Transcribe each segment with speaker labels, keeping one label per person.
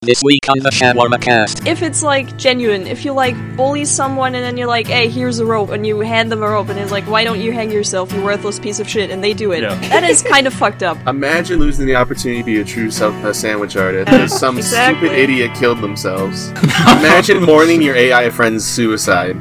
Speaker 1: This week on the Shawarma Cast.
Speaker 2: if it's like genuine, if you like bully someone and then you're like, hey, here's a rope, and you hand them a rope, and it's like, why don't you hang yourself, you worthless piece of shit, and they do it.
Speaker 3: Yeah.
Speaker 2: That is kind of fucked up.
Speaker 4: Imagine losing the opportunity to be a true sub- a sandwich artist because some
Speaker 2: Exactly.
Speaker 4: stupid idiot killed themselves. Imagine mourning your AI friend's suicide.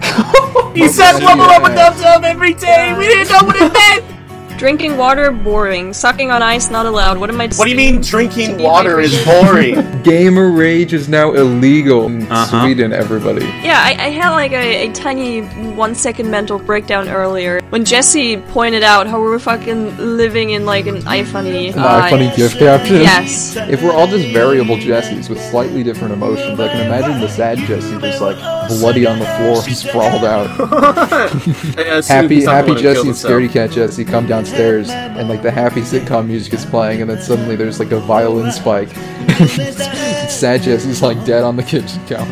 Speaker 3: He says level up with thumbs up every day. We didn't know what it meant.
Speaker 2: Drinking water, boring. Sucking on ice, not allowed. What am I?
Speaker 4: What do you mean
Speaker 2: To
Speaker 4: drinking
Speaker 2: be
Speaker 4: water is boring?
Speaker 5: Gamer Rage is now illegal in
Speaker 3: Uh-huh.
Speaker 5: Sweden, everybody.
Speaker 2: Yeah, I, I had like a, a tiny one second mental breakdown earlier when Jesse pointed out how we were fucking living in like an iFunny.
Speaker 5: My funny gift caption.
Speaker 2: Uh, Yes.
Speaker 5: If we're all just variable Jessies with slightly different emotions, I can imagine the sad Jessie just like bloody on the floor, sprawled out. Happy, happy Jessie and scaredy cat Jessie come downstairs, and like the happy sitcom music is playing, and then suddenly there's like a violin spike. sad Jessie's like dead on the kitchen counter.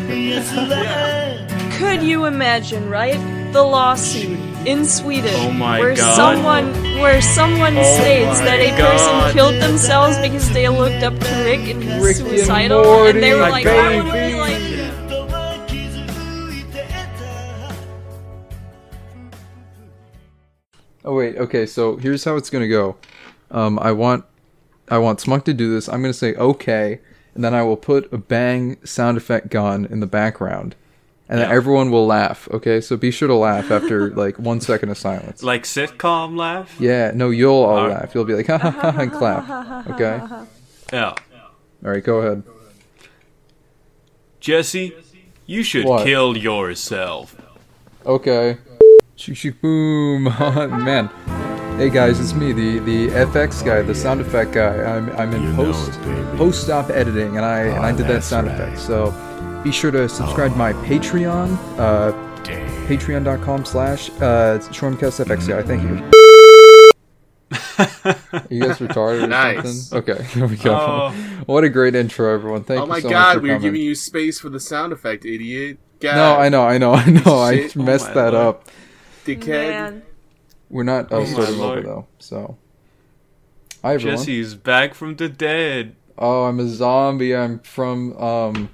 Speaker 2: Could you imagine, right? The lawsuit in Sweden,
Speaker 3: Oh my
Speaker 2: where
Speaker 3: God. Oh
Speaker 2: someone where someone states
Speaker 3: my
Speaker 2: that a
Speaker 3: God.
Speaker 2: person killed themselves because they looked up to Rick and he's
Speaker 5: Rick and
Speaker 2: suicidal, and, they were
Speaker 3: Morty,
Speaker 2: like,
Speaker 3: my
Speaker 2: I want to be
Speaker 5: baby."
Speaker 2: like.
Speaker 5: Oh wait, okay. So here's how it's gonna go. Um, I want, I want Smunk to do this. I'm gonna say okay, and then I will put a bang sound effect gun in the background, and then everyone will laugh. Okay, so be sure to laugh after like one second of silence.
Speaker 3: Like sitcom laugh.
Speaker 5: Yeah, no, you'll all
Speaker 3: Alright.
Speaker 5: laugh. You'll be like ha ha ha and clap. Okay. All
Speaker 3: Yeah.
Speaker 5: right, go ahead.
Speaker 3: Jesse, you should
Speaker 5: What?
Speaker 3: kill yourself.
Speaker 5: Okay. Shoo shoo boom, Oh, man. Hey guys, it's me, the the FX guy, the sound effect guy. I'm I'm in post post stop editing, and I
Speaker 4: Oh,
Speaker 5: and I did that sound effect. So be sure to subscribe to my Patreon, uh, patreon.com/slash uh, Shormcast FX guy. Thank you. Are you guys retarded or
Speaker 4: Mm-hmm. Nice.
Speaker 5: something? Okay, here we go.
Speaker 3: Oh.
Speaker 5: What a great intro, everyone. Thank
Speaker 4: Oh
Speaker 5: you
Speaker 4: my
Speaker 5: so much for
Speaker 4: god, we were
Speaker 5: coming.
Speaker 4: giving you space for the sound effect, idiot. God,
Speaker 5: no, I know, I know, I know. I
Speaker 4: Shit.
Speaker 3: Oh
Speaker 5: messed
Speaker 3: my
Speaker 5: that
Speaker 3: lord.
Speaker 5: up.
Speaker 4: Dickhead.
Speaker 2: Man.
Speaker 5: We're not
Speaker 3: Oh
Speaker 5: uh,
Speaker 3: my
Speaker 5: starting over
Speaker 3: lord.
Speaker 5: though, so. Hi everyone.
Speaker 3: Oh, Jesse's back from the dead.
Speaker 5: Oh, I'm a zombie. I'm from um,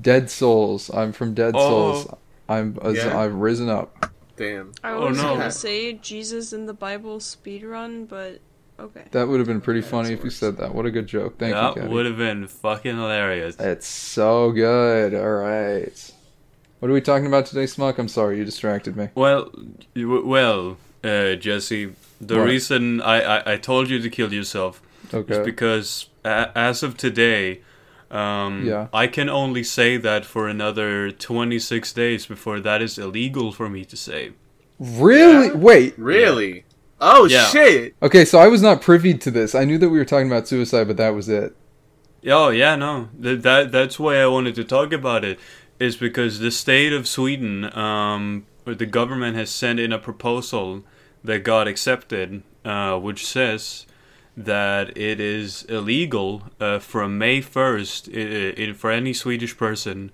Speaker 5: Dead Souls. I'm from Dead
Speaker 3: Oh.
Speaker 5: Souls. I'm a,
Speaker 4: Yeah?
Speaker 5: have risen up.
Speaker 4: Damn.
Speaker 2: I
Speaker 3: Oh,
Speaker 2: was
Speaker 3: no.
Speaker 2: gonna say Jesus in the Bible speedrun, but okay.
Speaker 5: That would have been pretty funny if you said that. What a good joke. Thank you,
Speaker 3: that
Speaker 5: Caddy.
Speaker 3: would have been fucking hilarious.
Speaker 5: It's so good. All right. What are we talking about today, Smuck? I'm sorry, you distracted me.
Speaker 3: Well, you- well, uh, Jesse, the
Speaker 5: What?
Speaker 3: reason I, I I told you to kill yourself is
Speaker 5: Okay.
Speaker 3: because a- as of today. Um,
Speaker 5: Yeah.
Speaker 3: I can only say that for another 26 days before that is illegal for me to say.
Speaker 5: Really? Wait.
Speaker 4: Really? Oh
Speaker 3: Yeah.
Speaker 4: shit!
Speaker 5: Okay, so I was not privy to this. I knew that we were talking about suicide, but that was it.
Speaker 3: Oh yeah, no. Th- that that's why I wanted to talk about it is because the state of Sweden, um, or the government has sent in a proposal that got accepted, uh, which says that it is illegal uh, from May first in for any Swedish person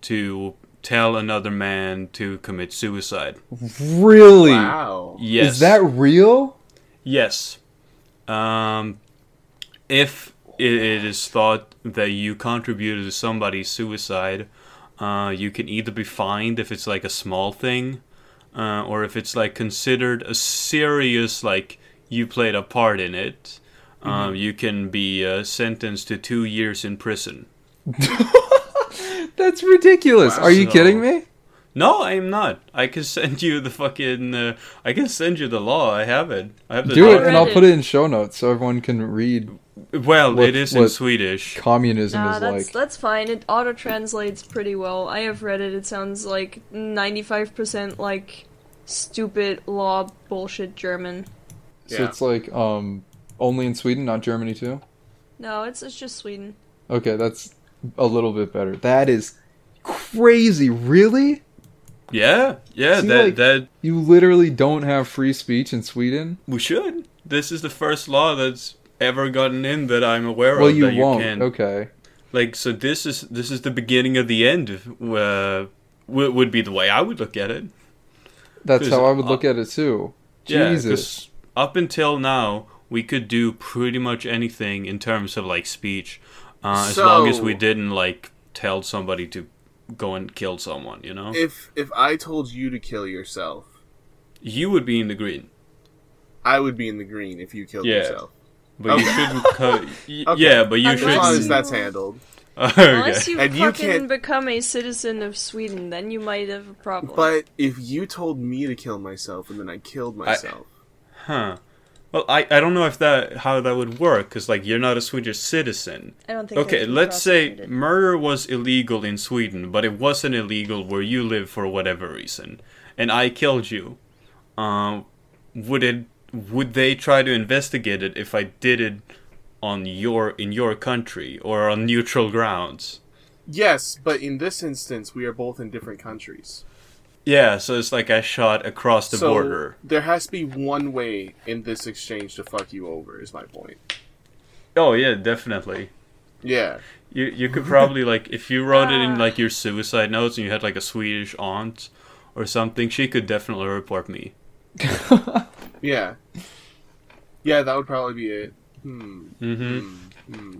Speaker 3: to tell another man to commit suicide.
Speaker 5: Really?
Speaker 4: Wow.
Speaker 3: Yes.
Speaker 5: Is that real?
Speaker 3: Yes. Um, if it, it is thought that you contributed to somebody's suicide, uh, you can either be fined if it's like a small thing, uh, or if it's like considered a serious, like you played a part in it,
Speaker 5: Mm-hmm.
Speaker 3: um, you can be uh, sentenced to two years in prison.
Speaker 5: That's ridiculous. Are you
Speaker 3: So-
Speaker 5: kidding me?
Speaker 3: No, I am not. I can send you the fucking. Uh, I can send you the law. I have it. I have the
Speaker 5: Do it,
Speaker 3: doc-
Speaker 5: and I'll
Speaker 2: Reddit.
Speaker 5: put it in show notes so everyone can read.
Speaker 3: Well,
Speaker 5: What-
Speaker 3: it is in
Speaker 5: what-
Speaker 3: Swedish.
Speaker 5: Communism
Speaker 2: Nah,
Speaker 5: is
Speaker 2: that's
Speaker 5: like.
Speaker 2: that's fine. It auto translates pretty well. I have read it. It sounds like ninety five percent like stupid law bullshit German.
Speaker 5: So
Speaker 4: Yeah.
Speaker 5: it's like um, only in Sweden, not Germany too.
Speaker 2: No, it's it's just Sweden.
Speaker 5: Okay, that's a little bit better. That is crazy. Really?
Speaker 3: Yeah, yeah,
Speaker 5: See,
Speaker 3: that
Speaker 5: like-
Speaker 3: that
Speaker 5: You literally don't have free speech in Sweden?
Speaker 3: we should. This is the first law that's ever gotten in that I'm aware
Speaker 5: Well,
Speaker 3: of.
Speaker 5: you
Speaker 3: that
Speaker 5: won't.
Speaker 3: can.
Speaker 5: Okay.
Speaker 3: Like so, this is this is the beginning of the end. Uh, w- would be the way I would look at it.
Speaker 5: That's
Speaker 3: 'Cause,
Speaker 5: how I would
Speaker 3: uh,
Speaker 5: look at it too.
Speaker 3: Yeah,
Speaker 5: Jesus.
Speaker 3: 'cause up until now, we could do pretty much anything in terms of like speech. Uh, as
Speaker 4: So-
Speaker 3: long as we didn't like tell somebody to go and kill someone, you know,
Speaker 4: If if I told you to kill yourself,
Speaker 3: you would be in the green.
Speaker 4: I would be in the green if you killed
Speaker 3: Yeah.
Speaker 4: yourself.
Speaker 3: But you
Speaker 4: Okay.
Speaker 3: shouldn't. Co- y-
Speaker 4: Okay.
Speaker 3: Yeah, but you
Speaker 2: As
Speaker 4: As long as
Speaker 3: shouldn't.
Speaker 4: that's handled.
Speaker 3: okay.
Speaker 2: Unless you
Speaker 4: And you
Speaker 2: fucking
Speaker 4: can't-
Speaker 2: become a citizen of Sweden, then you might have a problem.
Speaker 4: But if you told me to kill myself and then I killed myself,
Speaker 3: Huh. Well, I, I don't know if that how that would work because like you're not a Swedish citizen.
Speaker 2: I don't think.
Speaker 3: Okay,
Speaker 2: I'd be
Speaker 3: let's say
Speaker 2: prosecuted.
Speaker 3: murder was illegal in Sweden, but it wasn't illegal where you live for whatever reason, and I killed you. Um, would it? Would they try to investigate it if I did it on your in your country or on neutral grounds?
Speaker 4: yes, but in this instance we are both in different countries.
Speaker 3: Yeah, so it's like I shot across the
Speaker 4: so
Speaker 3: border.
Speaker 4: there has to be one way in this exchange to fuck you over is my point.
Speaker 3: Oh yeah, definitely.
Speaker 4: Yeah.
Speaker 3: You you could probably like if you wrote it in
Speaker 2: Ah.
Speaker 3: like your suicide notes and you had like a Swedish aunt or something, she could definitely report me.
Speaker 4: Yeah. Yeah, that would probably be it. Hmm.
Speaker 3: hmm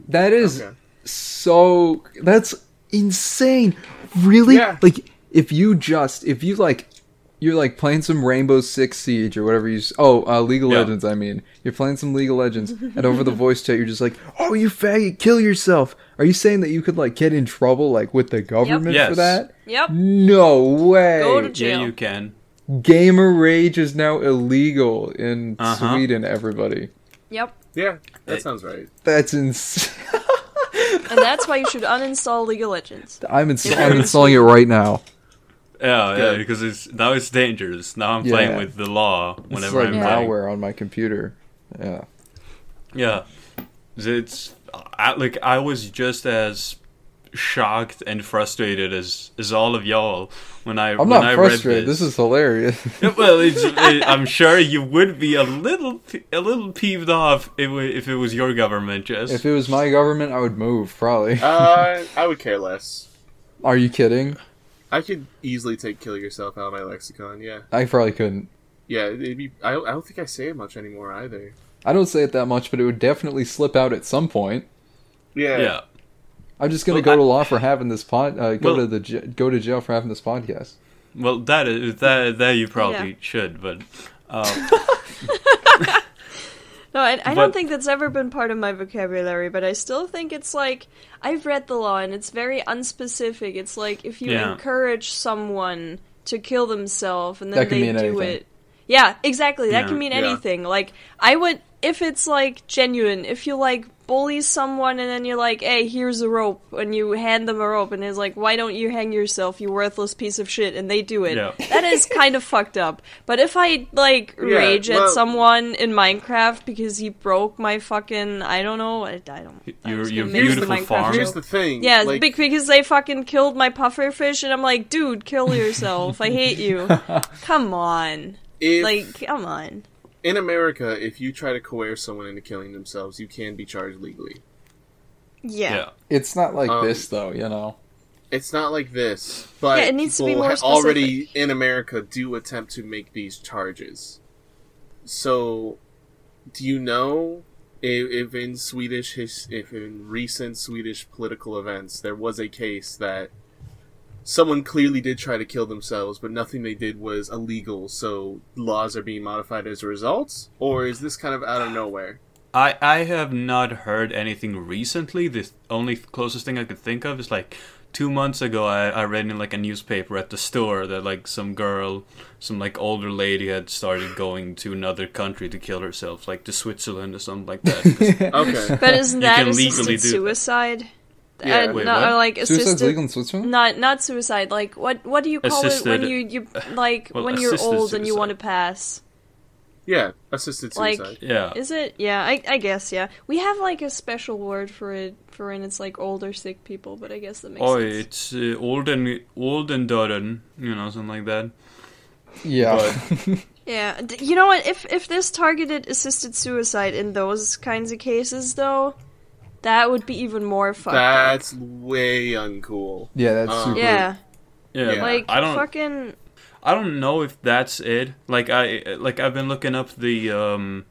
Speaker 5: That is
Speaker 4: Okay.
Speaker 5: so. That's insane. Really?
Speaker 4: Yeah.
Speaker 5: Like, if you just if you like, you're like playing some Rainbow Six Siege or whatever you. s- Oh, uh, League of
Speaker 3: Yeah.
Speaker 5: Legends. I mean, you're playing some League of Legends, and over the voice chat, you're just like, "Oh, you faggot, kill yourself." Are you saying that you could like get in trouble like with the government for
Speaker 3: Yes.
Speaker 5: that?
Speaker 2: Yep.
Speaker 5: No way.
Speaker 2: Go to
Speaker 3: Yeah,
Speaker 2: jail.
Speaker 3: you can.
Speaker 5: Gamer rage is now illegal in
Speaker 3: Uh-huh.
Speaker 5: Sweden. Everybody,
Speaker 2: Yep.
Speaker 4: Yeah, that sounds right.
Speaker 5: that's insane.
Speaker 2: And that's why you should uninstall League of Legends.
Speaker 5: I'm, ins- I'm installing it right now.
Speaker 3: Yeah, yeah,
Speaker 4: Good.
Speaker 3: because it's now it's dangerous. Now I'm playing
Speaker 5: Yeah.
Speaker 3: with the law
Speaker 5: It's
Speaker 3: whenever
Speaker 5: like
Speaker 3: I'm playing.
Speaker 5: malware on my computer. Yeah.
Speaker 3: Yeah, it's I, like I was just as shocked and frustrated as as all of y'all when I
Speaker 5: I'm
Speaker 3: when
Speaker 5: not
Speaker 3: I
Speaker 5: frustrated.
Speaker 3: read
Speaker 5: This. is hilarious.
Speaker 3: well, it's, it, I'm sure you would be a little pe- a little peeved off if, it- if it was your government, Jess.
Speaker 5: if it was my government, I would move, probably.
Speaker 4: Uh, I would care less.
Speaker 5: Are you kidding?
Speaker 4: I could easily take "kill yourself" out of my lexicon. Yeah,
Speaker 5: I probably couldn't.
Speaker 4: yeah. It'd be. I, I don't think I say it much anymore either.
Speaker 5: I don't say it that much, but it would definitely slip out at some point.
Speaker 4: Yeah.
Speaker 3: yeah.
Speaker 5: I'm just gonna
Speaker 3: Well,
Speaker 5: go
Speaker 3: I-
Speaker 5: to law for having this pod. Uh, go to
Speaker 3: Well-
Speaker 5: the j- go to jail for having this podcast.
Speaker 3: Well, that is that that you probably
Speaker 2: Yeah.
Speaker 3: should, but uh,
Speaker 2: No, I, I
Speaker 3: But-
Speaker 2: don't think that's ever been part of my vocabulary, but I still think it's like I've read the law and it's very unspecific. It's like if you
Speaker 3: Yeah.
Speaker 2: encourage someone to kill themselves and then
Speaker 5: That can
Speaker 2: they
Speaker 5: mean
Speaker 2: do
Speaker 5: anything.
Speaker 2: it. Yeah, exactly. That
Speaker 3: Yeah.
Speaker 2: can mean
Speaker 4: Yeah.
Speaker 2: anything. Like I would if it's like genuine, if you like bully someone and then you're like, "Hey, here's a rope." And you hand them a rope and it's like, "Why don't you hang yourself, you worthless piece of shit?" and they do it.
Speaker 3: Yeah.
Speaker 2: That is kind of fucked up. But if I like
Speaker 4: Yeah,
Speaker 2: rage at
Speaker 4: well-
Speaker 2: someone in Minecraft because he broke my fucking I don't know I, I don't I
Speaker 3: Your-
Speaker 2: was gonna
Speaker 3: your
Speaker 2: make the
Speaker 3: beautiful
Speaker 2: Minecraft
Speaker 3: farm.
Speaker 4: Here's
Speaker 2: joke.
Speaker 4: the thing.
Speaker 2: yeah,
Speaker 4: like,
Speaker 2: bec- because they fucking killed my puffer fish, and I'm like, dude, kill yourself. I hate you. Come on,
Speaker 4: if,
Speaker 2: like, come on.
Speaker 4: in America, if you try to coerce someone into killing themselves, you can be charged legally.
Speaker 2: Yeah,
Speaker 3: yeah,
Speaker 5: It's not like
Speaker 4: Um,
Speaker 5: this though, you know.
Speaker 4: It's not like this, but
Speaker 2: Yeah, it needs to be
Speaker 4: people
Speaker 2: more
Speaker 4: ha- already in America do attempt to make these charges. So, do you know if, if in Swedish, his, if in recent Swedish political events, there was a case that someone clearly did try to kill themselves, but nothing they did was illegal, so laws are being modified as a result? Or is this kind of out of nowhere?
Speaker 3: I I have not heard anything recently. The only closest thing I could think of is like two months ago. I I read in like a newspaper at the store that like some girl, some like older lady had started going to another country to kill herself, like to Switzerland or something like that. 'cause
Speaker 4: Okay.
Speaker 2: but isn't
Speaker 3: You
Speaker 2: that
Speaker 3: can
Speaker 2: assisted
Speaker 3: legally do that.
Speaker 2: suicide?
Speaker 4: Yeah.
Speaker 2: Uh,
Speaker 3: Wait,
Speaker 2: no,
Speaker 3: what?
Speaker 2: or, like
Speaker 5: Suicide's
Speaker 2: assisted,
Speaker 5: legal in Switzerland.
Speaker 2: not not suicide. Like what what do you call it
Speaker 3: Assisted-
Speaker 2: when you you like
Speaker 3: well,
Speaker 2: when you're
Speaker 3: assisted
Speaker 2: old and you
Speaker 3: suicide.
Speaker 2: want to pass?
Speaker 4: yeah, assisted
Speaker 2: Like-
Speaker 4: suicide.
Speaker 3: yeah,
Speaker 2: Is it? Yeah, I, I guess. Yeah, we have like a special word for it for when it's like older sick people, but I guess that makes
Speaker 3: Oh,
Speaker 2: sense.
Speaker 3: it's uh, olden, olden Dodden, you know, something like that.
Speaker 5: Yeah.
Speaker 2: Yeah, d- you know what? If if this targeted assisted suicide in those kinds of cases, though, that would be even more fucked. up.
Speaker 4: That's way uncool.
Speaker 5: yeah, that's
Speaker 4: Um,
Speaker 5: super.
Speaker 2: Yeah,
Speaker 3: Yeah,
Speaker 4: Yeah.
Speaker 2: like
Speaker 3: I don't,
Speaker 2: fucking
Speaker 3: I don't know if that's it. Like I, like I've been looking up the, um,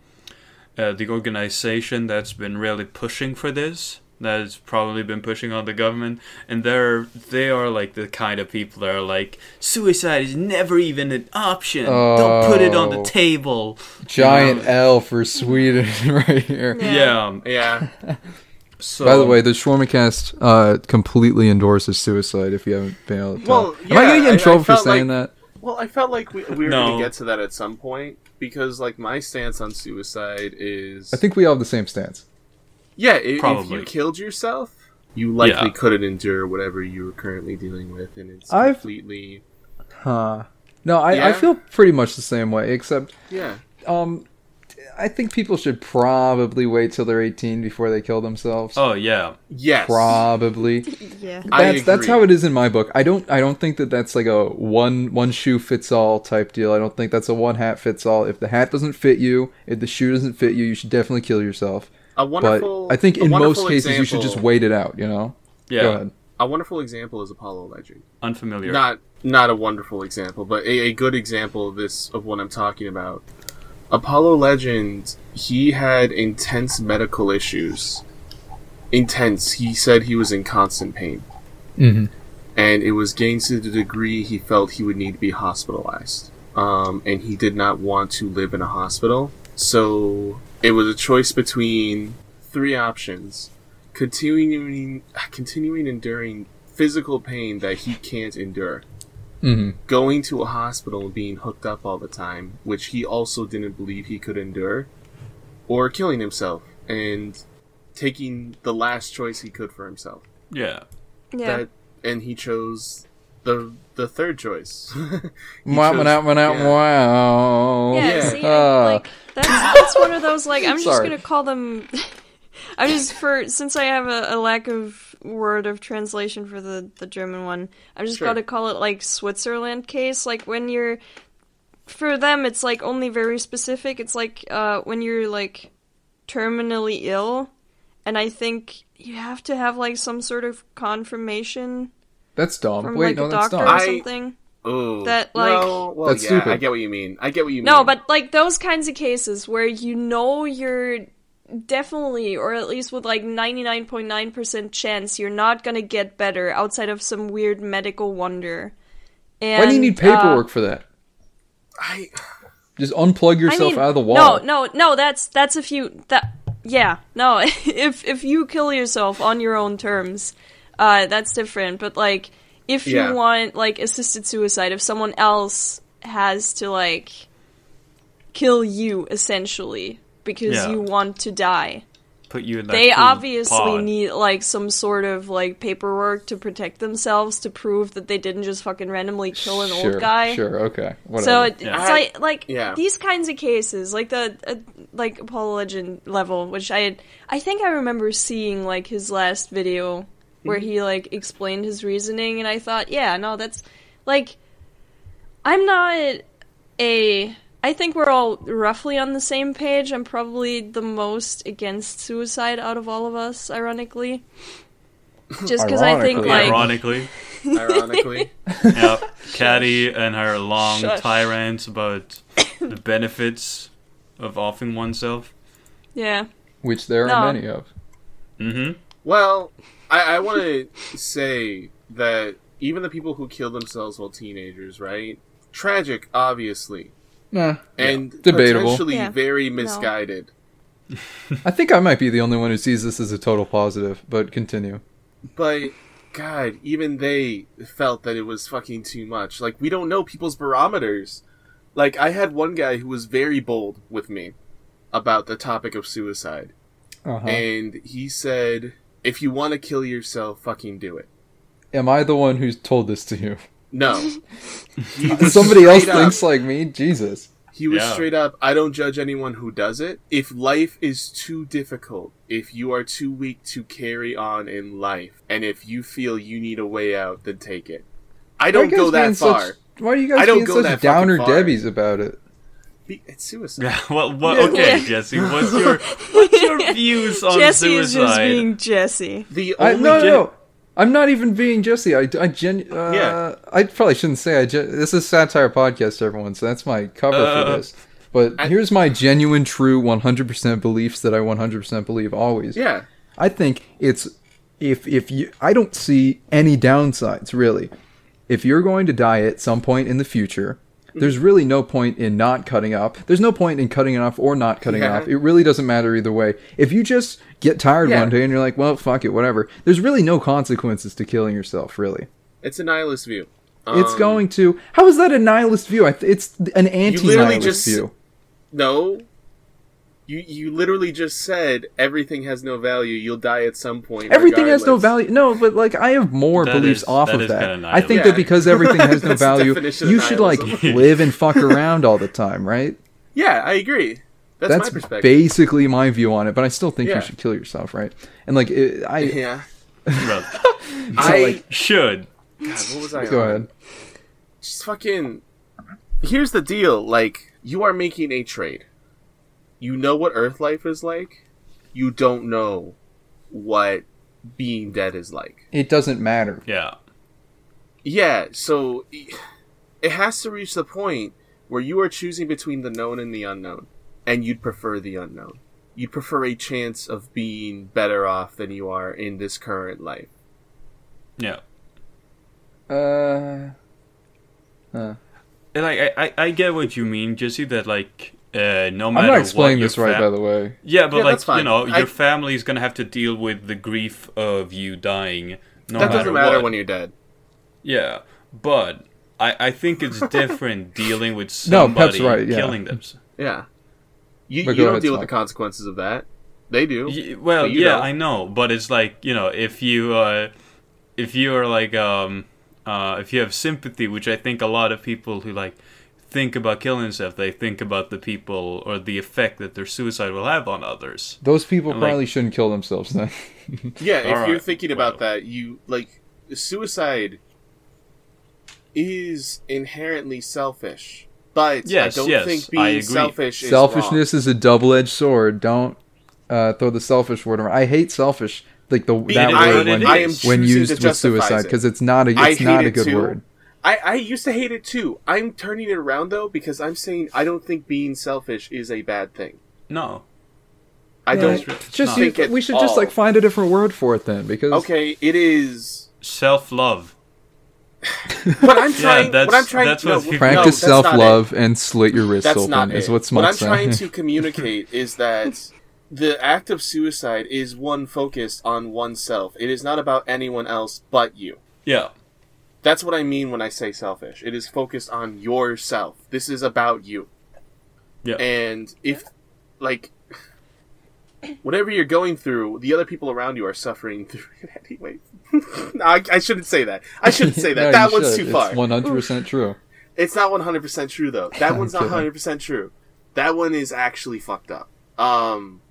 Speaker 3: uh, the organization that's been really pushing for this, that has probably been pushing on the government, and they're they are like the kind of people that are like suicide is never even an option. Don't put it on the
Speaker 5: Oh.
Speaker 3: table.
Speaker 5: Giant
Speaker 3: You know?
Speaker 5: L for Sweden right here.
Speaker 2: Yeah.
Speaker 3: Yeah.
Speaker 4: Yeah.
Speaker 3: So
Speaker 5: By the way, the Schwarmacast uh, completely endorses suicide. If you haven't been able to tell,
Speaker 4: Well,
Speaker 5: am I
Speaker 4: yeah,
Speaker 5: gonna
Speaker 4: I-
Speaker 5: get
Speaker 4: I
Speaker 5: in trouble for
Speaker 4: felt
Speaker 5: saying
Speaker 4: like-
Speaker 5: that?
Speaker 4: Well, I felt like we, we were
Speaker 3: No.
Speaker 4: going to get to that at some point because, like, my stance on suicide is
Speaker 5: I think we all have the same stance.
Speaker 4: yeah, if, if
Speaker 3: Probably.
Speaker 4: you killed yourself, you likely
Speaker 3: Yeah.
Speaker 4: couldn't endure whatever you were currently dealing with, and it's
Speaker 5: I've-
Speaker 4: completely
Speaker 5: Huh. No, I, I
Speaker 4: Yeah?
Speaker 5: feel pretty much the same way, except
Speaker 4: yeah.
Speaker 5: um, I think people should probably wait till they're 18 before they kill themselves.
Speaker 3: oh yeah,
Speaker 4: Yes.
Speaker 5: Probably.
Speaker 2: Yeah.
Speaker 4: I
Speaker 5: That's that's
Speaker 4: agree.
Speaker 5: how it is in my book. I don't I don't think that that's like a one one shoe fits all type deal. I don't think that's a one hat fits all. If the hat doesn't fit you, if the shoe doesn't fit you, you should definitely kill yourself.
Speaker 4: A
Speaker 5: But
Speaker 4: wonderful.
Speaker 5: I think
Speaker 4: a
Speaker 5: in most
Speaker 4: wonderful
Speaker 5: cases you should just
Speaker 4: example-
Speaker 5: wait it out. You know. Go
Speaker 3: yeah,
Speaker 5: ahead.
Speaker 4: A wonderful example is Apollo Legend.
Speaker 3: unfamiliar.
Speaker 4: Not not a wonderful example, but a, a good example of this of what I'm talking about. Apollo Legend, he had intense medical issues. Intense. He said he was in constant pain,
Speaker 5: Mm-hmm.
Speaker 4: and it was getting to the degree he felt he would need to be hospitalized. Um, and he did not want to live in a hospital, so it was a choice between three options: continuing, continuing enduring physical pain that he can't endure
Speaker 5: Mm-hmm.
Speaker 4: going to a hospital and being hooked up all the time, which he also didn't believe he could endure, or killing himself and taking the last choice he could for himself.
Speaker 3: yeah,
Speaker 2: Yeah.
Speaker 4: That and he chose the the third choice. He
Speaker 5: Wow,
Speaker 4: chose-
Speaker 5: wow, wow,
Speaker 4: yeah.
Speaker 5: wow.
Speaker 2: yeah,
Speaker 4: yeah.
Speaker 2: see,
Speaker 5: Uh.
Speaker 2: I, like that's that's one of those like I'm just
Speaker 5: Sorry.
Speaker 2: gonna call them. I'm just for since I have a, a lack of word of translation for the the German one. I'm just
Speaker 4: Sure.
Speaker 2: gonna call it like Switzerland case. Like when you're for them, it's like only very specific. It's like uh, when you're like terminally ill, and I think you have to have like some sort of confirmation
Speaker 5: That's dumb.
Speaker 2: from
Speaker 5: Wait,
Speaker 2: like
Speaker 5: no,
Speaker 2: a
Speaker 5: that's
Speaker 2: doctor
Speaker 5: dumb.
Speaker 2: or
Speaker 4: I-
Speaker 2: something.
Speaker 4: Oh,
Speaker 2: That, like-
Speaker 4: no, well,
Speaker 5: That's
Speaker 4: yeah,
Speaker 5: stupid.
Speaker 4: I get what you mean. I get what you mean.
Speaker 2: No, but like those kinds of cases where you know you're definitely, or at least with like 99.9% chance, you're not gonna get better outside of some weird medical wonder. And,
Speaker 5: Why do you need
Speaker 2: uh,
Speaker 5: paperwork for that?
Speaker 4: I
Speaker 5: Just unplug
Speaker 2: I
Speaker 5: yourself
Speaker 2: mean,
Speaker 5: out of the wall.
Speaker 2: No, no, no. That's that's if you that yeah. No, if if you kill yourself on your own terms, uh, that's different. But like, if
Speaker 4: Yeah.
Speaker 2: you want like assisted suicide, if someone else has to like kill you essentially because
Speaker 3: Yeah.
Speaker 2: you want to die,
Speaker 3: put you in that.
Speaker 2: they
Speaker 3: cool
Speaker 2: obviously
Speaker 3: pod.
Speaker 2: need like some sort of like paperwork to protect themselves to prove that they didn't just fucking randomly kill an
Speaker 5: sure,
Speaker 2: old guy.
Speaker 5: Sure, okay.
Speaker 2: So
Speaker 5: Whatever.
Speaker 2: it,
Speaker 3: Yeah.
Speaker 2: it's like like
Speaker 4: Yeah.
Speaker 2: these kinds of cases, like the uh, like Apollo Legend level, which I had, I think I remember seeing like his last video where he like explained his reasoning, and I thought, yeah, no, that's like I'm not a. I think we're all roughly on the same page. I'm probably the most against suicide out of all of us, ironically. Just because I think
Speaker 5: Ironically.
Speaker 2: like
Speaker 3: Ironically,
Speaker 4: ironically,
Speaker 3: yeah, Caddy and her long
Speaker 2: Shush.
Speaker 3: tirades about the benefits of offing oneself.
Speaker 2: yeah,
Speaker 5: Which there
Speaker 2: No.
Speaker 5: are many of.
Speaker 3: Mm-hmm.
Speaker 4: well, I, I want to say that even the people who kill themselves while teenagers, right? Tragic, obviously.
Speaker 5: Nah.
Speaker 4: and
Speaker 5: Debatable.
Speaker 4: potentially
Speaker 2: Yeah.
Speaker 4: very misguided.
Speaker 5: I think I might be the only one who sees this as a total positive, but continue.
Speaker 4: But God, even they felt that it was fucking too much. Like we don't know people's barometers. Like I had one guy who was very bold with me about the topic of suicide,
Speaker 5: Uh-huh.
Speaker 4: and he said, "If you want to kill yourself, fucking do it."
Speaker 5: Am I the one who's told this to you?
Speaker 4: No, He was
Speaker 5: Somebody else
Speaker 4: straight up-
Speaker 5: thinks like me? Jesus.
Speaker 4: He was
Speaker 3: Yeah.
Speaker 4: straight up, I don't judge anyone who does it. If life is too difficult, if you are too weak to carry on in life, and if you feel you need a way out, then take it. I
Speaker 5: Why
Speaker 4: don't
Speaker 5: you guys
Speaker 4: go
Speaker 5: being
Speaker 4: that far.
Speaker 5: Such, why are you guys
Speaker 4: I don't
Speaker 5: being
Speaker 4: go
Speaker 5: such
Speaker 4: that fucking
Speaker 5: downer
Speaker 4: far.
Speaker 5: debbies about it?
Speaker 4: Be- It's suicide.
Speaker 3: Yeah. Well, what,
Speaker 5: Yeah.
Speaker 3: okay,
Speaker 2: Yeah.
Speaker 3: Jesse. What's your what's your views on
Speaker 2: Jesse is
Speaker 3: suicide?
Speaker 2: just being Jesse.
Speaker 4: The
Speaker 5: I,
Speaker 4: only
Speaker 5: no, no,
Speaker 4: gen-
Speaker 5: no. I'm not even being Jesse. I, I gen. Uh,
Speaker 4: Yeah.
Speaker 5: I probably shouldn't say I. Gen- this is satire podcast, everyone. So that's my cover
Speaker 3: Uh,
Speaker 5: for this. But
Speaker 4: I-
Speaker 5: here's my genuine, true, 100% beliefs that I 100% believe always.
Speaker 4: Yeah.
Speaker 5: I think it's if if you I don't see any downsides really. If you're going to die at some point in the future, there's really no point in not cutting up. There's no point in cutting it off or not cutting
Speaker 4: Yeah.
Speaker 5: it off. It really doesn't matter either way. If you just get tired
Speaker 4: Yeah.
Speaker 5: one day and you're like, well, fuck it, whatever. There's really no consequences to killing yourself, really.
Speaker 4: It's a nihilist view.
Speaker 5: it's
Speaker 4: Um,
Speaker 5: going to. How is that a nihilist view? I th- it's an anti-nihilist
Speaker 4: just-
Speaker 5: view.
Speaker 4: No. You you literally just said everything has no value. You'll die at some point.
Speaker 5: Everything has no
Speaker 4: regardless.
Speaker 5: value. No, but like I have more
Speaker 3: That
Speaker 5: beliefs
Speaker 3: is-
Speaker 5: off
Speaker 3: that
Speaker 5: of
Speaker 3: is
Speaker 5: that.
Speaker 3: kinda
Speaker 5: I think
Speaker 4: nihilism.
Speaker 5: that because everything has no
Speaker 4: That's the
Speaker 5: value,
Speaker 4: definition of
Speaker 5: you should like
Speaker 4: nihilism.
Speaker 5: live and fuck around all the time, right?
Speaker 4: Yeah, I agree. That's, my
Speaker 5: That's,
Speaker 4: perspective.
Speaker 5: basically my view on it. But I still think
Speaker 4: Yeah.
Speaker 5: you should kill yourself, right? And like it, I
Speaker 4: yeah.
Speaker 3: Bro,
Speaker 4: I
Speaker 5: like-
Speaker 3: should.
Speaker 4: God, what was I
Speaker 5: go
Speaker 4: on?
Speaker 5: ahead.
Speaker 4: Just fucking Here's the deal, like you are making a trade. You know what earth life is like. You don't know what being dead is like.
Speaker 5: It doesn't matter.
Speaker 3: Yeah.
Speaker 4: Yeah, so it has to reach the point where you are choosing between the known and the unknown, and you'd prefer the unknown. You'd prefer a chance of being better off than you are in this current life.
Speaker 3: Yeah.
Speaker 5: Uh, uh,
Speaker 3: And like I, I, I get what you mean, Jesse. That like uh, no matter
Speaker 5: I'm not
Speaker 3: what
Speaker 5: explaining
Speaker 3: your
Speaker 5: this right,
Speaker 3: fa-
Speaker 5: by the way.
Speaker 3: Yeah, but
Speaker 4: Yeah, that's fine.
Speaker 3: like you know,
Speaker 4: I-
Speaker 3: your family's gonna have to deal with the grief of you dying.
Speaker 4: that
Speaker 3: No matter
Speaker 4: doesn't matter
Speaker 3: what.
Speaker 4: when you're dead.
Speaker 3: Yeah, but I, I think it's different dealing with
Speaker 5: No, Pep's
Speaker 3: somebody
Speaker 5: right, yeah.
Speaker 3: killing them.
Speaker 4: Yeah. You,
Speaker 5: But
Speaker 4: you
Speaker 5: go
Speaker 4: don't
Speaker 5: ahead,
Speaker 4: deal with
Speaker 5: Tom.
Speaker 4: the consequences of that. They do.
Speaker 3: Y- well,
Speaker 4: But you
Speaker 3: yeah,
Speaker 4: don't.
Speaker 3: I know, but it's like you know, if you uh, if you are like um, uh, if you have sympathy, which I think a lot of people who like think about killing themselves, they think about the people or the effect that their suicide will have on others.
Speaker 5: Those people
Speaker 3: Like-
Speaker 5: probably shouldn't kill themselves then.
Speaker 4: Yeah, if
Speaker 3: Alright,
Speaker 4: you're thinking about
Speaker 3: well.
Speaker 4: that, you like suicide is inherently selfish. But
Speaker 3: Yes,
Speaker 4: I don't
Speaker 3: yes,
Speaker 4: think
Speaker 3: I
Speaker 4: being
Speaker 3: agree.
Speaker 4: selfish is wrong.
Speaker 5: Selfishness is a double-edged sword. Don't uh, throw the selfish word around. I hate selfish. Like the that
Speaker 3: is
Speaker 5: word
Speaker 3: what it
Speaker 5: when,
Speaker 3: is. I am
Speaker 5: when
Speaker 4: choosing
Speaker 5: used
Speaker 4: to
Speaker 5: with
Speaker 4: justify
Speaker 5: suicide
Speaker 4: it.
Speaker 5: because it's not a
Speaker 4: I
Speaker 5: it's
Speaker 4: hate
Speaker 5: not a
Speaker 4: it
Speaker 5: good
Speaker 4: too.
Speaker 5: word.
Speaker 4: I, I used to hate it too. I'm turning it around though because I'm saying I don't think being selfish is a bad thing.
Speaker 3: No,
Speaker 4: I
Speaker 5: Yeah,
Speaker 4: don't.
Speaker 5: it's just
Speaker 4: not
Speaker 5: you-
Speaker 4: think at
Speaker 5: we should just
Speaker 4: all.
Speaker 5: like find a different word for it then because
Speaker 4: Okay, it is.
Speaker 3: self love.
Speaker 4: What I'm trying.
Speaker 3: that's-
Speaker 4: what I'm trying.
Speaker 3: that's
Speaker 4: no,
Speaker 3: what people-
Speaker 4: no,
Speaker 5: practice
Speaker 4: that's not it.
Speaker 5: self-love and slit your wrists
Speaker 4: That's
Speaker 5: open
Speaker 4: not
Speaker 5: is
Speaker 4: it.
Speaker 5: what's
Speaker 4: what I'm
Speaker 5: saying.
Speaker 4: trying to communicate is that the act of suicide is one focused on oneself. It is not about anyone else but you.
Speaker 3: Yeah,
Speaker 4: That's what I mean when I say selfish. It is focused on yourself. This is about you.
Speaker 3: Yeah.
Speaker 4: And if, like, whatever you're going through, the other people around you are suffering through it anyway. no, I, I shouldn't say that. I shouldn't say
Speaker 5: No,
Speaker 4: that. that
Speaker 5: you
Speaker 4: one's
Speaker 5: should.
Speaker 4: too far.
Speaker 5: It's 100% true.
Speaker 4: It's not 100% true though. That
Speaker 5: I'm
Speaker 4: one's not
Speaker 5: kidding.
Speaker 4: 100% true. That one is actually fucked up. Um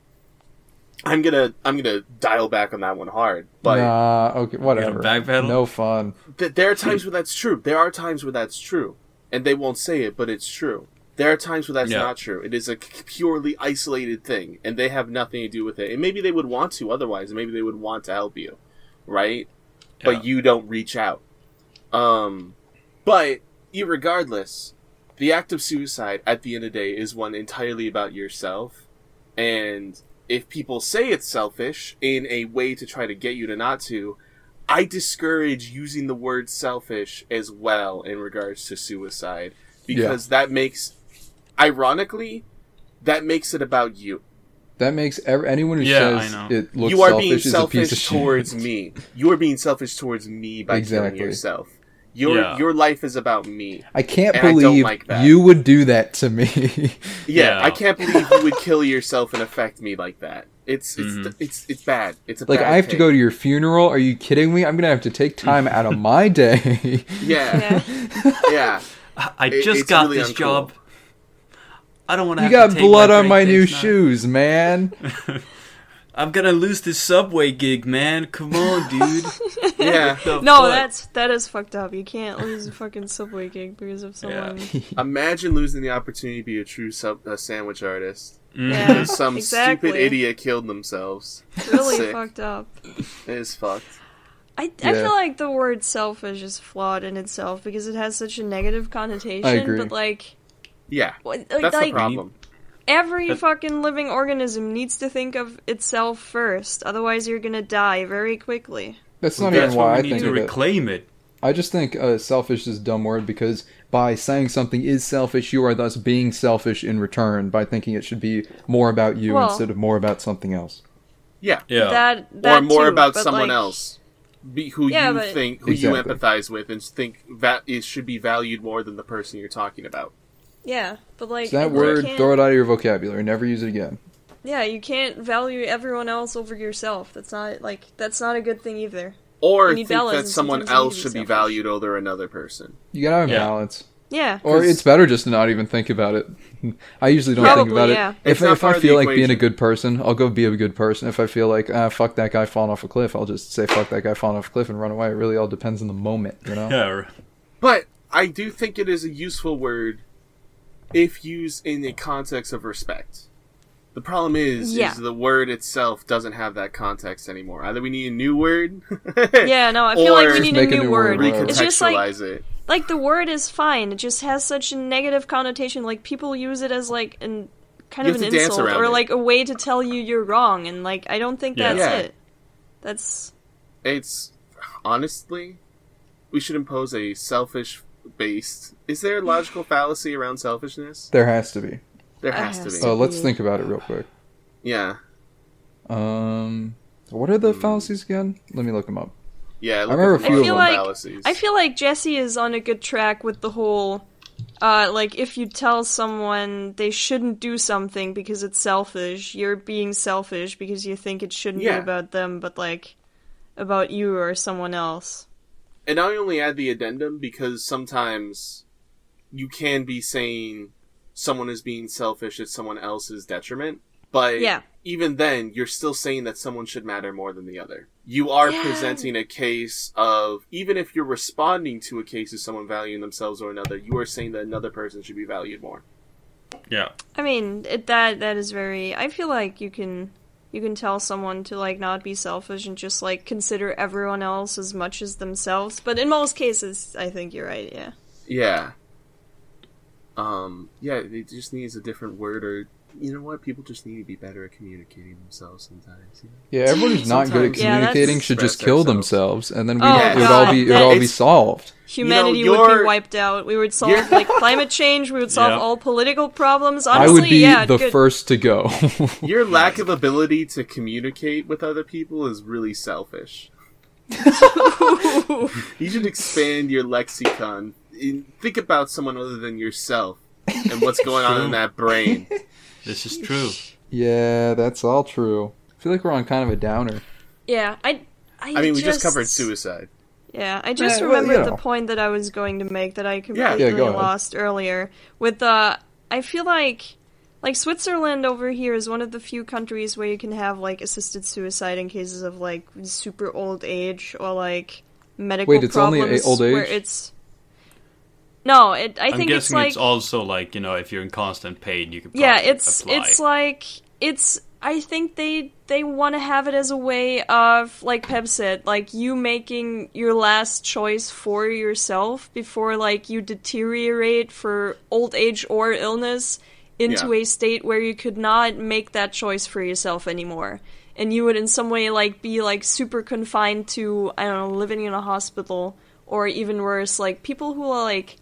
Speaker 4: I'm going to I'm going to dial back on that one hard. But
Speaker 5: nah, okay, whatever.
Speaker 3: backpedal?
Speaker 5: No fun.
Speaker 4: th- there are times where that's true. There are times where that's true. And they won't say it, but it's true. There are times where that's
Speaker 3: Yeah.
Speaker 4: not true. It is a c- purely isolated thing and they have nothing to do with it. And maybe they would want to otherwise. Maybe they would want to help you. Right?
Speaker 3: Yeah.
Speaker 4: but you don't reach out. Um, but irregardless, the act of suicide at the end of the day is one entirely about yourself. And if people say it's selfish in a way to try to get you to not to, I discourage using the word selfish as well in regards to suicide because that makes, ironically, that makes it about you.
Speaker 5: That makes ev- anyone who
Speaker 3: Yeah, I
Speaker 5: says
Speaker 3: know.
Speaker 5: it looks
Speaker 4: you are
Speaker 5: selfish
Speaker 4: being
Speaker 5: is a piece of
Speaker 4: selfish towards
Speaker 5: shit.
Speaker 4: me. You are being selfish towards me by
Speaker 5: Exactly.
Speaker 4: killing yourself. Your
Speaker 3: Yeah.
Speaker 4: your life is about me.
Speaker 5: I can't
Speaker 4: and I don't
Speaker 5: believe
Speaker 4: like that.
Speaker 5: you would do that to me.
Speaker 4: Yeah,
Speaker 3: Yeah.
Speaker 4: I can't believe you would kill yourself and affect me like that. It's it's it's it's bad. It's a
Speaker 5: like
Speaker 4: bad
Speaker 5: I have to
Speaker 4: take.
Speaker 5: go to your funeral. Are you kidding me? I'm going to have to take time out of my day.
Speaker 4: yeah yeah.
Speaker 3: I, I
Speaker 4: It-
Speaker 3: just
Speaker 4: it's
Speaker 3: got
Speaker 4: really
Speaker 3: this
Speaker 4: uncool.
Speaker 3: job. I don't want to.
Speaker 5: you got
Speaker 3: have to take
Speaker 5: blood on
Speaker 3: break
Speaker 5: my new
Speaker 3: days now.
Speaker 5: shoes, man.
Speaker 3: I'm gonna lose this subway gig, man. Come on, dude.
Speaker 4: yeah.
Speaker 3: The
Speaker 2: No,
Speaker 3: fuck?
Speaker 2: that's that is fucked up. You can't lose a fucking subway gig because of someone. Yeah,
Speaker 4: Imagine losing the opportunity to be a true sub- a sandwich artist. Some
Speaker 2: exactly.
Speaker 4: stupid idiot killed themselves.
Speaker 2: Really
Speaker 4: Sick.
Speaker 2: fucked up.
Speaker 4: It is fucked.
Speaker 2: I, I
Speaker 5: Yeah.
Speaker 2: feel like the word selfish is flawed in itself because it has such a negative connotation.
Speaker 5: I agree.
Speaker 2: But like,
Speaker 4: Yeah.
Speaker 2: what-
Speaker 4: That's the
Speaker 2: like
Speaker 4: problem.
Speaker 2: Every fucking living organism needs to think of itself first, otherwise you're gonna die very quickly.
Speaker 5: That's
Speaker 3: Well,
Speaker 5: not
Speaker 3: that's
Speaker 5: even why
Speaker 3: why
Speaker 5: I
Speaker 3: we need
Speaker 5: think
Speaker 3: to
Speaker 5: of it.
Speaker 3: reclaim it.
Speaker 5: I just think uh, selfish is a dumb word because by saying something is selfish, you are thus being selfish in return by thinking it should be more about you
Speaker 2: Well-
Speaker 5: instead of more about something else.
Speaker 4: Yeah.
Speaker 3: Yeah.
Speaker 2: That that
Speaker 4: or more
Speaker 2: too,
Speaker 4: about
Speaker 2: but,
Speaker 4: someone
Speaker 2: like,
Speaker 4: else be, who
Speaker 2: Yeah,
Speaker 4: you
Speaker 2: but-
Speaker 4: think who you
Speaker 5: Exactly.
Speaker 4: empathize with and think that it should be valued more than the person you're talking about
Speaker 2: Yeah, but like
Speaker 5: So that
Speaker 2: you
Speaker 5: word,
Speaker 2: can't-
Speaker 5: throw it out of your vocabulary. Never use it again.
Speaker 2: Yeah, you can't value everyone else over yourself. That's not like that's not a good thing either.
Speaker 4: or
Speaker 2: You need
Speaker 4: think
Speaker 2: balance,
Speaker 4: that
Speaker 2: and
Speaker 4: someone
Speaker 2: sometimes you need
Speaker 4: else
Speaker 2: to be
Speaker 4: should be
Speaker 2: selfish.
Speaker 4: valued over another person
Speaker 5: You gotta have
Speaker 3: Yeah.
Speaker 5: balance.
Speaker 2: Yeah.
Speaker 5: Or
Speaker 2: 'cause-
Speaker 5: it's better just to not even think about it. I usually don't
Speaker 2: Probably,
Speaker 5: think about
Speaker 2: yeah.
Speaker 5: it. If,
Speaker 4: It's not
Speaker 5: if
Speaker 4: part
Speaker 5: I
Speaker 4: of the
Speaker 5: feel like being a
Speaker 4: equation.
Speaker 5: good person, I'll go be a good person. If I feel like, ah, fuck that guy falling off a cliff, I'll just say, fuck that guy falling off a cliff and run away. It really all depends on the moment, you know?
Speaker 3: Yeah. r-
Speaker 4: but i do think it is a useful word if used in the context of respect the problem is
Speaker 2: Yeah.
Speaker 4: is the word itself doesn't have that context anymore either we need a new word
Speaker 2: yeah, no, I feel like
Speaker 4: Or-
Speaker 2: we
Speaker 4: Just
Speaker 2: need a
Speaker 5: make
Speaker 2: new, word.
Speaker 5: Right.
Speaker 2: It's just like
Speaker 4: recontextualize it
Speaker 2: like the word is fine. It just has such a negative connotation. Like people use it as like an kind
Speaker 4: You
Speaker 2: of
Speaker 4: have
Speaker 2: an
Speaker 4: to dance
Speaker 2: insult
Speaker 4: around
Speaker 2: or
Speaker 4: it.
Speaker 2: like a way to tell you you're wrong. And like I don't think
Speaker 3: Yeah.
Speaker 2: that's
Speaker 4: Yeah.
Speaker 2: it. That's
Speaker 4: it's honestly we should impose a selfish based is there a logical fallacy around selfishness
Speaker 5: There has to be.
Speaker 4: there
Speaker 2: I
Speaker 4: has to
Speaker 2: have
Speaker 4: be
Speaker 5: Uh, let's
Speaker 2: Mhm.
Speaker 5: think about it real quick.
Speaker 4: yeah
Speaker 5: Um, what are the
Speaker 4: Hmm.
Speaker 5: fallacies again? Let me look them up.
Speaker 4: yeah look
Speaker 5: remember
Speaker 4: at the
Speaker 5: a few of
Speaker 4: logical
Speaker 5: them. I
Speaker 2: feel like-
Speaker 4: fallacies
Speaker 2: I feel like Jesse is on a good track with the whole, uh, like if you tell someone they shouldn't do something because it's selfish, you're being selfish because you think it shouldn't
Speaker 4: Yeah.
Speaker 2: be about them, but like about you or someone else.
Speaker 4: and i only add the addendum because sometimes you can be saying someone is being selfish at someone else's detriment but
Speaker 2: Yeah.
Speaker 4: even then you're still saying that someone should matter more than the other you are
Speaker 2: Yeah.
Speaker 4: presenting a case of even if you're responding to a case of someone valuing themselves or another you are saying that another person should be valued more
Speaker 3: Yeah.
Speaker 2: I mean, it, that that is very. I feel like you can you can tell someone to like not be selfish and just like consider everyone else as much as themselves. But in most cases, I think you're right. Yeah.
Speaker 4: Yeah. Um. Yeah. It just needs a different word, or you know what? People just need to be better at communicating themselves sometimes. You know?
Speaker 5: Yeah, everyone who's not good at
Speaker 4: Sometimes-
Speaker 2: Yeah, that's-
Speaker 5: communicating should just
Speaker 4: Express
Speaker 5: kill
Speaker 4: ourselves.
Speaker 5: themselves, and then we,
Speaker 2: Oh,
Speaker 5: it would all be it would
Speaker 2: God,
Speaker 5: all be
Speaker 4: it's-
Speaker 5: solved.
Speaker 2: humanity
Speaker 4: You know,
Speaker 2: would be
Speaker 4: you're-
Speaker 2: wiped out. We would solve
Speaker 4: you're-
Speaker 2: like climate change. We would solve
Speaker 3: Yeah.
Speaker 2: all political problems.
Speaker 5: I
Speaker 2: Honestly,
Speaker 5: would be
Speaker 2: yeah,
Speaker 5: the
Speaker 2: good.
Speaker 5: first to go.
Speaker 4: Your lack of ability to communicate with other people is really selfish. you should expand your lexicon. In- Think about someone other than yourself and what's going on in that brain.
Speaker 3: This is true.
Speaker 5: yeah, that's all true. I feel like we're on kind of a downer.
Speaker 2: Yeah, I. I,
Speaker 4: I mean, we just covered suicide.
Speaker 2: Yeah, I just
Speaker 5: well, you
Speaker 2: remembered
Speaker 5: know.
Speaker 2: the point that I was going to make that I
Speaker 4: Yeah,
Speaker 2: completely
Speaker 5: go ahead.
Speaker 2: lost earlier. With uh, I feel like like Switzerland over here is one of the few countries where you can have like assisted suicide in cases of like super old age or like medical
Speaker 5: Wait, it's only
Speaker 2: problems
Speaker 5: a- old
Speaker 2: where
Speaker 5: age?
Speaker 2: it's. No, it, I
Speaker 3: I'm
Speaker 2: think
Speaker 3: guessing
Speaker 2: it's like
Speaker 3: also like you know if you're in constant pain you could
Speaker 2: yeah
Speaker 3: probably
Speaker 2: it's
Speaker 3: apply.
Speaker 2: it's like it's i think they they want to have it as a way of like pep said like you making your last choice for yourself before like you deteriorate for old age or illness into
Speaker 4: Yeah.
Speaker 2: a state where you could not make that choice for yourself anymore and you would in some way like be like super confined to i don't know living in a hospital or even worse like people who are like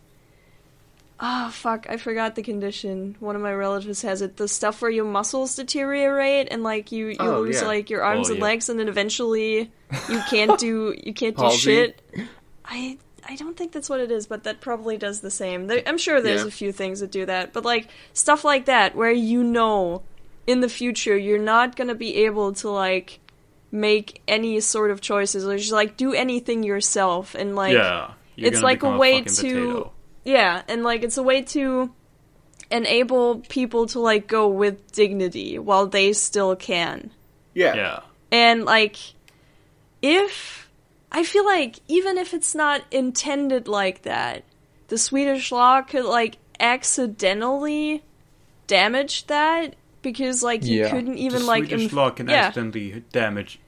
Speaker 2: Oh fuck, I forgot the condition. One of my relatives has it. The stuff where your muscles deteriorate and like you you
Speaker 4: Oh,
Speaker 2: lose
Speaker 4: yeah.
Speaker 2: like your arms
Speaker 3: Oh,
Speaker 2: and
Speaker 3: yeah.
Speaker 2: legs and then eventually you can't do you can't do
Speaker 4: Palsy?
Speaker 2: shit. I I don't think that's what it is, but that probably does the same. There, I'm sure there's
Speaker 4: Yeah.
Speaker 2: a few things that do that, but like stuff like that where you know in the future you're not going to be able to like make any sort of choices or just like do anything yourself and like
Speaker 3: yeah. You're
Speaker 2: it's
Speaker 3: gonna
Speaker 2: like a
Speaker 3: become
Speaker 2: way
Speaker 3: fucking
Speaker 2: to-
Speaker 3: potato.
Speaker 2: yeah, and like it's a way to enable people to like go with dignity while they still can.
Speaker 4: Yeah.
Speaker 3: yeah
Speaker 2: And like if I feel like even if it's not intended like that, the Swedish law could like accidentally damage that because like you
Speaker 5: Yeah.
Speaker 2: couldn't even
Speaker 3: the
Speaker 2: like
Speaker 3: Swedish
Speaker 2: inf-
Speaker 3: law can
Speaker 2: yeah.
Speaker 3: accidentally damage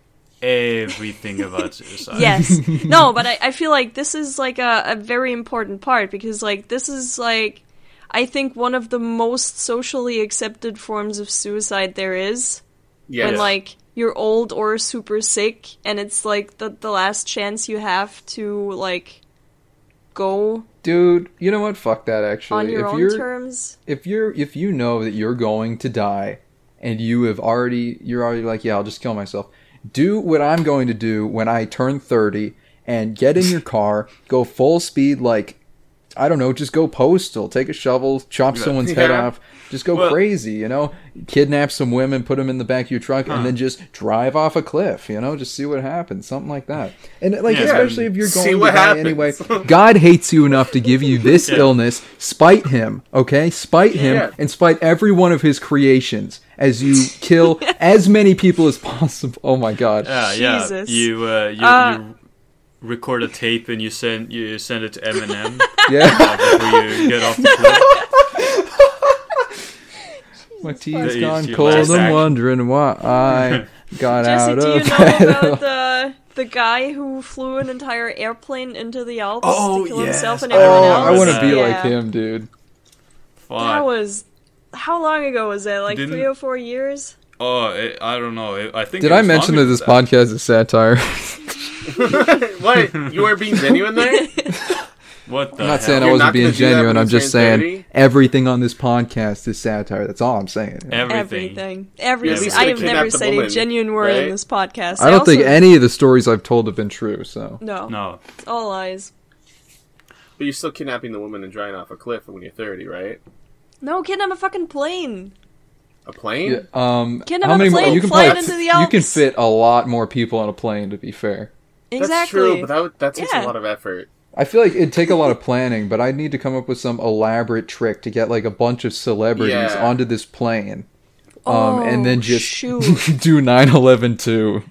Speaker 3: everything about suicide.
Speaker 2: Yes. No, but I, I feel like this is like a, a very important part because like this is like I think one of the most socially accepted forms of suicide there is.
Speaker 4: Yeah.
Speaker 2: When like you're old or super sick and it's like the the last chance you have to like go
Speaker 5: Dude, you know what? Fuck that actually.
Speaker 2: on your
Speaker 5: if
Speaker 2: own
Speaker 5: you're
Speaker 2: terms.
Speaker 5: if you're if you know that you're going to die and you have already you're already like, yeah, I'll just kill myself. Do what I'm going to do when I turn 30 and get in your car, go full speed like I don't know, just go postal, take a shovel, chop someone's head
Speaker 4: Yeah.
Speaker 5: off, just go
Speaker 3: Well-
Speaker 5: crazy, you know, kidnap some women, put them in the back of your truck, and then just drive off a cliff, you know, just see what happens, something like that. And like,
Speaker 3: Yeah.
Speaker 5: especially if you're
Speaker 4: See
Speaker 5: going to
Speaker 4: what
Speaker 5: die
Speaker 4: happens.
Speaker 5: anyway, God hates you enough to give you this
Speaker 3: Yeah.
Speaker 5: illness. Spite him, okay? Spite him
Speaker 4: Yeah.
Speaker 5: and spite every one of his creations as you kill as many people as possible. Oh my god.
Speaker 3: Yeah, yeah.
Speaker 2: Jesus.
Speaker 3: You uh, you,
Speaker 2: Uh,
Speaker 3: you record a tape and you send you send it to Eminem
Speaker 5: Yeah.
Speaker 3: before you get off the cliff.
Speaker 5: my
Speaker 3: That
Speaker 5: tea's
Speaker 3: is
Speaker 5: gone
Speaker 3: your
Speaker 5: cold.
Speaker 3: last
Speaker 5: I'm
Speaker 3: act.
Speaker 5: wondering why I got
Speaker 2: Jesse,
Speaker 5: out
Speaker 2: do you
Speaker 5: of
Speaker 2: know
Speaker 5: bed.
Speaker 2: about the the guy who flew an entire airplane into the Alps
Speaker 3: Oh,
Speaker 2: to kill
Speaker 3: yes.
Speaker 2: himself and
Speaker 3: Oh,
Speaker 2: everyone
Speaker 5: oh,
Speaker 2: else?
Speaker 5: I want to be
Speaker 2: Yeah.
Speaker 5: like him, dude.
Speaker 2: That
Speaker 3: Fuck.
Speaker 2: was how long ago was that? Like
Speaker 3: Didn't-
Speaker 2: three or four years?
Speaker 3: Oh, it, I don't know. It, I think.
Speaker 5: Did
Speaker 3: it
Speaker 5: I
Speaker 3: was
Speaker 5: mention
Speaker 3: longer
Speaker 5: that this
Speaker 3: than
Speaker 5: podcast is satire?
Speaker 4: what? You weren't being genuine there?
Speaker 3: What the
Speaker 5: I'm not
Speaker 3: hell?
Speaker 5: saying I
Speaker 4: You're
Speaker 5: wasn't
Speaker 4: not gonna
Speaker 5: being
Speaker 4: do that
Speaker 5: genuine.
Speaker 4: when
Speaker 5: I'm
Speaker 4: you're
Speaker 5: just
Speaker 4: saying
Speaker 5: saying
Speaker 4: 30?
Speaker 5: everything on this podcast is satire. That's all I'm saying.
Speaker 3: everything.
Speaker 2: Everything. Every
Speaker 3: Yeah, we
Speaker 2: I
Speaker 3: could've
Speaker 2: have never
Speaker 4: kidnapped a
Speaker 2: said a
Speaker 4: woman,
Speaker 2: genuine word
Speaker 4: right?
Speaker 2: in this podcast.
Speaker 5: I don't
Speaker 2: also-
Speaker 5: think any of the stories I've told have been true, so.
Speaker 2: No,
Speaker 3: No.
Speaker 2: it's all lies.
Speaker 4: But you're still kidnapping the woman and driving off a cliff when you're 30, right?
Speaker 2: No, kid, I'm a fucking plane.
Speaker 4: A plane?
Speaker 5: Yeah, um,
Speaker 2: Can
Speaker 5: how
Speaker 2: another
Speaker 5: many
Speaker 2: plane
Speaker 5: more? You can
Speaker 2: fly
Speaker 5: probably,
Speaker 2: into the
Speaker 5: you can
Speaker 2: Alps?
Speaker 5: fit a lot more people on a plane. To be fair,
Speaker 2: Exactly.
Speaker 4: That's true, but that, would, that takes
Speaker 2: Yeah.
Speaker 4: a lot of effort.
Speaker 5: I feel like it'd take a lot of planning, but I'd need to come up with some elaborate trick to get like a bunch of celebrities
Speaker 4: Yeah.
Speaker 5: onto this plane,
Speaker 2: oh,
Speaker 5: um, and then just
Speaker 2: shoot.
Speaker 5: do 9/11 too.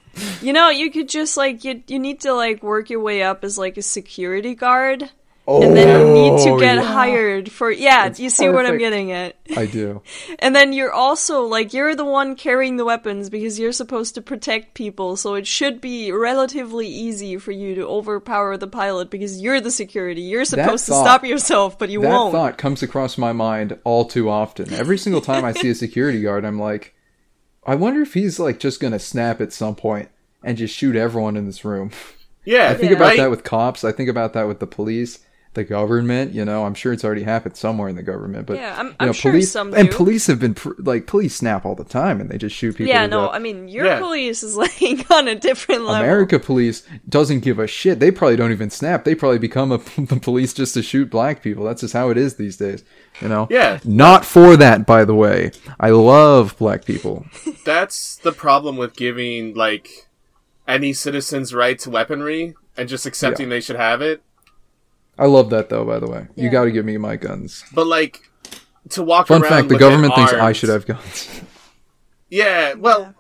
Speaker 2: you know, you could just like you you need to like work your way up as like a security guard,
Speaker 5: Oh,
Speaker 2: and then you need to get
Speaker 5: yeah.
Speaker 2: hired for yeah.
Speaker 5: That's
Speaker 2: you see what I'm
Speaker 5: perfect.
Speaker 2: getting at?
Speaker 5: I do.
Speaker 2: And then you're also like you're the one carrying the weapons because you're supposed to protect people, so it should be relatively easy for you to overpower the pilot because you're the security. You're supposed
Speaker 5: thought-
Speaker 2: to stop yourself, but you
Speaker 5: That
Speaker 2: won't.
Speaker 5: thought comes across my mind all too often. Every single time I see a security guard, I'm like, I wonder if he's like just gonna snap at some point and just shoot everyone in this room.
Speaker 4: Yeah,
Speaker 5: I think about
Speaker 4: right?
Speaker 5: that with cops. I think about that with the police, the government. You know, I'm sure it's already happened somewhere in the government, but
Speaker 2: Yeah, I'm-
Speaker 5: you
Speaker 2: I'm
Speaker 5: know,
Speaker 2: sure
Speaker 5: police
Speaker 2: some
Speaker 5: and
Speaker 2: do.
Speaker 5: police have been pr- like police snap all the time and they just shoot people.
Speaker 2: yeah,
Speaker 5: to
Speaker 2: no,
Speaker 5: death.
Speaker 2: I mean your
Speaker 4: Yeah.
Speaker 2: police is like on a different level.
Speaker 5: America police doesn't give a shit. They probably don't even snap. They probably become a, the police just to shoot black people. That's just how it is these days. You know.
Speaker 4: Yeah.
Speaker 5: Not for that, by the way. I love black people.
Speaker 4: That's the problem with giving, like, any citizen's right to weaponry and just accepting they should have it.
Speaker 5: I love that though. By the way, you
Speaker 2: Yeah.
Speaker 5: got to give me my guns.
Speaker 4: But, like, to walk
Speaker 5: Fun
Speaker 4: around.
Speaker 5: fact: the
Speaker 4: with it
Speaker 5: government thinks I
Speaker 4: armed-
Speaker 5: should have guns.
Speaker 4: Yeah, well,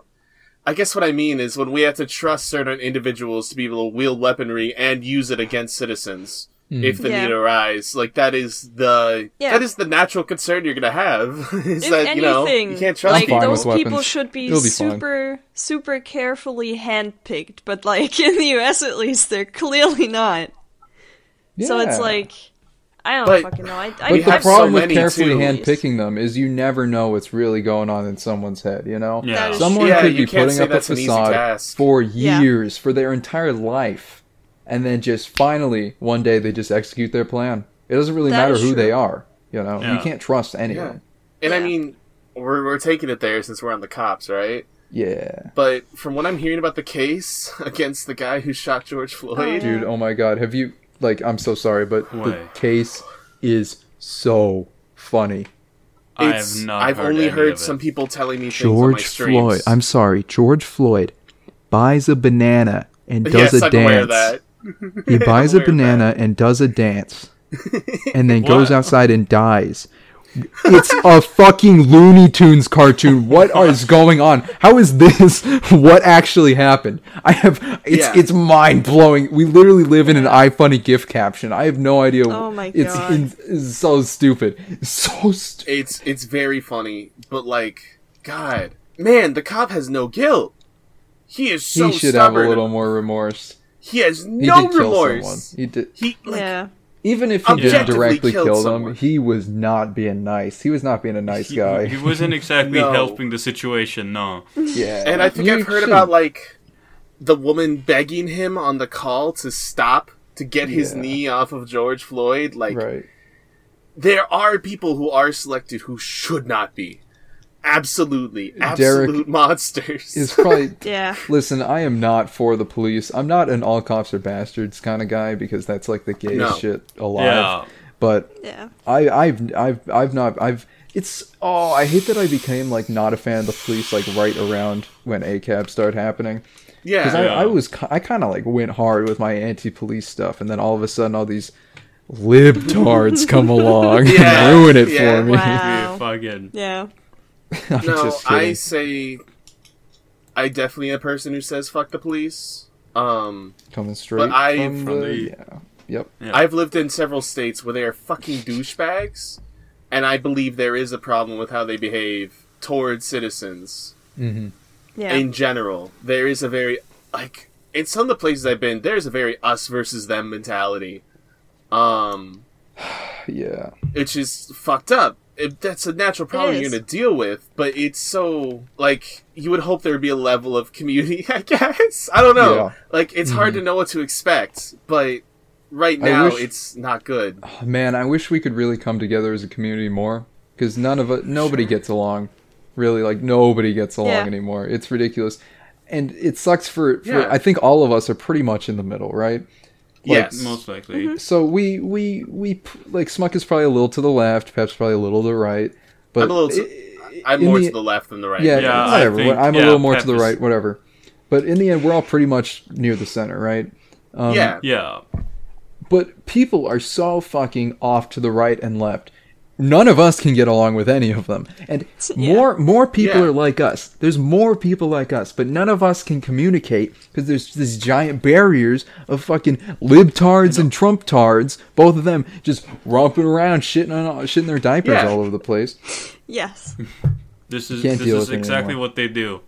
Speaker 4: I guess what I mean is when we have to trust certain individuals to be able to wield weaponry and use it against citizens
Speaker 5: Hmm.
Speaker 4: if the
Speaker 2: Yeah.
Speaker 4: need arise. Like that is the
Speaker 2: Yeah.
Speaker 4: that is the natural concern you're gonna have. is
Speaker 2: if
Speaker 4: that
Speaker 2: anything,
Speaker 4: you know you can't trust
Speaker 2: like
Speaker 5: I'm fine
Speaker 4: people.
Speaker 2: those
Speaker 5: with
Speaker 2: people
Speaker 5: weapons.
Speaker 2: should be,
Speaker 5: It'll be fine.
Speaker 2: super, super carefully handpicked. But like in the U.S. at least, they're clearly not. So it's
Speaker 5: Yeah.
Speaker 2: like I don't
Speaker 4: But-
Speaker 2: fucking know. I, I,
Speaker 5: But
Speaker 4: We
Speaker 5: the
Speaker 4: have
Speaker 2: I've-
Speaker 4: so
Speaker 5: problem with
Speaker 4: many,
Speaker 5: carefully
Speaker 4: too.
Speaker 5: handpicking them is you never know what's really going on in someone's head. You know,
Speaker 3: Yeah. That is
Speaker 5: someone
Speaker 4: Yeah,
Speaker 5: could
Speaker 4: you
Speaker 5: be
Speaker 4: can't
Speaker 5: putting
Speaker 4: say
Speaker 5: up a
Speaker 4: that's an easy
Speaker 5: facade
Speaker 4: task.
Speaker 5: for
Speaker 2: Yeah.
Speaker 5: years, for their entire life, and then just finally one day they just execute their plan. It doesn't really
Speaker 2: That
Speaker 5: matter
Speaker 2: is
Speaker 5: who
Speaker 2: true.
Speaker 5: they are. You know,
Speaker 3: Yeah.
Speaker 5: you can't trust
Speaker 4: Yeah.
Speaker 5: anyone.
Speaker 4: And I
Speaker 2: Yeah.
Speaker 4: mean we're we're taking it there since we're on the cops, right?
Speaker 5: Yeah.
Speaker 4: But from what I'm hearing about the case against the guy who shot George Floyd,
Speaker 5: dude. Oh my god, have you like? I'm so sorry, but the
Speaker 3: Why?
Speaker 5: case is so funny.
Speaker 3: I
Speaker 4: it's-
Speaker 3: have not.
Speaker 4: I've
Speaker 3: heard
Speaker 4: only
Speaker 3: any
Speaker 4: heard
Speaker 3: of it.
Speaker 4: some people telling me things on my
Speaker 5: George
Speaker 4: streams.
Speaker 5: Floyd. I'm sorry, George Floyd buys a banana and does
Speaker 4: yes,
Speaker 5: a
Speaker 4: I'm
Speaker 5: dance.
Speaker 4: aware of that.
Speaker 5: He buys a
Speaker 4: aware of
Speaker 5: banana and does a dance, and then goes
Speaker 3: What?
Speaker 5: outside and dies. It's a fucking Looney Tunes cartoon. What is going on? How is this? What actually happened? I have. It's
Speaker 4: Yeah.
Speaker 5: it's mind blowing. We literally live in an iFunny GIF caption. I have no idea.
Speaker 2: Oh my
Speaker 5: It's,
Speaker 2: God.
Speaker 5: in- it's so stupid. So stupid.
Speaker 4: it's it's very funny, but like, God, man, the cop has no guilt. He is so
Speaker 5: he should
Speaker 4: stubborn.
Speaker 5: have a little more remorse.
Speaker 4: He has
Speaker 5: He
Speaker 4: no
Speaker 5: did kill someone.
Speaker 4: remorse.
Speaker 5: He did.
Speaker 4: He like
Speaker 2: yeah,
Speaker 5: Even if he didn't
Speaker 4: Objectively
Speaker 5: directly
Speaker 4: killed
Speaker 5: kill them,
Speaker 4: someone.
Speaker 5: he was not being nice. He was not being a nice
Speaker 3: He-
Speaker 5: guy.
Speaker 3: He, wasn't exactly
Speaker 4: No.
Speaker 3: helping the situation, no.
Speaker 5: yeah,
Speaker 4: And I think
Speaker 5: you
Speaker 4: I've heard
Speaker 5: should-
Speaker 4: about like the woman begging him on the call to stop to get his
Speaker 5: Yeah.
Speaker 4: knee off of George Floyd. Like
Speaker 5: right.
Speaker 4: there are people who are selected who should not be. Absolutely, absolute monsters.
Speaker 5: Is probably
Speaker 2: Yeah.
Speaker 5: Listen, I am not for the police. I'm not an all cops are bastards kind of guy because that's like the gayest
Speaker 4: No.
Speaker 5: shit alive.
Speaker 3: Yeah.
Speaker 5: But
Speaker 2: Yeah.
Speaker 5: I, I've, I've, I've not, I've. It's oh, I hate that I became like not a fan of the police like right around when ACAB started happening
Speaker 4: yeah,
Speaker 5: because I,
Speaker 3: Yeah.
Speaker 5: I was ki- I kind of like went hard with my anti-police stuff, and then all of a sudden all these libtards come along
Speaker 4: Yeah,
Speaker 5: and ruin it
Speaker 4: yeah.
Speaker 5: for me.
Speaker 3: Yeah,
Speaker 2: Wow.
Speaker 3: fucking.
Speaker 2: Yeah.
Speaker 5: I'm
Speaker 4: no,
Speaker 5: just kidding.
Speaker 4: I say I definitely am a person who says fuck the police. Um,
Speaker 5: coming straight
Speaker 4: I-
Speaker 5: from,
Speaker 3: from
Speaker 5: the,
Speaker 3: the-
Speaker 5: yeah, yep.
Speaker 3: Yeah.
Speaker 4: I've lived in several states where they are fucking douchebags, and I believe there is a problem with how they behave towards citizens
Speaker 2: Yeah.
Speaker 4: in general. There is a very like in some of the places I've been, there's a very us versus them mentality. Um,
Speaker 5: Yeah,
Speaker 4: it's just fucked up. It, that's a natural problem you're
Speaker 2: is.
Speaker 4: gonna deal with, but it's so like you would hope there would be a level of community. I guess I don't know.
Speaker 5: Yeah. Mm-hmm.
Speaker 4: Like it's hard to know what to expect, but right
Speaker 5: I
Speaker 4: now
Speaker 5: wish-
Speaker 4: it's not good.
Speaker 5: man, I wish we could really come together as a community more because none of us, nobody gets along. Really, like nobody gets along
Speaker 2: Yeah.
Speaker 5: anymore. It's ridiculous, and it sucks for. for
Speaker 4: Yeah.
Speaker 5: I think all of us are pretty much in the middle, right?
Speaker 4: yes, Mm-hmm.
Speaker 3: Most likely.
Speaker 5: So we we we p- like Smuck is probably a little to the left, Pep's probably a little to the right, but
Speaker 4: I'm a little. To, I'm
Speaker 5: in
Speaker 4: more
Speaker 5: the-
Speaker 4: to the left than the right.
Speaker 5: yeah,
Speaker 3: Yeah, I
Speaker 5: whatever.
Speaker 3: think-
Speaker 5: I'm a
Speaker 3: yeah,
Speaker 5: little more to the
Speaker 3: Pep is-
Speaker 5: right, whatever. But in the end, we're all pretty much near the center, right?
Speaker 4: yeah.
Speaker 3: Yeah.
Speaker 5: But people are so fucking off to the right and left. None of us can get along with any of them. And
Speaker 2: Yeah.
Speaker 5: more more people
Speaker 4: Yeah.
Speaker 5: are like us. There's more people like us, but none of us can communicate because there's these giant barriers of fucking libtards and Trump tards, both of them just romping around shitting on shitting their diapers
Speaker 4: Yeah.
Speaker 5: all over the place.
Speaker 2: yes.
Speaker 3: This is
Speaker 5: Can't
Speaker 3: this
Speaker 5: deal
Speaker 3: is
Speaker 5: with it
Speaker 3: exactly
Speaker 5: anymore.
Speaker 3: what they do.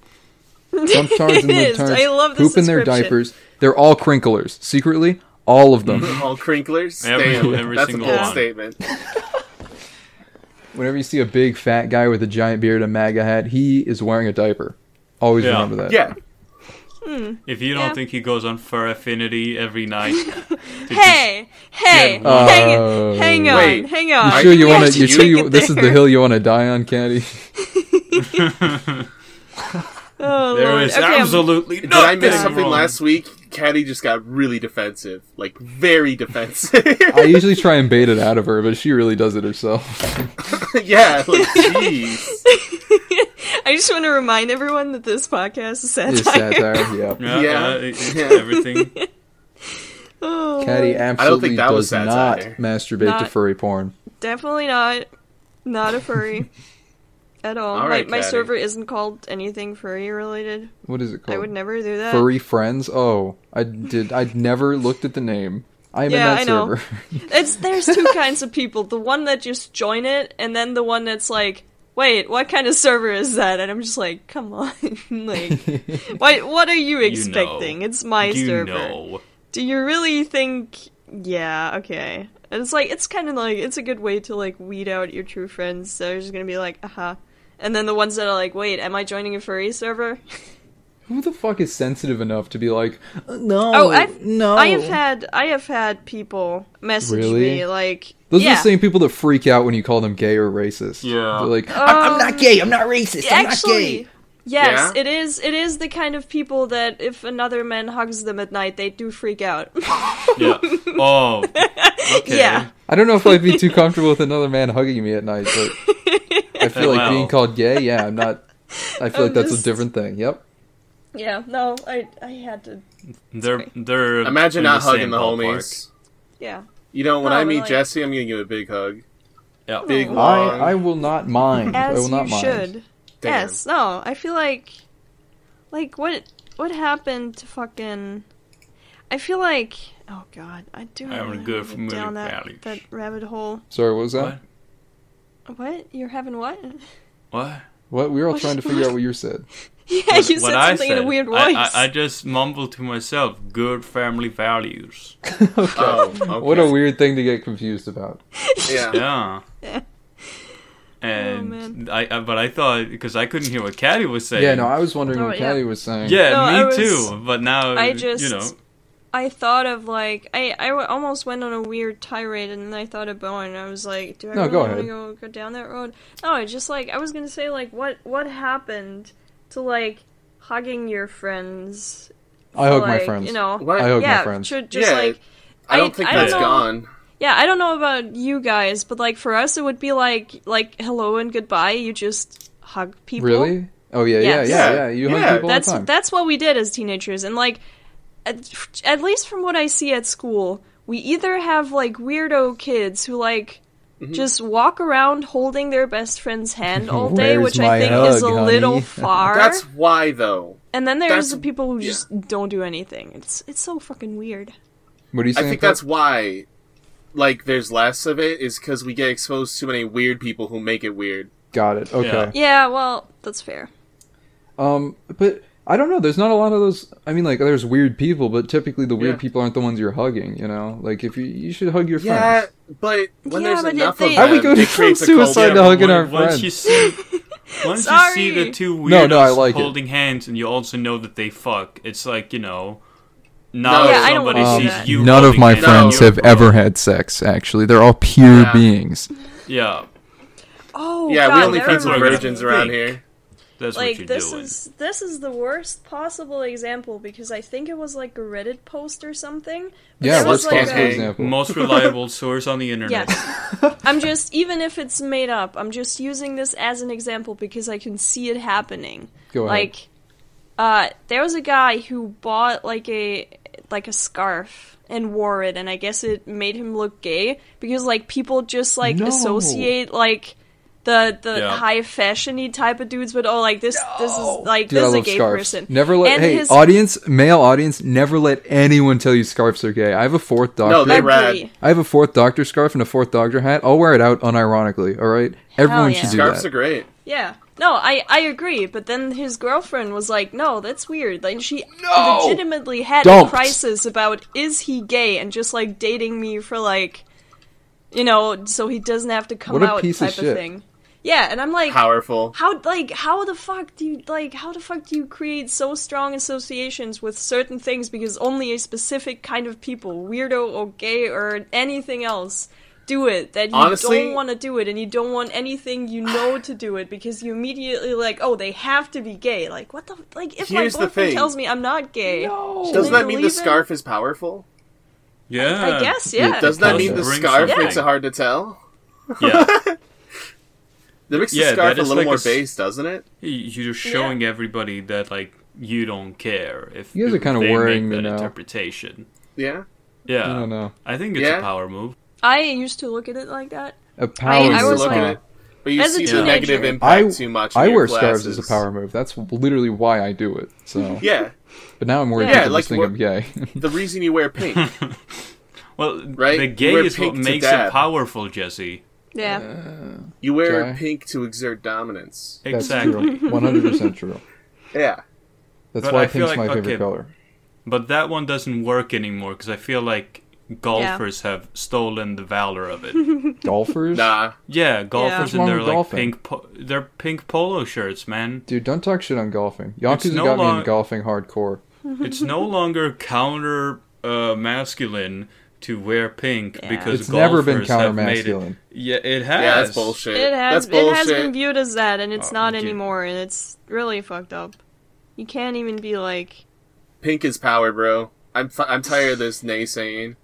Speaker 5: Trump tards and
Speaker 2: Yes,
Speaker 5: libtards
Speaker 2: I love this
Speaker 5: poop in their
Speaker 2: description.
Speaker 5: diapers. They're all crinklers. Secretly, all of them.
Speaker 4: All crinklers.
Speaker 3: Um, Every-
Speaker 4: Damn,
Speaker 3: every
Speaker 4: that's
Speaker 3: single
Speaker 4: a bold
Speaker 2: one.
Speaker 4: statement.
Speaker 5: Whenever you see a big fat guy with a giant beard and MAGA hat, he is wearing a diaper. Always
Speaker 3: Yeah.
Speaker 5: remember that.
Speaker 4: Yeah,
Speaker 3: If you don't
Speaker 2: Yeah.
Speaker 3: think he goes on Fur Affinity every night, to
Speaker 2: Hey, hey,
Speaker 3: Yeah,
Speaker 5: one.
Speaker 2: hang,
Speaker 5: Oh.
Speaker 2: hang on,
Speaker 4: Wait.
Speaker 2: hang on.
Speaker 5: You sure you
Speaker 2: We
Speaker 5: want
Speaker 2: have
Speaker 5: to? You sure
Speaker 2: take
Speaker 5: you?
Speaker 2: it
Speaker 5: This is the
Speaker 2: there.
Speaker 5: hill you want to die on, Caddy.
Speaker 2: Oh,
Speaker 3: there
Speaker 2: Lord.
Speaker 3: is
Speaker 2: Okay, I'm-
Speaker 3: absolutely
Speaker 4: did I miss
Speaker 3: nothing
Speaker 4: something
Speaker 3: wrong.
Speaker 4: last week? Caddy just got really defensive, like very defensive.
Speaker 5: I usually try and bait it out of her, but she really does it herself.
Speaker 4: yeah, like jeez.
Speaker 2: I just want to remind everyone that this podcast is satire.
Speaker 5: It's satire. Yeah.
Speaker 3: Yeah,
Speaker 4: Yeah.
Speaker 3: uh, it- it-
Speaker 4: Yeah.
Speaker 3: everything.
Speaker 2: Oh,
Speaker 5: Caddy
Speaker 2: Lord.
Speaker 5: absolutely
Speaker 4: that
Speaker 5: does
Speaker 4: was
Speaker 5: not
Speaker 4: satire.
Speaker 5: masturbate to
Speaker 2: Not-
Speaker 5: furry porn.
Speaker 2: definitely not, not a furry at all.
Speaker 4: All
Speaker 2: my
Speaker 4: right,
Speaker 2: my
Speaker 4: Caddy.
Speaker 2: server isn't called anything furry related.
Speaker 5: What is it called?
Speaker 2: I would never do that.
Speaker 5: Furry friends. Oh, I did. I'd never looked at the name. I'm
Speaker 2: Yeah,
Speaker 5: in that
Speaker 2: I know.
Speaker 5: server.
Speaker 2: It's there's two kinds of people: the one that just join it, and then the one that's like, "Wait, what kind of server is that?" And I'm just like, "Come on, like, why? What are you expecting? It's my
Speaker 3: you
Speaker 2: server.
Speaker 3: know.
Speaker 2: Do you really think? Yeah, okay." And it's like it's kind of like it's a good way to like weed out your true friends. So you're just gonna be like, "Aha," and then the ones that are like, "Wait, am I joining a furry server?"
Speaker 5: Who the fuck is sensitive enough to be like, no,
Speaker 2: Oh, I've
Speaker 5: no?
Speaker 2: I have had I have had people message
Speaker 5: Really?
Speaker 2: me like,
Speaker 5: Those are
Speaker 2: yeah.
Speaker 5: the same people that freak out when you call them gay or racist.
Speaker 3: Yeah.
Speaker 5: They're like,
Speaker 2: Oh.
Speaker 6: I'm not gay. I'm not racist. I'm not gay.
Speaker 2: actually yes
Speaker 4: Yeah?
Speaker 2: it is it is the kind of people that if another man hugs them at night they do freak out
Speaker 3: Yeah. Oh. Okay.
Speaker 2: Yeah.
Speaker 5: I don't know if I'd be too comfortable with another man hugging me at night, but I feel like
Speaker 3: Wow.
Speaker 5: being called gay, yeah, I'm not. I feel
Speaker 2: I'm
Speaker 5: like that's
Speaker 2: just-
Speaker 5: a different thing. Yep.
Speaker 2: yeah no i i had to
Speaker 3: They're they're.
Speaker 4: Imagine
Speaker 3: in
Speaker 4: not
Speaker 3: the
Speaker 4: hugging
Speaker 3: same
Speaker 4: the
Speaker 3: ballpark.
Speaker 4: homies.
Speaker 2: yeah
Speaker 4: You know, when
Speaker 2: No,
Speaker 4: I
Speaker 2: but
Speaker 4: meet
Speaker 2: like-
Speaker 4: Jesse, I'm gonna give a big hug.
Speaker 3: Yeah.
Speaker 4: Big
Speaker 2: I-
Speaker 4: long.
Speaker 5: I I will not mind. I
Speaker 2: as
Speaker 5: will not
Speaker 2: you
Speaker 5: mind.
Speaker 2: should
Speaker 4: Damn.
Speaker 2: yes no i feel like like what what happened to fucking i feel like oh god i do
Speaker 3: I'm
Speaker 2: really wanna
Speaker 3: good for
Speaker 2: get
Speaker 3: moving
Speaker 2: down
Speaker 3: values.
Speaker 2: that, that rabbit hole
Speaker 5: Sorry, what was that?
Speaker 3: What?
Speaker 2: what you're having what
Speaker 3: What?
Speaker 5: What we were all trying to figure out what you said.
Speaker 2: Yeah, you said something in a weird voice.
Speaker 3: I, I, I just mumbled to myself, good family values.
Speaker 4: Oh, okay.
Speaker 5: What a weird thing to get confused about.
Speaker 4: Yeah.
Speaker 3: Yeah.
Speaker 2: Oh, man.
Speaker 3: And I, I, but I thought because I couldn't hear what Caddy was saying.
Speaker 5: Yeah, no, I was wondering
Speaker 2: No,
Speaker 5: what
Speaker 2: yeah.
Speaker 5: Caddy was saying.
Speaker 3: yeah,
Speaker 2: No,
Speaker 3: me
Speaker 2: I was-
Speaker 3: too. But now
Speaker 2: I
Speaker 3: you
Speaker 2: just-
Speaker 3: know,
Speaker 2: I thought of like I, I w- almost went on a weird tirade and then I thought of Bowen and I was like, do I
Speaker 5: No,
Speaker 2: really
Speaker 5: go
Speaker 2: want to
Speaker 5: ahead.
Speaker 2: go, go down that road? No, I just like I was gonna say like what what happened to like hugging your friends?
Speaker 5: I hug my
Speaker 2: like,
Speaker 5: friends.
Speaker 2: You know,
Speaker 4: What?
Speaker 5: I hug
Speaker 2: yeah,
Speaker 5: my friends.
Speaker 2: should just
Speaker 4: Yeah,
Speaker 2: like
Speaker 4: I don't think
Speaker 2: I
Speaker 4: that's
Speaker 2: don't know.
Speaker 4: gone.
Speaker 2: yeah, I don't know about you guys, but like for us it would be like like hello and goodbye. You just hug people.
Speaker 5: Really? Oh yeah,
Speaker 2: Yes.
Speaker 5: yeah, yeah,
Speaker 4: Yeah.
Speaker 5: yeah. You hug
Speaker 4: Yeah.
Speaker 5: people
Speaker 2: that's
Speaker 5: all the time.
Speaker 2: that's what we did as teenagers and like at, at least from what i see at school we either have like weirdo kids who like
Speaker 4: Mm-hmm.
Speaker 2: just walk around holding their best friend's hand all day
Speaker 5: Where's
Speaker 2: which i
Speaker 5: my
Speaker 2: think is a
Speaker 5: hug,
Speaker 2: little
Speaker 5: honey?
Speaker 2: far
Speaker 4: That's why though.
Speaker 2: and then there's
Speaker 4: that's-
Speaker 2: the people who
Speaker 4: yeah.
Speaker 2: just don't do anything it's it's so fucking weird
Speaker 5: what are you
Speaker 4: I
Speaker 5: saying?
Speaker 4: think
Speaker 5: Paul?
Speaker 4: that's why like there's less of it is cuz we get exposed to too many weird people who make it weird.
Speaker 5: Got it. Okay.
Speaker 3: Yeah.
Speaker 2: yeah well that's fair
Speaker 5: Um, but I don't know. There's not a lot of those. I mean, like, there's weird people, but typically the weird
Speaker 4: Yeah.
Speaker 5: people aren't the ones you're hugging. You know, like if you you should hug your
Speaker 4: Yeah,
Speaker 5: friends.
Speaker 4: but when
Speaker 2: Yeah,
Speaker 4: there's
Speaker 2: but
Speaker 4: enough
Speaker 2: they-
Speaker 4: of
Speaker 2: How
Speaker 4: them,
Speaker 5: we go
Speaker 4: it
Speaker 5: from
Speaker 4: creates a
Speaker 5: suicide
Speaker 4: culture.
Speaker 5: to hug- hugging
Speaker 3: when-
Speaker 5: our
Speaker 3: once you see, once you see the
Speaker 2: Sorry.
Speaker 3: two weirdos
Speaker 5: No, no, I like it.
Speaker 3: holding hands, and you also know that they fuck. It's like you know, now
Speaker 4: No,
Speaker 3: if
Speaker 4: yeah, I
Speaker 2: don't
Speaker 3: somebody
Speaker 2: wanna do
Speaker 3: sees
Speaker 2: that.
Speaker 3: you.
Speaker 5: None of
Speaker 3: holding
Speaker 5: my
Speaker 3: hands,
Speaker 5: friends
Speaker 3: you're
Speaker 5: have
Speaker 3: a pro.
Speaker 5: ever had sex. Actually, they're all pure
Speaker 4: Yeah.
Speaker 5: beings.
Speaker 3: Yeah,
Speaker 2: oh
Speaker 4: Yeah,
Speaker 2: God,
Speaker 4: we only
Speaker 2: that
Speaker 4: feed some
Speaker 2: reminds me.
Speaker 4: virgins around here.
Speaker 3: that's what
Speaker 2: like
Speaker 3: you're
Speaker 2: this
Speaker 3: doing.
Speaker 2: is this is the worst possible example because I think it was like a Reddit post or something. But
Speaker 5: Yeah,
Speaker 2: there was
Speaker 5: let's
Speaker 4: like
Speaker 5: like
Speaker 4: a-
Speaker 5: example.
Speaker 3: Most reliable source on the internet.
Speaker 2: Yes. I'm just even if it's made up, I'm just using this as an example because I can see it happening.
Speaker 5: Go ahead.
Speaker 2: Like uh there was a guy who bought like a like a scarf and wore it and I guess it made him look gay because like people just like
Speaker 5: No.
Speaker 2: associate like the the
Speaker 3: Yeah.
Speaker 2: high fashiony type of dudes but oh like this this is like
Speaker 5: Dude, I
Speaker 2: this is a
Speaker 5: love
Speaker 2: gay
Speaker 5: scarves.
Speaker 2: person.
Speaker 5: Never let
Speaker 2: and
Speaker 5: hey
Speaker 2: his
Speaker 5: audience, male audience, never let anyone tell you scarves are gay. I have a fourth doctor.
Speaker 4: No, they
Speaker 2: Agree.
Speaker 4: rad.
Speaker 5: I have a fourth doctor scarf and a fourth doctor hat. I'll wear it out unironically. All right, everyone
Speaker 2: yeah.
Speaker 5: should do
Speaker 4: Scarves
Speaker 5: that.
Speaker 4: are great.
Speaker 2: Yeah. No, I, I agree, but then his girlfriend was like, "No, that's weird." Like she legitimately had
Speaker 5: Don't.
Speaker 2: a crisis about is he gay and just like dating me for like, you know, so he doesn't have to come
Speaker 5: What a
Speaker 2: out
Speaker 5: piece of
Speaker 2: type of,
Speaker 5: shit.
Speaker 2: thing. Yeah, and I'm like,
Speaker 4: Powerful.
Speaker 2: how like how the fuck do you like how the fuck do you create so strong associations with certain things because only a specific kind of people, weirdo or gay or anything else, do it that you
Speaker 4: Honestly-
Speaker 2: don't want to do it and you don't want anything you know to do it because you immediately like oh they have to be gay like what the like if
Speaker 4: Here's the
Speaker 2: my boyfriend
Speaker 4: thing.
Speaker 2: tells me I'm not gay
Speaker 4: Doesn't
Speaker 2: they
Speaker 4: that mean the
Speaker 2: believe it?
Speaker 4: scarf is powerful?
Speaker 3: Yeah,
Speaker 2: I guess yeah
Speaker 5: does
Speaker 4: Doesn't that
Speaker 3: Does
Speaker 4: mean
Speaker 3: it
Speaker 4: the
Speaker 3: bring
Speaker 4: scarf
Speaker 3: something?
Speaker 4: makes it hard to tell?
Speaker 3: yeah.
Speaker 4: That makes the
Speaker 3: Yeah,
Speaker 4: scarf
Speaker 3: that
Speaker 4: a
Speaker 3: is
Speaker 4: little
Speaker 3: like a
Speaker 4: more
Speaker 3: s-
Speaker 4: base, doesn't it?
Speaker 3: Y- You're just showing everybody that like you don't care if
Speaker 5: You guys are
Speaker 3: if
Speaker 5: kinda
Speaker 3: they
Speaker 5: worrying me
Speaker 3: make that
Speaker 5: now.
Speaker 3: interpretation.
Speaker 4: Yeah.
Speaker 3: Yeah,
Speaker 5: I don't know.
Speaker 3: I think it's
Speaker 4: Yeah.
Speaker 3: a power move.
Speaker 2: I used to look at it like that
Speaker 5: A power
Speaker 2: I
Speaker 4: You
Speaker 2: was
Speaker 5: move.
Speaker 4: look
Speaker 2: like-
Speaker 5: huh?
Speaker 4: at it, but you
Speaker 2: As a
Speaker 4: see the
Speaker 2: teenager-
Speaker 4: negative
Speaker 5: I,
Speaker 4: impact too much. in
Speaker 5: I
Speaker 4: your
Speaker 5: wear scarves as a
Speaker 4: classes.
Speaker 5: power move. That's literally why I do it. So,
Speaker 4: Yeah,
Speaker 5: but now I'm worried
Speaker 2: Yeah,
Speaker 5: people
Speaker 4: like
Speaker 5: just think
Speaker 4: what-
Speaker 5: I'm gay.
Speaker 4: the reason you wear pink.
Speaker 3: Well,
Speaker 4: Right?
Speaker 3: the
Speaker 4: You
Speaker 3: gay
Speaker 4: wear
Speaker 3: is what
Speaker 4: pink to
Speaker 3: makes
Speaker 4: dab.
Speaker 3: it powerful, Jesse.
Speaker 2: yeah
Speaker 4: You wear
Speaker 5: Okay.
Speaker 4: pink to exert dominance.
Speaker 5: That's
Speaker 3: Exactly.
Speaker 5: true. 100 percent true.
Speaker 4: Yeah.
Speaker 5: That's
Speaker 3: But
Speaker 5: why
Speaker 3: I feel
Speaker 5: pink's
Speaker 3: like-
Speaker 5: my favorite
Speaker 3: okay.
Speaker 5: color.
Speaker 3: But that one doesn't work anymore because I feel like golfers have stolen the valor of it.
Speaker 5: Golfers,
Speaker 4: Nah.
Speaker 3: yeah, golfers
Speaker 5: wrong
Speaker 3: and their
Speaker 5: with
Speaker 3: like
Speaker 5: golfing?
Speaker 3: pink, po- their pink polo shirts, man.
Speaker 5: dude, don't talk shit on golfing. Yakuza
Speaker 3: no
Speaker 5: got me
Speaker 3: long-
Speaker 5: into golfing hardcore.
Speaker 3: It's no longer counter uh, masculine to wear pink
Speaker 2: Yeah.
Speaker 3: because
Speaker 5: It's never been
Speaker 3: golfers have
Speaker 5: counter
Speaker 3: made it-
Speaker 5: masculine.
Speaker 3: Yeah, it has.
Speaker 4: Yeah, that's bullshit.
Speaker 2: it
Speaker 4: that's
Speaker 2: has it has
Speaker 4: bullshit.
Speaker 2: been viewed as that and it's
Speaker 3: Oh,
Speaker 2: not
Speaker 3: dude.
Speaker 2: anymore and it's really fucked up you can't even be like
Speaker 4: Pink is power, bro. I'm fi- I'm tired of this naysaying.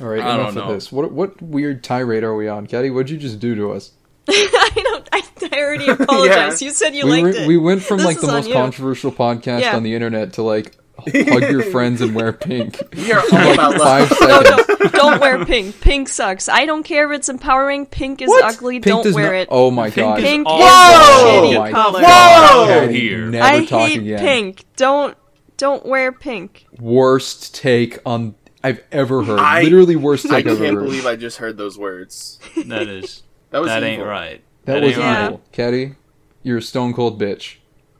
Speaker 5: All right,
Speaker 3: I
Speaker 5: enough
Speaker 3: don't
Speaker 5: of
Speaker 3: know.
Speaker 5: this. What what weird tirade are we on, Caddy? What'd you just do to us?
Speaker 2: I don't. I, I already apologize. You said you
Speaker 5: we
Speaker 2: liked
Speaker 5: were-
Speaker 2: it.
Speaker 5: we went from
Speaker 2: This
Speaker 5: like the
Speaker 2: is on
Speaker 5: most
Speaker 2: you.
Speaker 5: controversial podcast
Speaker 2: Yeah.
Speaker 5: on the internet to like hug your friends and wear pink.
Speaker 4: We are all about
Speaker 5: Five
Speaker 4: love.
Speaker 2: No,
Speaker 5: seconds.
Speaker 2: no, don't wear pink. Pink sucks. I don't care if it's empowering. Pink is ugly.
Speaker 5: Pink
Speaker 2: don't
Speaker 5: does
Speaker 2: wear
Speaker 5: not-
Speaker 2: it.
Speaker 5: Oh my god.
Speaker 3: Pink is
Speaker 2: Pink
Speaker 3: all
Speaker 2: is
Speaker 4: Whoa!
Speaker 2: a
Speaker 5: Oh
Speaker 2: shitty
Speaker 5: my
Speaker 2: color.
Speaker 4: God.
Speaker 5: Okay,
Speaker 3: Oh, Here.
Speaker 5: Never
Speaker 2: I
Speaker 5: talk
Speaker 2: hate
Speaker 5: again.
Speaker 2: pink. Don't don't wear pink.
Speaker 5: Worst take on I've ever heard.
Speaker 4: I-
Speaker 5: Literally worst
Speaker 4: I
Speaker 5: take I've
Speaker 4: can't
Speaker 5: ever
Speaker 4: believe
Speaker 5: heard.
Speaker 4: I just heard those words.
Speaker 3: That is.
Speaker 4: That was
Speaker 3: that
Speaker 4: evil.
Speaker 3: ain't right.
Speaker 5: That
Speaker 3: That
Speaker 5: was
Speaker 3: ain't
Speaker 5: evil.
Speaker 2: right.
Speaker 5: Caddy, You're a stone cold bitch.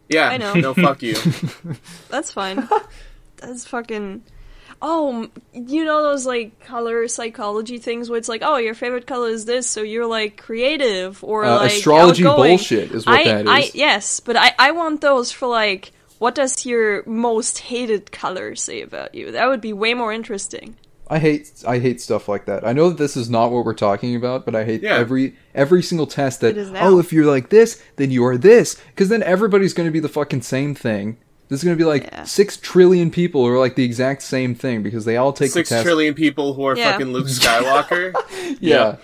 Speaker 4: Yeah,
Speaker 2: I know.
Speaker 4: no, fuck you.
Speaker 2: That's fine. That's fucking. Oh, m- you know those like color psychology things where it's like, oh, your favorite color is this, so you're like creative or
Speaker 5: Uh,
Speaker 2: like
Speaker 5: astrology
Speaker 2: outgoing.
Speaker 5: bullshit is what
Speaker 2: I,
Speaker 5: that
Speaker 2: I
Speaker 5: is.
Speaker 2: yes, but I I want those for like, what does your most hated color say about you? That would be way more interesting.
Speaker 5: I hate I hate stuff like that. I know that this is not what we're talking about, but I hate
Speaker 4: Yeah.
Speaker 5: every every single test that
Speaker 2: It is now.
Speaker 5: oh if you're like this then you are this because then everybody's going to be the fucking same thing. There's going to be like
Speaker 2: Yeah.
Speaker 5: six trillion people who are like the exact same thing because they all take
Speaker 4: Six
Speaker 5: the test.
Speaker 4: trillion people who are
Speaker 2: Yeah.
Speaker 4: fucking Luke Skywalker.
Speaker 5: Yeah.
Speaker 3: Yeah.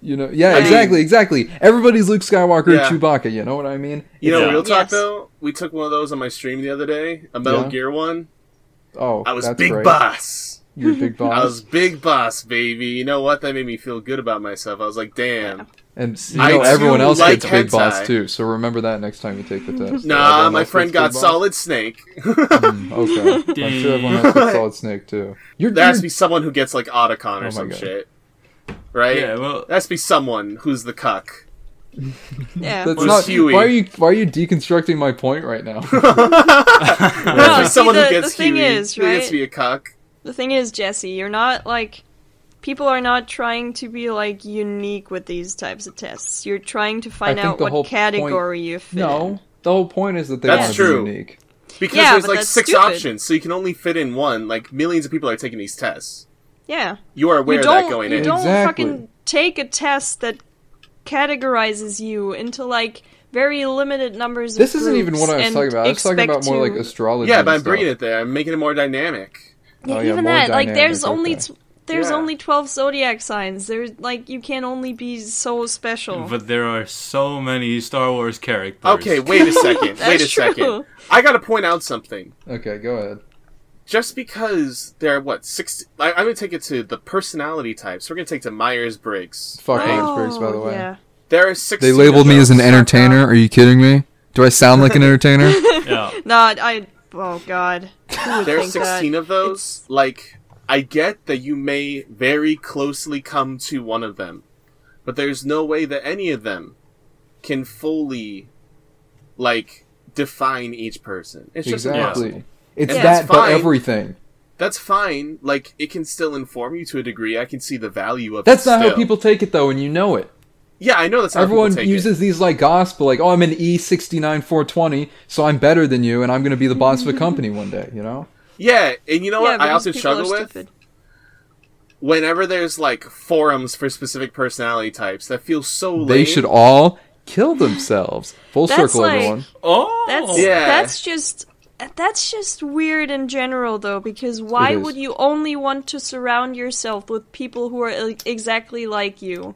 Speaker 5: You know, yeah,
Speaker 4: mean-
Speaker 5: exactly, exactly. Everybody's Luke Skywalker or
Speaker 4: Yeah.
Speaker 5: Chewbacca. You know what I mean?
Speaker 4: You know,
Speaker 3: Yeah.
Speaker 4: real talk
Speaker 2: Yes.
Speaker 4: though, we took one of those on my stream the other day, a Metal
Speaker 5: Yeah.
Speaker 4: Gear one.
Speaker 5: Oh,
Speaker 4: I was
Speaker 5: that's
Speaker 4: big
Speaker 5: right.
Speaker 4: boss.
Speaker 5: You're big boss.
Speaker 4: I was big boss, baby. You know what? That made me feel good about myself. I was like, damn.
Speaker 5: and you
Speaker 4: I
Speaker 5: know,
Speaker 4: too
Speaker 5: everyone else
Speaker 4: like
Speaker 5: gets big boss
Speaker 4: hentai.
Speaker 5: too. So remember that next time you take the test.
Speaker 4: Nah,
Speaker 5: Everyone
Speaker 4: my
Speaker 5: else
Speaker 4: friend
Speaker 5: gets big
Speaker 4: got
Speaker 5: boss.
Speaker 4: Solid Snake.
Speaker 5: Mm. Okay, I'm sure everyone else gets Solid Snake too. You're,
Speaker 4: There has to
Speaker 5: you're-
Speaker 4: be someone who gets like Otacon
Speaker 5: Oh my
Speaker 4: or some
Speaker 5: God.
Speaker 4: shit, right?
Speaker 3: Yeah, well,
Speaker 4: There has to be someone who's the cuck.
Speaker 2: Yeah.
Speaker 5: that's
Speaker 4: was
Speaker 5: not.
Speaker 4: Huey.
Speaker 5: Why are you Why are you deconstructing my point right now?
Speaker 4: There has to
Speaker 2: No,
Speaker 4: be
Speaker 2: see,
Speaker 4: someone
Speaker 2: the-
Speaker 4: who gets
Speaker 2: the thing
Speaker 4: Huey,
Speaker 2: is,
Speaker 4: who gets
Speaker 2: right?
Speaker 4: to be a cuck.
Speaker 2: The thing is, Jesse, you're not like people are not trying to be like unique with these types of tests. You're trying to find
Speaker 5: think
Speaker 2: out
Speaker 5: the whole
Speaker 2: what
Speaker 5: point-
Speaker 2: category you fit. in.
Speaker 5: no, the whole point is that they
Speaker 4: That's
Speaker 5: want to
Speaker 4: true.
Speaker 5: be unique.
Speaker 4: Because
Speaker 2: Yeah,
Speaker 4: there's
Speaker 2: but
Speaker 4: like
Speaker 2: that's
Speaker 4: six
Speaker 2: stupid.
Speaker 4: options, so you can only fit in one. Like millions of people are taking these tests.
Speaker 2: Yeah.
Speaker 4: You are aware
Speaker 2: you
Speaker 4: of
Speaker 2: don't,
Speaker 4: that going
Speaker 2: you
Speaker 4: in.
Speaker 2: don't
Speaker 5: Exactly.
Speaker 2: fucking take a test that categorizes you into like very limited numbers. Of
Speaker 5: This isn't even
Speaker 2: groups
Speaker 5: what I was
Speaker 2: and
Speaker 5: talking about. I was talking
Speaker 2: expect
Speaker 5: about more
Speaker 2: to-
Speaker 5: like astrology.
Speaker 4: Yeah,
Speaker 5: and
Speaker 4: but I'm
Speaker 5: stuff.
Speaker 4: bringing it there. I'm making it more dynamic.
Speaker 2: Yeah,
Speaker 5: Oh, yeah,
Speaker 2: even
Speaker 5: more
Speaker 2: that. Like, there's
Speaker 5: dynamic,
Speaker 2: only
Speaker 5: okay.
Speaker 2: t- there's
Speaker 4: Yeah.
Speaker 2: only twelve zodiac signs. There's like you can only be so special.
Speaker 3: but there are so many Star Wars characters.
Speaker 4: Okay, wait a second. wait
Speaker 2: That's
Speaker 4: a second.
Speaker 2: true.
Speaker 4: I gotta point out something.
Speaker 5: Okay, go ahead.
Speaker 4: Just because there are what six? I, I'm gonna take it to the personality types. We're gonna take to Myers Briggs.
Speaker 5: Fuck
Speaker 4: right?
Speaker 5: Myers-Briggs. Briggs, by the
Speaker 2: Oh,
Speaker 5: way.
Speaker 2: Yeah.
Speaker 4: There are six.
Speaker 5: They labeled me as an entertainer. Are you kidding me? Do I sound like an entertainer?
Speaker 3: Yeah.
Speaker 2: No, I. Oh God. Who would
Speaker 4: There are
Speaker 2: think that?
Speaker 4: 16 of those. Like, I get that you may very closely come to one of them, but there's no way that any of them can fully, like, define each person. It's just
Speaker 5: exactly.
Speaker 4: impossible.
Speaker 5: It's
Speaker 4: And
Speaker 5: that,
Speaker 4: that's
Speaker 5: but
Speaker 4: fine.
Speaker 5: everything.
Speaker 4: That's fine. Like, it can still inform you to a degree. I can see the value of
Speaker 5: That's
Speaker 4: it.
Speaker 5: not how
Speaker 4: still.
Speaker 5: people take it, though, and you know it.
Speaker 4: Yeah, I know that's how
Speaker 5: Everyone
Speaker 4: people take
Speaker 5: uses these like gospel, like, "Oh, I'm an E sixty nine four twenty, so I'm better than you, and I'm going to be the boss of a company one day." You know?
Speaker 4: it. Yeah, and you know
Speaker 2: Yeah,
Speaker 4: what? I
Speaker 2: because
Speaker 4: also
Speaker 2: people
Speaker 4: struggle
Speaker 2: are
Speaker 4: with
Speaker 2: stupid.
Speaker 4: whenever there's like forums for specific personality types that feel so lame.
Speaker 5: They should all kill themselves. Full
Speaker 2: That's
Speaker 5: circle,
Speaker 2: like-
Speaker 5: everyone.
Speaker 3: Oh.
Speaker 2: That's
Speaker 4: Yeah.
Speaker 2: that's just that's just weird in general though because why
Speaker 5: It is.
Speaker 2: would you only want to surround yourself with people who are like, exactly like you?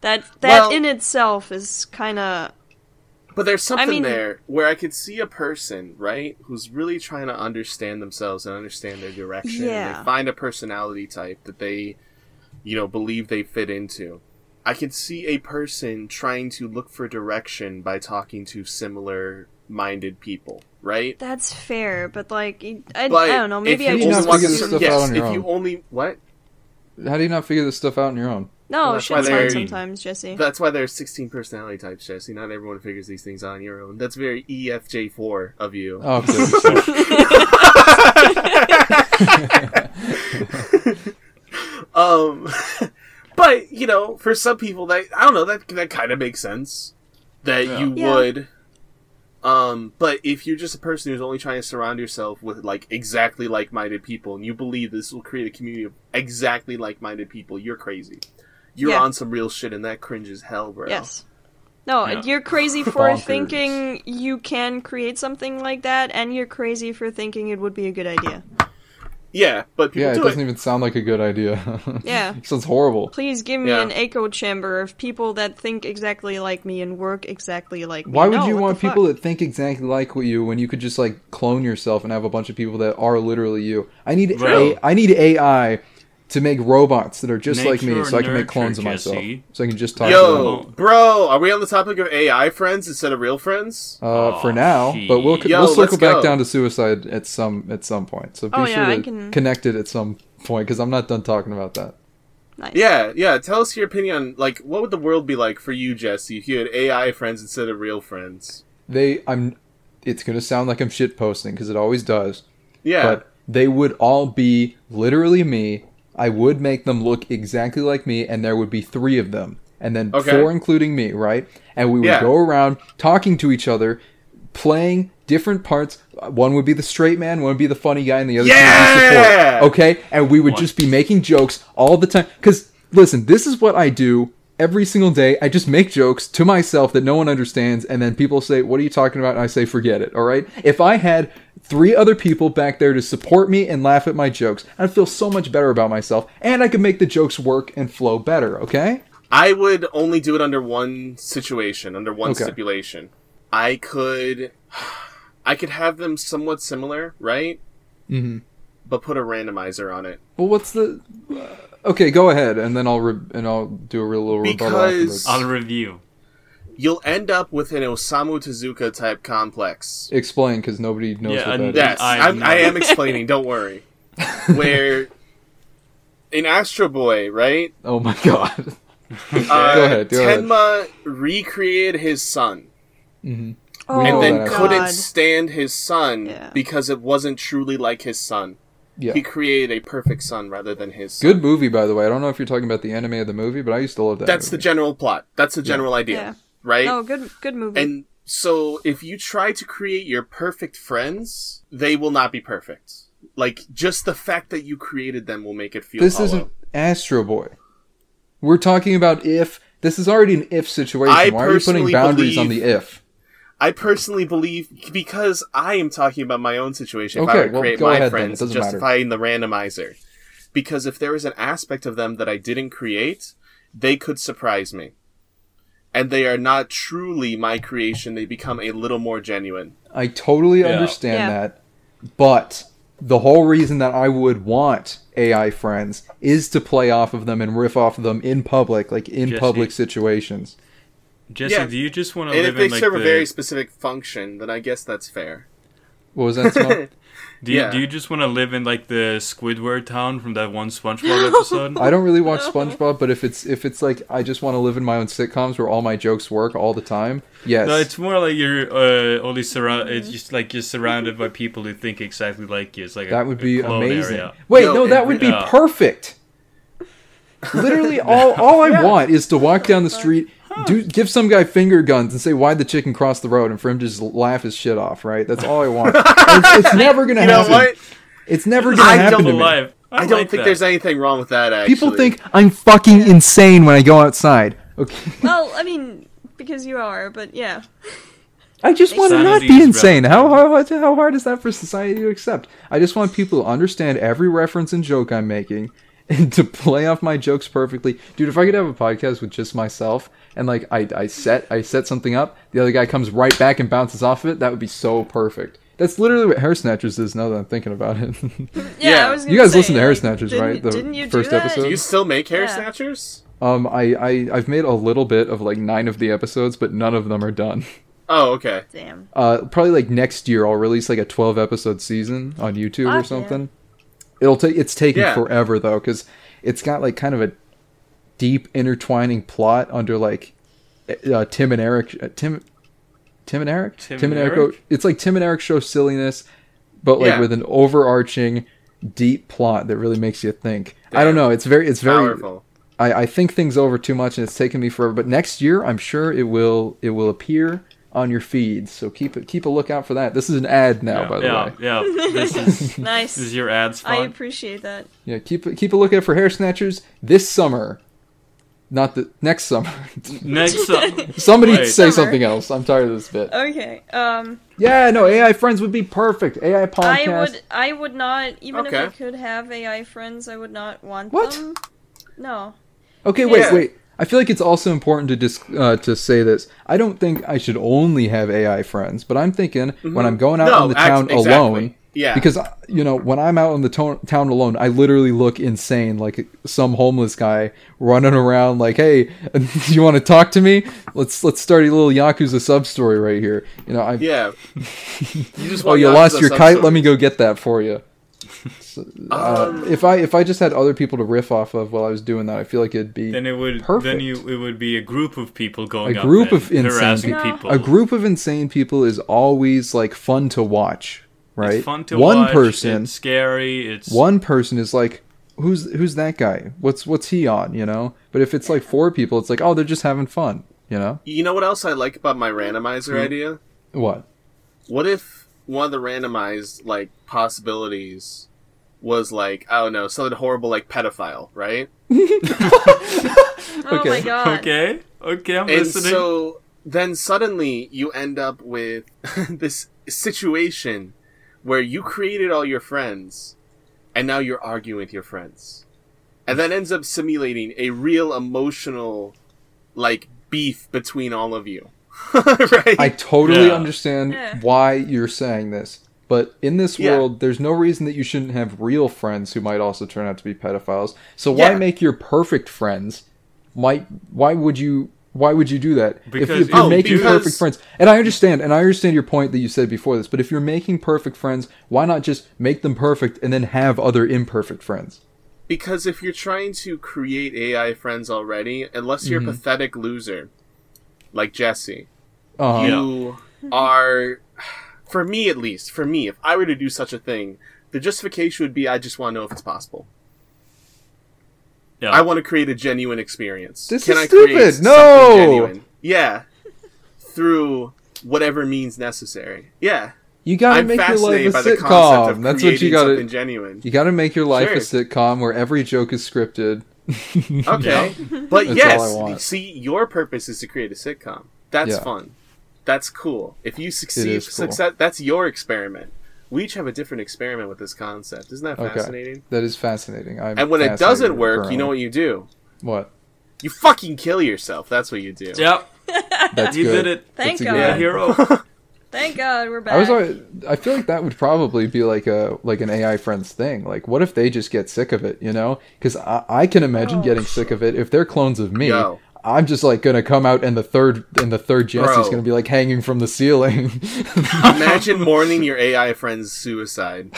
Speaker 2: That that
Speaker 4: Well-
Speaker 2: in itself is kind of
Speaker 4: But there's something
Speaker 2: mean-
Speaker 4: there where I could see a person, right, who's really trying to understand themselves and understand their direction. And
Speaker 2: Yeah.
Speaker 4: they find a personality type that they, you know, believe they fit into. I could see a person trying to look for direction by talking to similar minded people, right?
Speaker 2: that's fair, but like I, I
Speaker 4: But
Speaker 2: don't know, maybe
Speaker 4: if
Speaker 2: I
Speaker 4: you
Speaker 5: You're not
Speaker 2: just
Speaker 4: only want
Speaker 5: figure this
Speaker 4: to-
Speaker 5: stuff
Speaker 2: assume-
Speaker 5: out
Speaker 4: yes,
Speaker 5: on your
Speaker 4: if you
Speaker 5: own.
Speaker 4: only what
Speaker 5: How do you not figure this stuff out on your own?
Speaker 2: No,
Speaker 4: Well, that's why
Speaker 2: shit's
Speaker 4: they're-
Speaker 2: hard sometimes, Jesse.
Speaker 4: that's why there's 16 personality types, Jesse. Not everyone figures these things out on your own. That's very E EFJ4 of you.
Speaker 5: Oh, okay.
Speaker 4: Um, but you know, for some people, that I don't know, that that kind of makes sense that you
Speaker 2: Yeah.
Speaker 4: would. Um, but if you're just a person who's only trying to surround yourself with like exactly like-minded people, and you believe this will create a community of exactly like-minded people, you're crazy. You're
Speaker 2: Yeah.
Speaker 4: on some real shit, and that cringe as hell, bro.
Speaker 2: Yes. No,
Speaker 3: Yeah.
Speaker 2: you're crazy for
Speaker 5: Bonkers.
Speaker 2: thinking you can create something like that, and you're crazy for thinking it would be a good idea.
Speaker 4: Yeah, but people
Speaker 5: yeah, it
Speaker 4: do
Speaker 5: doesn't
Speaker 4: it.
Speaker 5: even sound like a good idea.
Speaker 2: Yeah.
Speaker 5: sounds horrible.
Speaker 2: Please give me
Speaker 4: Yeah.
Speaker 2: an echo chamber of people that think exactly like me and work exactly like me.
Speaker 5: Why would
Speaker 2: No,
Speaker 5: you
Speaker 2: what
Speaker 5: want
Speaker 2: the
Speaker 5: people
Speaker 2: fuck?
Speaker 5: that think exactly like what you when you could just like clone yourself and have a bunch of people that are literally you? I need
Speaker 3: Bro.
Speaker 5: a, I need AI to make robots that are just like me
Speaker 3: Nature
Speaker 5: so I can make
Speaker 3: nurture,
Speaker 5: clones of myself.
Speaker 3: Jesse.
Speaker 5: So I can just talk
Speaker 4: Yo,
Speaker 5: to them.
Speaker 4: bro, are we on the topic of AI friends instead of real friends?
Speaker 5: Uh,
Speaker 3: Aw,
Speaker 5: for now,
Speaker 3: shit.
Speaker 5: but we'll
Speaker 4: Yo,
Speaker 5: we'll
Speaker 4: let's
Speaker 5: circle back
Speaker 4: go.
Speaker 5: down to suicide at some at some point. So be
Speaker 2: Oh,
Speaker 5: sure
Speaker 2: yeah, I
Speaker 5: to
Speaker 2: can-
Speaker 5: connect it at some point because I'm not done talking about that.
Speaker 2: Nice.
Speaker 4: Yeah, yeah. Tell us your opinion on like what would the world be like for you, Jesse, if you had AI friends instead of real friends?
Speaker 5: they I'm it's going to sound like I'm shit posting cuz it always does.
Speaker 4: Yeah.
Speaker 5: But they would all be literally me. I would make them look exactly like me and there would be 3 of them and then
Speaker 4: Okay.
Speaker 5: four including me, right? And we would
Speaker 4: Yeah.
Speaker 5: go around talking to each other, playing different parts. One would be the straight man, one would be the funny guy, and the other two would be
Speaker 4: Yeah!
Speaker 5: support. Okay, and we would just be making jokes all the time. Because listen, this is what I do every single day. I just make jokes to myself that no one understands, and then people say, "What are you talking about?" And I say, "Forget it." All right. If I had three other people back there to support me and laugh at my jokes, I'd feel so much better about myself, and I could make the jokes work and flow better. Okay.
Speaker 4: I would only do it under one situation, under one
Speaker 5: Okay.
Speaker 4: stipulation. I could, I could have them somewhat similar, right? Mm-hmm. But put a randomizer on it
Speaker 5: Well, what's the? uh, okay, go ahead, and then I'll re- and I'll do a real little rebuttal afterwards.
Speaker 4: Because- I'll
Speaker 3: review.
Speaker 4: you'll end up with an Osamu Tezuka type complex.
Speaker 5: Explain, because nobody knows
Speaker 3: Yeah,
Speaker 5: what
Speaker 3: and-
Speaker 5: that is.
Speaker 3: yeah.
Speaker 4: Yes,
Speaker 3: I
Speaker 4: I'm,
Speaker 3: know.
Speaker 4: I am explaining. Don't worry. Where in Astro Boy, right?
Speaker 5: Oh my god.
Speaker 4: Uh,
Speaker 5: Go ahead, go ahead.
Speaker 4: Tenma recreated his son
Speaker 2: Oh,
Speaker 5: And
Speaker 4: and then
Speaker 5: that.
Speaker 4: couldn't stand his son
Speaker 2: Yeah.
Speaker 4: because it wasn't truly like his son.
Speaker 5: Yeah.
Speaker 4: He created a perfect son rather than his. Son.
Speaker 5: Good movie, by the way. I don't know if you're talking about the anime of the movie, but I used to love that.
Speaker 4: That's the
Speaker 5: movie.
Speaker 4: general plot. That's the general idea,
Speaker 2: Yeah.
Speaker 4: right?
Speaker 2: No, good good movie.
Speaker 4: And so if you try to create your perfect friends, they will not be perfect. Like just the fact that you created them will make it feel
Speaker 5: This
Speaker 4: hollow.
Speaker 5: isn't Astro Boy. We're talking about if. This is already an if situation.
Speaker 4: I
Speaker 5: Why are you putting
Speaker 4: personally
Speaker 5: boundaries on the
Speaker 4: believe-
Speaker 5: if?
Speaker 4: I personally believe because I am talking about my own situation. If
Speaker 5: Okay,
Speaker 4: I were to
Speaker 5: well,
Speaker 4: create
Speaker 5: go
Speaker 4: my
Speaker 5: ahead then. It
Speaker 4: friends,
Speaker 5: doesn't matter.
Speaker 4: justifying the randomizer, because if there is an aspect of them that I didn't create, they could surprise me, and they are not truly my creation. They become a little more genuine.
Speaker 5: I totally understand
Speaker 2: Yeah.
Speaker 5: that, but the whole reason that I would want AI friends is to play off of them and riff off of them in public, like in
Speaker 3: Jesse.
Speaker 5: public situations.
Speaker 3: Jesse,
Speaker 4: Yeah.
Speaker 3: do you just want to
Speaker 4: And if
Speaker 3: live
Speaker 4: they
Speaker 3: in like
Speaker 4: serve
Speaker 3: the,
Speaker 4: a very specific function, then I guess that's fair.
Speaker 5: What was that? Simone?
Speaker 3: do, you,
Speaker 4: yeah.
Speaker 3: do you just want to live in like the Squidward town from that one SpongeBob episode?
Speaker 5: I don't really watch SpongeBob, but if it's if it's like I just want to live in my own sitcoms where all my jokes work all the time, yes.
Speaker 3: No, it's more like you're uh, only surround.
Speaker 2: Mm-hmm.
Speaker 3: It's just like you're surrounded by people who think exactly like you. It's like a-
Speaker 5: that would
Speaker 3: a
Speaker 5: be
Speaker 3: clone
Speaker 5: amazing.
Speaker 3: area.
Speaker 5: Wait, no,
Speaker 4: No,
Speaker 5: that
Speaker 4: it-
Speaker 5: would be
Speaker 3: yeah.
Speaker 5: perfect. Literally, all all I want is to walk down the street, do give some guy finger guns, and say, "Why'd the chicken cross the road?" and for him to just laugh his shit off. Right? That's all I want. it's, it's never gonna
Speaker 4: You know
Speaker 5: happen.
Speaker 4: what?
Speaker 5: It's never gonna
Speaker 4: I
Speaker 5: happen
Speaker 4: don't
Speaker 5: to me.
Speaker 3: Alive. I,
Speaker 4: I don't
Speaker 3: like
Speaker 4: think
Speaker 3: that.
Speaker 4: there's anything wrong with that. Actually,
Speaker 5: People think I'm fucking insane when I go outside. Okay.
Speaker 2: well, I mean, because you are, but yeah.
Speaker 5: I just want to
Speaker 3: Sanity
Speaker 5: not
Speaker 3: is
Speaker 5: be insane.
Speaker 3: relative.
Speaker 5: How, how how how hard is that for society to accept? I just want people to understand every reference and joke I'm making, and to play off my jokes perfectly. Dude, if I could have a podcast with just myself and like I, I set I set something up, the other guy comes right back and bounces off of it. That would be so perfect. That's literally what Hair Snatchers is. Now that I'm thinking about it,
Speaker 2: Yeah,
Speaker 4: Yeah.
Speaker 2: I was gonna
Speaker 5: you guys
Speaker 2: say,
Speaker 5: listen to Hair
Speaker 2: like,
Speaker 5: Snatchers,
Speaker 2: didn't-
Speaker 5: right? The
Speaker 2: didn't you do
Speaker 5: first
Speaker 2: that?
Speaker 5: episode.
Speaker 4: Do you still make hair
Speaker 2: Yeah.
Speaker 4: snatchers?
Speaker 5: um, I I I've made a little bit of like nine of the episodes, but none of them are done.
Speaker 4: Oh, okay.
Speaker 2: Damn.
Speaker 5: uh, probably like next year I'll release like a 12 episode season on YouTube
Speaker 2: Fuck yeah.
Speaker 5: or something. It'll take it's taking
Speaker 4: Yeah.
Speaker 5: forever though cuz it's got like kind of a deep intertwining plot under like uh, Tim and Eric uh, Tim Tim and Eric
Speaker 3: Tim
Speaker 5: Tim
Speaker 3: and
Speaker 5: and Eric,
Speaker 3: Eric?
Speaker 5: O- it's like Tim and Eric show silliness but like
Speaker 4: Yeah.
Speaker 5: with an overarching deep plot that really makes you think. I don't
Speaker 4: Damn.
Speaker 5: know, it's very it's very
Speaker 4: Powerful.
Speaker 5: I, I think things over too much and it's taken me forever. But next year, I'm sure it will it will appear on your feeds. So keep a- keep a lookout for that. This is an ad now, by the
Speaker 3: yeah,
Speaker 5: way.
Speaker 3: yeah. This is
Speaker 2: Nice.
Speaker 3: this is your ad
Speaker 2: I
Speaker 3: spot.
Speaker 2: appreciate that.
Speaker 5: Yeah, keep keep a lookout for hair snatchers this summer, not the next summer.
Speaker 3: Next up,
Speaker 5: Somebody
Speaker 3: Wait.
Speaker 5: say
Speaker 2: Summer.
Speaker 5: something else. I'm tired of this bit.
Speaker 2: Okay. Um
Speaker 5: yeah, no, AI friends would be perfect. AI podcast.
Speaker 2: I would I would not even
Speaker 4: Okay.
Speaker 2: if I could have AI friends, I would not want
Speaker 5: What?
Speaker 2: them. No.
Speaker 5: Okay, wait,
Speaker 4: Yeah.
Speaker 5: wait. I feel like it's also important to dis- uh, to say this. I don't think I should only have AI friends, but I'm thinking when I'm going out
Speaker 4: Mm-hmm. No,
Speaker 5: in the
Speaker 4: act-
Speaker 5: town
Speaker 4: exactly.
Speaker 5: alone,
Speaker 4: Yeah.
Speaker 5: because uh, you know when I'm out in the to- town alone, I literally look insane, like some homeless guy running around, like, "Hey, do you want to talk to me? Let's let's start a little yakuza sub story right here." You know, I
Speaker 4: Yeah. you just
Speaker 5: oh,
Speaker 4: want
Speaker 5: you
Speaker 4: Yakuza
Speaker 5: lost your kite?
Speaker 4: substory.
Speaker 5: Let me go get that for you. So, uh, if I if I just had other people to riff off of while I was doing that, I feel like it'd be
Speaker 3: Then it would
Speaker 5: perfect.
Speaker 3: then you it would be a group of people going
Speaker 5: A
Speaker 3: up
Speaker 5: group
Speaker 3: and
Speaker 5: of insane
Speaker 3: harassing
Speaker 5: people.
Speaker 3: people.
Speaker 5: a group of insane people is always like fun to watch, right?
Speaker 3: It's fun to
Speaker 5: one
Speaker 3: watch,
Speaker 5: person,
Speaker 3: It's scary. It's
Speaker 5: one person is like, who's who's that guy? What's what's he on? You know. But if it's like four people, it's like, oh, they're just having fun. You know
Speaker 4: You know what else I like about my randomizer
Speaker 3: Hmm.
Speaker 4: idea?
Speaker 5: what?
Speaker 4: What if one of the randomized like possibilities was like I don't know something horrible like pedophile, right?
Speaker 2: Oh my
Speaker 5: Okay.
Speaker 2: god.
Speaker 3: okay. Okay, I'm
Speaker 4: And
Speaker 3: listening.
Speaker 4: so then suddenly you end up with this situation where you created all your friends and now you're arguing with your friends. And that ends up simulating a real emotional like beef between all of you. right?
Speaker 5: I totally
Speaker 3: Yeah.
Speaker 5: understand
Speaker 2: Yeah.
Speaker 5: why you're saying this, but in this
Speaker 4: Yeah.
Speaker 5: world, there's no reason that you shouldn't have real friends who might also turn out to be pedophiles. So why
Speaker 4: Yeah.
Speaker 5: make your perfect friends? Might why would you? Why would you do that? if,
Speaker 3: Because-
Speaker 5: if you're
Speaker 3: Oh,
Speaker 5: making
Speaker 4: because-
Speaker 5: perfect friends, and I understand, and I understand your point that you said before this, but if you're making perfect friends, why not just make them perfect and then have other imperfect friends?
Speaker 4: because if you're trying to create AI friends already, unless
Speaker 3: Mm-hmm.
Speaker 4: you're a pathetic loser like Jesse,
Speaker 5: Uh,
Speaker 3: Yeah.
Speaker 4: you are for me at least for me if i were to do such a thing the justification would be i just want to know if it's possible
Speaker 3: yeah.
Speaker 4: i want to create a genuine experience
Speaker 5: This
Speaker 4: can
Speaker 5: is
Speaker 4: i create
Speaker 5: stupid.
Speaker 4: something
Speaker 5: No!
Speaker 4: genuine? yeah through whatever means necessary yeah
Speaker 5: You gotta
Speaker 4: i'm
Speaker 5: make your life a
Speaker 4: fascinated by the concept
Speaker 5: sitcom.
Speaker 4: of
Speaker 5: That's what
Speaker 4: creating
Speaker 5: you gotta.
Speaker 4: something genuine
Speaker 5: You gotta make your life a
Speaker 4: Sure.
Speaker 5: sitcom where every joke is scripted.
Speaker 4: okay but
Speaker 5: That's all I want.
Speaker 4: yes see your purpose is to create a sitcom that's
Speaker 5: Yeah.
Speaker 4: fun that's cool if you succeed
Speaker 5: is cool.
Speaker 4: success that's your experiment we each have a different experiment with this concept isn't that
Speaker 5: Okay.
Speaker 4: fascinating
Speaker 5: That is fascinating. I'm
Speaker 4: And when it
Speaker 5: fascinated
Speaker 4: doesn't work, you know
Speaker 5: currently.
Speaker 4: what you do?
Speaker 5: what?
Speaker 4: You fucking kill yourself. That's what you do.
Speaker 3: Yep.
Speaker 5: That's
Speaker 3: You
Speaker 5: good.
Speaker 3: did it.
Speaker 2: Thank
Speaker 5: That's a good
Speaker 2: God.
Speaker 3: You're a
Speaker 5: one.
Speaker 3: hero.
Speaker 2: Thank God we're back.
Speaker 5: I was. always- I feel like that would probably be like a like an AI friends thing. Like, what if they just get sick of it? You know, because I, I can imagine getting sick of it if they're clones of me.
Speaker 4: Yo.
Speaker 5: I'm just like gonna come out and the third and the third Jesse's
Speaker 4: Bro.
Speaker 5: gonna be like hanging from the ceiling.
Speaker 4: Imagine mourning your AI friend's suicide.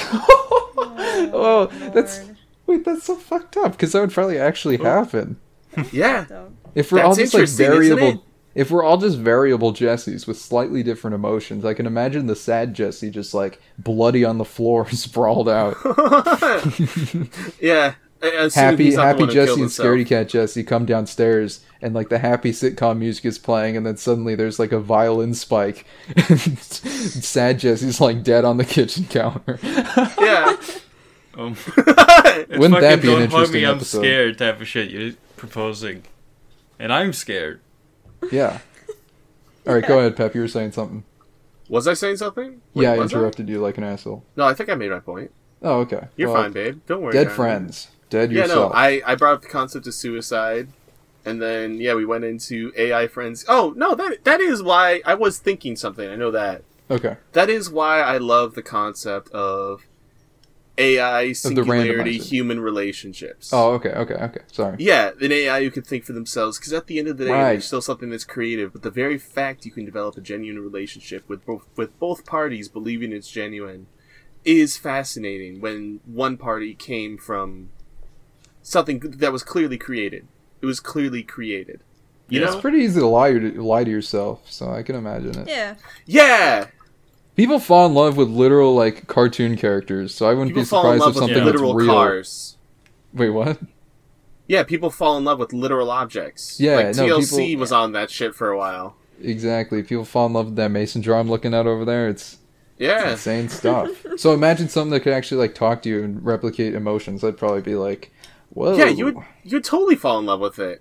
Speaker 5: oh, that's wait, that's so fucked up. Because that would probably actually happen.
Speaker 4: Yeah.
Speaker 2: So-
Speaker 5: If we're
Speaker 4: That's
Speaker 5: all just like
Speaker 4: interesting, isn't it?
Speaker 5: variable, if we're all just variable Jessies with slightly different emotions, I can imagine the sad Jessie just like bloody on the floor, sprawled out.
Speaker 4: Yeah. I- I assume
Speaker 5: happy,
Speaker 4: he's not the
Speaker 5: happy
Speaker 4: one who killed
Speaker 5: Jesse and
Speaker 4: himself.
Speaker 5: Scaredy Cat Jesse come downstairs, and like the happy sitcom music is playing, and then suddenly there's like a violin spike, and sad Jesse's like dead on the kitchen counter.
Speaker 4: Yeah.
Speaker 3: Um, it's
Speaker 5: Wouldn't that be an
Speaker 3: fucking don't hug
Speaker 5: interesting
Speaker 3: me, I'm
Speaker 5: episode?
Speaker 3: scared type of shit you're proposing. And I'm scared.
Speaker 5: yeah. All right, go ahead, Pep. You were saying something.
Speaker 4: Was I saying something? Wait,
Speaker 5: yeah, I
Speaker 4: was I?
Speaker 5: interrupted you like an asshole.
Speaker 4: No, I think I made my point.
Speaker 5: Oh, okay.
Speaker 4: You're
Speaker 5: Well,
Speaker 4: fine, babe. Don't worry.
Speaker 5: Dead
Speaker 4: about it.
Speaker 5: friends, dead
Speaker 4: Yeah,
Speaker 5: yourself.
Speaker 4: no, I, I brought up the concept of suicide. And then, yeah, we went into AI friends. Oh, no, that that is why I was thinking something. I know that.
Speaker 5: okay.
Speaker 4: that is why I love the concept of AI singularity
Speaker 5: randomizer.
Speaker 4: human relationships.
Speaker 5: Oh, okay, okay, okay. Sorry.
Speaker 4: Yeah, an AI who can think for themselves. Because at the end of the day,
Speaker 5: Right.
Speaker 4: there's still something that's creative. But the very fact you can develop a genuine relationship with both with both parties believing it's genuine is fascinating. When one party came from something that was clearly created, it was clearly created. You
Speaker 3: Yeah.
Speaker 5: It's
Speaker 4: know?
Speaker 5: pretty easy to lie to lie to yourself, so I can imagine it.
Speaker 2: yeah.
Speaker 4: Yeah,
Speaker 5: People fall in love with literal like cartoon characters, so I wouldn't
Speaker 4: people
Speaker 5: be
Speaker 4: fall in
Speaker 5: surprised
Speaker 4: love
Speaker 5: if
Speaker 4: with
Speaker 5: something
Speaker 4: literal
Speaker 5: that's real.
Speaker 4: cars.
Speaker 5: Wait, what?
Speaker 4: Yeah, people fall in love with literal objects.
Speaker 5: Yeah,
Speaker 4: like,
Speaker 5: no,
Speaker 4: TLC
Speaker 5: people-
Speaker 4: was on that shit for a while.
Speaker 5: Exactly. People fall in love with that mason jar I'm looking at over there. It's
Speaker 4: Yeah,
Speaker 5: insane stuff. so imagine something that could actually like talk to you and replicate emotions. I'd probably be like, "Whoa."
Speaker 4: yeah, you would you would totally fall in love with it.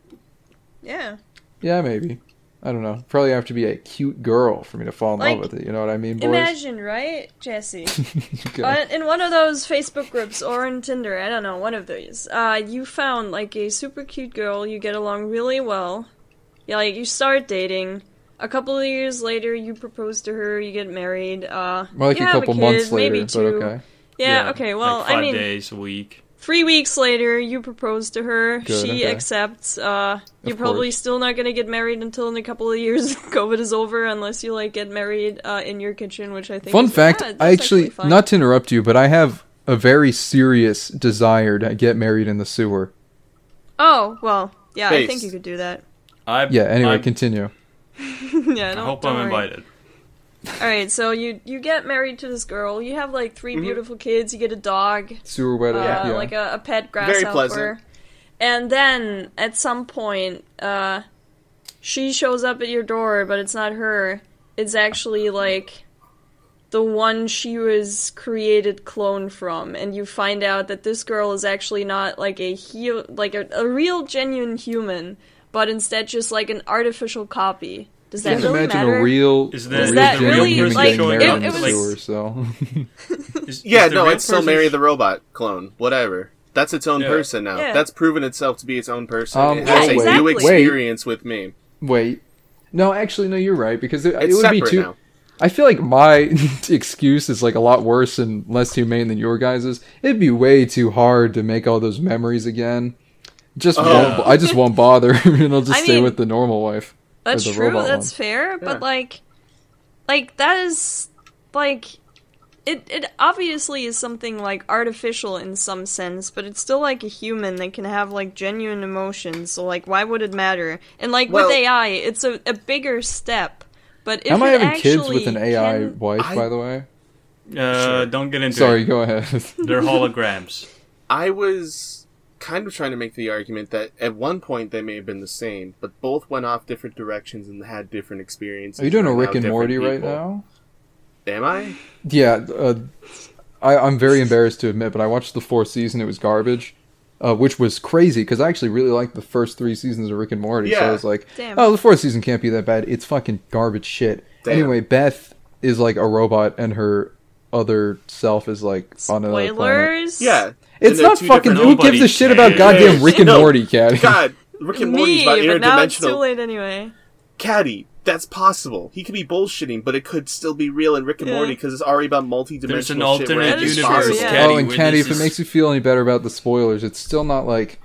Speaker 2: Yeah.
Speaker 5: Yeah, maybe. I don't know. Probably have to be a cute girl for me to fall in
Speaker 2: Like,
Speaker 5: love with it. You know what I mean, boys?
Speaker 2: Imagine, right, Jesse?
Speaker 5: Okay.
Speaker 2: On- in one of those Facebook groups or in Tinder, I don't know, one of these, uh, you found like a super cute girl, you get along really well, you like you start dating. A couple of years later, you propose to her, you get married. Uh,
Speaker 5: More like
Speaker 2: you
Speaker 5: a
Speaker 2: have
Speaker 5: couple
Speaker 2: kid,
Speaker 5: months later,
Speaker 2: maybe
Speaker 5: but
Speaker 2: two.
Speaker 5: okay.
Speaker 2: Yeah, okay. Well,
Speaker 3: like five
Speaker 2: I mean,
Speaker 3: days a week.
Speaker 2: three weeks later, you propose to her.
Speaker 5: Good,
Speaker 2: she
Speaker 5: okay.
Speaker 2: accepts. Uh, you're
Speaker 5: Of
Speaker 2: probably
Speaker 5: course.
Speaker 2: still not gonna get married until in a couple of years COVID is over, unless you like get married uh, in your kitchen, which I think.
Speaker 5: Fun
Speaker 2: is-
Speaker 5: fact,
Speaker 2: yeah, that's
Speaker 5: I actually,
Speaker 2: fun.
Speaker 5: not to interrupt you, but I have a very serious desire to get married in the sewer.
Speaker 2: Oh well, yeah, I think
Speaker 4: Based.
Speaker 2: you could do that.
Speaker 3: I,
Speaker 5: Yeah, anyway,
Speaker 3: I,
Speaker 5: continue.
Speaker 2: yeah,
Speaker 3: I
Speaker 2: don't,
Speaker 3: hope
Speaker 2: don't
Speaker 3: I'm
Speaker 2: worry.
Speaker 3: invited.
Speaker 2: All right, so you you get married to this girl. You have like
Speaker 3: Mm-hmm.
Speaker 2: 3 beautiful kids. You get a dog,
Speaker 5: Sewer wedding.
Speaker 2: uh,
Speaker 5: yeah.
Speaker 2: like a, a pet
Speaker 4: Very
Speaker 2: grasshopper.
Speaker 4: pleasant.
Speaker 2: And then at some point, uh, she shows up at your door, but it's not her. It's actually like the one she was created clone from, and you find out that this girl is actually not like a hu- like a, a real genuine human, but instead just like an artificial copy. Does that
Speaker 5: Can't
Speaker 2: really
Speaker 5: imagine
Speaker 2: matter?
Speaker 5: a real,
Speaker 3: Is
Speaker 5: a
Speaker 3: that-
Speaker 5: real
Speaker 2: that
Speaker 5: genuine
Speaker 2: really,
Speaker 5: human
Speaker 2: like,
Speaker 5: getting
Speaker 2: it-
Speaker 5: married in
Speaker 2: it
Speaker 5: the
Speaker 2: was-
Speaker 5: sewer. So
Speaker 3: Is-
Speaker 4: Yeah,
Speaker 3: is the
Speaker 4: no,
Speaker 3: real
Speaker 4: it's still
Speaker 3: person-
Speaker 4: Mary the robot clone, whatever. That's its own
Speaker 3: Yeah.
Speaker 4: person now.
Speaker 2: Yeah.
Speaker 4: That's proven itself to be its own person.
Speaker 5: Um,
Speaker 4: it has
Speaker 2: Yeah,
Speaker 4: a new
Speaker 2: exactly.
Speaker 4: experience with me.
Speaker 5: wait, no, actually, no, you're right because it, it
Speaker 4: It's
Speaker 5: would be
Speaker 4: separate
Speaker 5: too.
Speaker 4: now.
Speaker 5: I feel like my excuse is like a lot worse and less humane than your guys's. It'd be way too hard to make all those memories again.
Speaker 3: Oh.
Speaker 5: Just
Speaker 4: Yeah.
Speaker 5: won't, I just won't bother, and I'll just
Speaker 2: I
Speaker 5: stay
Speaker 2: mean-
Speaker 5: with the normal wife.
Speaker 2: That's
Speaker 5: the
Speaker 2: true.
Speaker 5: robot
Speaker 2: That's
Speaker 5: one.
Speaker 2: fair.
Speaker 4: Yeah.
Speaker 2: But like, like that is like it. It obviously is something like artificial in some sense, but it's still like a human that can have like genuine emotions. So like, why would it matter? And like
Speaker 4: Well-
Speaker 2: with AI, it's a, a bigger step. But if
Speaker 5: Am I
Speaker 2: it
Speaker 5: having kids
Speaker 2: actually
Speaker 5: with an AI
Speaker 2: can-
Speaker 5: wife?
Speaker 4: I-
Speaker 5: by the way,
Speaker 3: Uh, Don't get into
Speaker 5: sorry,
Speaker 3: it.
Speaker 5: go ahead.
Speaker 3: They're holograms.
Speaker 4: I was kind of trying to make the argument that at one point they may have been the same, but both went off different directions and had different experiences.
Speaker 5: Are you doing a
Speaker 4: and are now
Speaker 5: Rick and
Speaker 4: different
Speaker 5: Morty right
Speaker 4: people.
Speaker 5: now?
Speaker 4: Am I?
Speaker 5: Yeah, uh, I, I'm very embarrassed to admit, but I watched the fourth season. It was garbage, uh, which was crazy because I actually really liked the first three seasons of Rick and Morty. So I
Speaker 4: Yeah.
Speaker 5: was like,
Speaker 2: Damn.
Speaker 5: oh, the fourth season can't be that bad. It's fucking garbage shit.
Speaker 4: Damn.
Speaker 5: Anyway, Beth is like a robot, and her other self is like on another planet.
Speaker 2: Spoilers.
Speaker 4: Yeah.
Speaker 5: It's
Speaker 4: And they're
Speaker 5: not
Speaker 4: two
Speaker 5: fucking.
Speaker 4: different-
Speaker 5: Who gives a
Speaker 3: Nobody
Speaker 5: shit about
Speaker 3: cares.
Speaker 5: goddamn Rick and
Speaker 4: No.
Speaker 5: Morty, Caddy?
Speaker 4: God, Rick and Morty's
Speaker 2: Me,
Speaker 4: about
Speaker 2: but now it's too
Speaker 4: interdimensional.
Speaker 2: late anyway.
Speaker 4: Caddy, that's possible. He could be bullshitting, but it could still be real in Rick and
Speaker 2: Yeah.
Speaker 4: Morty because it's already about multi-dimensional
Speaker 3: There's an
Speaker 4: shit where
Speaker 3: alternate
Speaker 2: That is
Speaker 4: anything's
Speaker 2: true,
Speaker 3: universe,
Speaker 2: yeah.
Speaker 3: Caddy,
Speaker 5: oh, and
Speaker 3: where
Speaker 5: Caddy,
Speaker 3: this
Speaker 5: if it
Speaker 3: is-
Speaker 5: makes you feel any better about the spoilers, it's still not like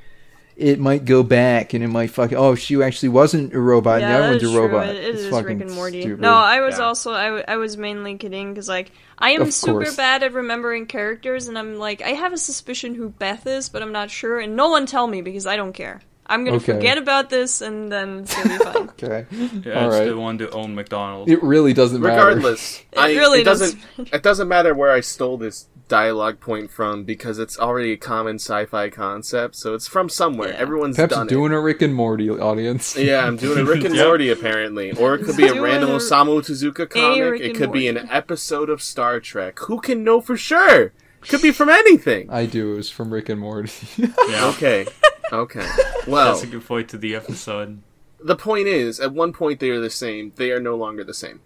Speaker 5: it might go back and it might fuck. Oh, she actually wasn't a robot. and the
Speaker 2: that
Speaker 5: other one's a
Speaker 2: is true.
Speaker 5: robot.
Speaker 2: It, it
Speaker 5: it's
Speaker 2: is
Speaker 5: fucking
Speaker 2: Rick and Morty.
Speaker 5: Stupid.
Speaker 2: No, I was
Speaker 4: Yeah.
Speaker 2: also I, w- I was mainly kidding because like I am
Speaker 5: Of
Speaker 2: super
Speaker 5: course.
Speaker 2: bad at remembering characters, and I'm like I have a suspicion who Beth is, but I'm not sure, and no one tell me because I don't care. I'm gonna
Speaker 5: Okay.
Speaker 2: forget about this, and then it's gonna be fine.
Speaker 5: okay.
Speaker 3: Yeah,
Speaker 5: All
Speaker 3: it's
Speaker 5: right.
Speaker 3: the one to own McDonald's.
Speaker 5: It really doesn't matter.
Speaker 4: Regardless,
Speaker 2: It
Speaker 4: I,
Speaker 2: really
Speaker 4: it doesn't.
Speaker 2: doesn't-
Speaker 4: It doesn't matter where I stole this dialogue point from because it's already a common sci-fi concept, so it's from somewhere.
Speaker 2: Yeah.
Speaker 4: Everyone's
Speaker 5: Pep's
Speaker 4: done
Speaker 5: doing a Rick and Morty audience.
Speaker 4: it. Yeah, I'm doing a Rick and
Speaker 3: Yep.
Speaker 4: Morty apparently, or it could be a
Speaker 2: Doing
Speaker 4: random
Speaker 2: a-
Speaker 4: Osamu Tezuka comic.
Speaker 2: Rick
Speaker 4: It
Speaker 2: and
Speaker 4: could be an
Speaker 2: Morty.
Speaker 4: episode of Star Trek. Who can know for sure? Could be from anything.
Speaker 5: I do. It was from Rick and Morty.
Speaker 3: Yeah,
Speaker 4: Okay, okay. Well,
Speaker 3: that's a good point to the episode.
Speaker 4: the point is, at one point they are the same. They are no longer the same.